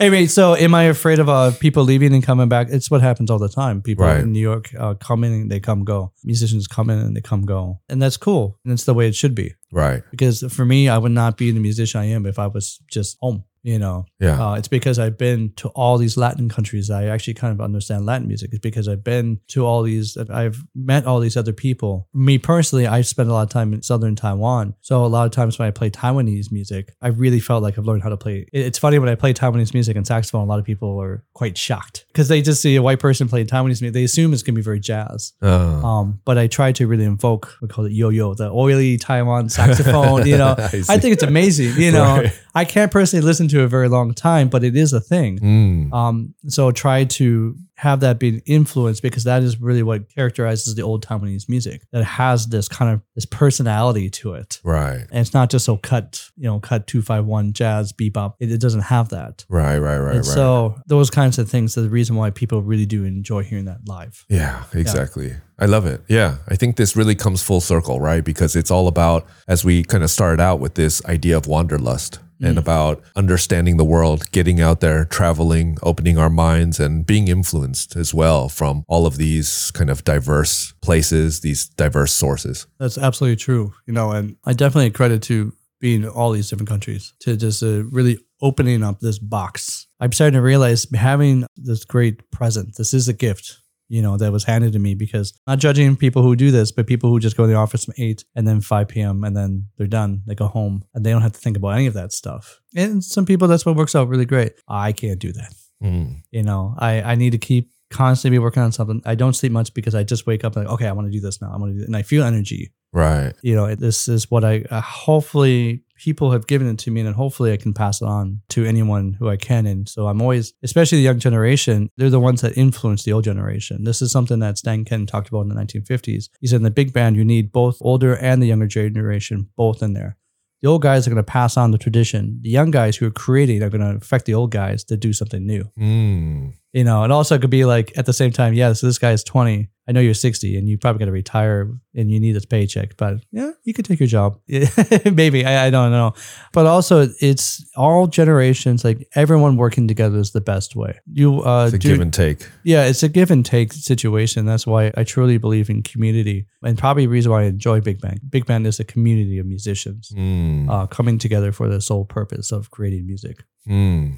Speaker 4: anyway, so am I afraid of uh, people leaving and coming back? It's what happens all the time. People
Speaker 3: Right.
Speaker 4: in New York uh, come in and they come go. Musicians come in and they come go, and that's cool. And it's the way it should be.
Speaker 3: *laughs* right.
Speaker 4: Because for me, I would not be the musician I am if I was just home. You know,
Speaker 3: Yeah.
Speaker 4: uh, it's because I've been to all these Latin countries. that I actually kind of understand Latin music. It's because I've been to all these, I've met all these other people. Me personally, I spent a lot of time in southern Taiwan. So a lot of times when I play Taiwanese music, I really felt like I've learned how to play. it- It's funny when I play Taiwanese music and saxophone, a lot of people are quite shocked because they just see a white person playing Taiwanese music. They assume it's going to be very jazz.
Speaker 3: Uh,
Speaker 4: Um, but I try to really invoke, we call it yo yo, the oily Taiwan saxophone. You know,
Speaker 3: *laughs* I see.
Speaker 4: I think it's amazing. You know,
Speaker 3: Right.
Speaker 4: I can't personally listen to it a very long time, but it is a thing.
Speaker 3: Mm.
Speaker 4: Um, so try to have that be an influence because that is really what characterizes the old Taiwanese music that has this kind of this personality to it.
Speaker 3: Right.
Speaker 4: And it's not just so cut, you know, cut 251 jazz, bebop. It, it doesn't have that.
Speaker 3: Right. Right. Right.
Speaker 4: and
Speaker 3: right.
Speaker 4: so those kinds of things are the reason why people really do enjoy hearing that live.
Speaker 3: Yeah, exactly. I love it. Yeah. I think this really comes full circle, right? Because it's all about, as we kind of started out with this idea of wanderlust and about understanding the world, getting out there, traveling, opening our minds, and being influenced as well from all of these kind of diverse places, these diverse sources.
Speaker 4: That's absolutely true. You know, and I definitely credit to being in all these different countries to just uh, really opening up this box. I'm starting to realize having this great present, this is a gift, you know, that was handed to me because not judging people who do this, but people who just go to the office from 8 and then 5 p.m. and then they're done. They go home and they don't have to think about any of that stuff. And some people, that's what works out really great. I can't do that.
Speaker 3: Mm.
Speaker 4: You know, I, I need to keep constantly be working on something. I don't sleep much because I just wake up and like, okay, I want to do this now. I want to do, and I feel energy.
Speaker 3: Right.
Speaker 4: You know, this is what I uh, hopefully people have given it to me, and hopefully I can pass it on to anyone who I can. And so I'm always, especially the young generation, they're the ones that influence the old generation. This is something that Stan Ken talked about in the 1950s. He said in the big band, you need both older and the younger generation both in there. The old guys are going to pass on the tradition. The young guys who are creating are going to affect the old guys to do something new
Speaker 3: Mm.
Speaker 4: you know, and also it could be like at the same time, yeah, so this guy is 20. I know you're 60 and you probably got to retire and you need this paycheck, but yeah, you could take your job. *laughs* Yeah, Maybe. I, I don't know. But also, it's all generations, like everyone working together is the best way. You, uh,
Speaker 3: It's a
Speaker 4: do-
Speaker 3: give and take.
Speaker 4: yeah, it's a give and take situation. That's why I truly believe in community and probably the reason why I enjoy Big Bang. Big Bang is a community of musicians
Speaker 3: Mm.
Speaker 4: uh, coming together for the sole purpose of creating music.
Speaker 3: Mm.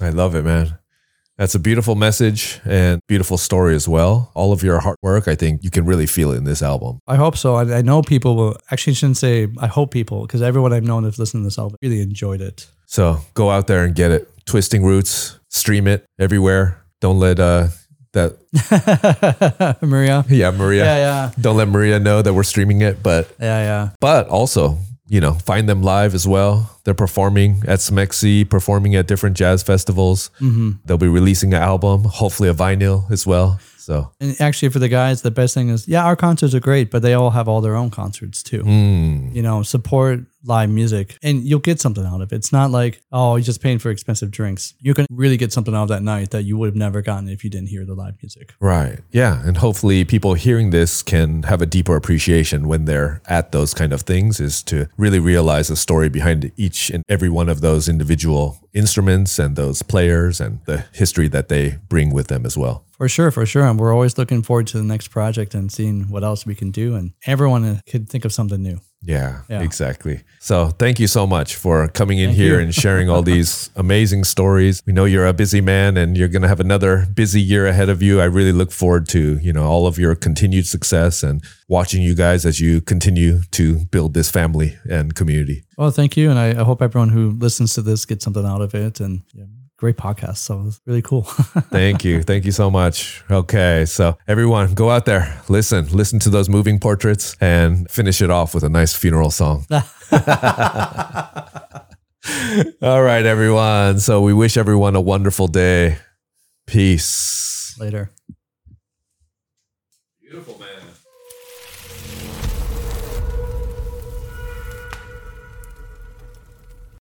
Speaker 3: I love it, man. That's a beautiful message and beautiful story as well. All of your hard work, I think you can really feel it in this album.
Speaker 4: I hope so. I, I know people will actually I shouldn't say I hope people because everyone I've known that's listened to this album really enjoyed it. *laughs*
Speaker 3: So go out there and get it. Twisting Roots, stream it everywhere. Don't let uh that *laughs*
Speaker 4: Maria.
Speaker 3: yeah, Maria.
Speaker 4: Yeah, yeah,
Speaker 3: Don't let Maria know that we're streaming it, but
Speaker 4: yeah, yeah.
Speaker 3: but also, you know, find them live as well. They're performing at Smexy, performing at different jazz festivals.
Speaker 4: hmm
Speaker 3: They'll be releasing an album, hopefully a vinyl as well. So,
Speaker 4: And actually, for the guys, the best thing is yeah, our concerts are great, but they all have all their own concerts too.
Speaker 3: mm,
Speaker 4: You know, support live music and you'll get something out of it. It's not like, oh, you're just paying for expensive drinks. You can really get something out of that night that you would have never gotten if you didn't hear the live music.
Speaker 3: right. Yeah. And hopefully people hearing this can have a deeper appreciation when they're at those kind of things is to really realize the story behind each and every one of those individual instruments and those players and the history that they bring with them as well.
Speaker 4: For sure, for sure. And we're always looking forward to the next project and seeing what else we can do. And everyone uh, could think of something new.
Speaker 3: Yeah,
Speaker 4: Yeah.
Speaker 3: exactly. So thank you so much for coming in
Speaker 4: Thank
Speaker 3: here
Speaker 4: you.
Speaker 3: and sharing all
Speaker 4: *laughs*
Speaker 3: these amazing stories. We know you're a busy man and you're going to have another busy year ahead of you. I really look forward to, you know, all of your continued success and watching you guys as you continue to build this family and community.
Speaker 4: Well, thank you. And I, I hope everyone who listens to this gets something out of it. And yeah, great podcast. So it's really cool. *laughs*
Speaker 3: Thank you. Thank you so much. Okay. So everyone go out there, listen, listen to those moving portraits and finish it off with a nice funeral song. All right, everyone. So we wish everyone a wonderful day. Peace.
Speaker 4: Later.
Speaker 3: Beautiful, man.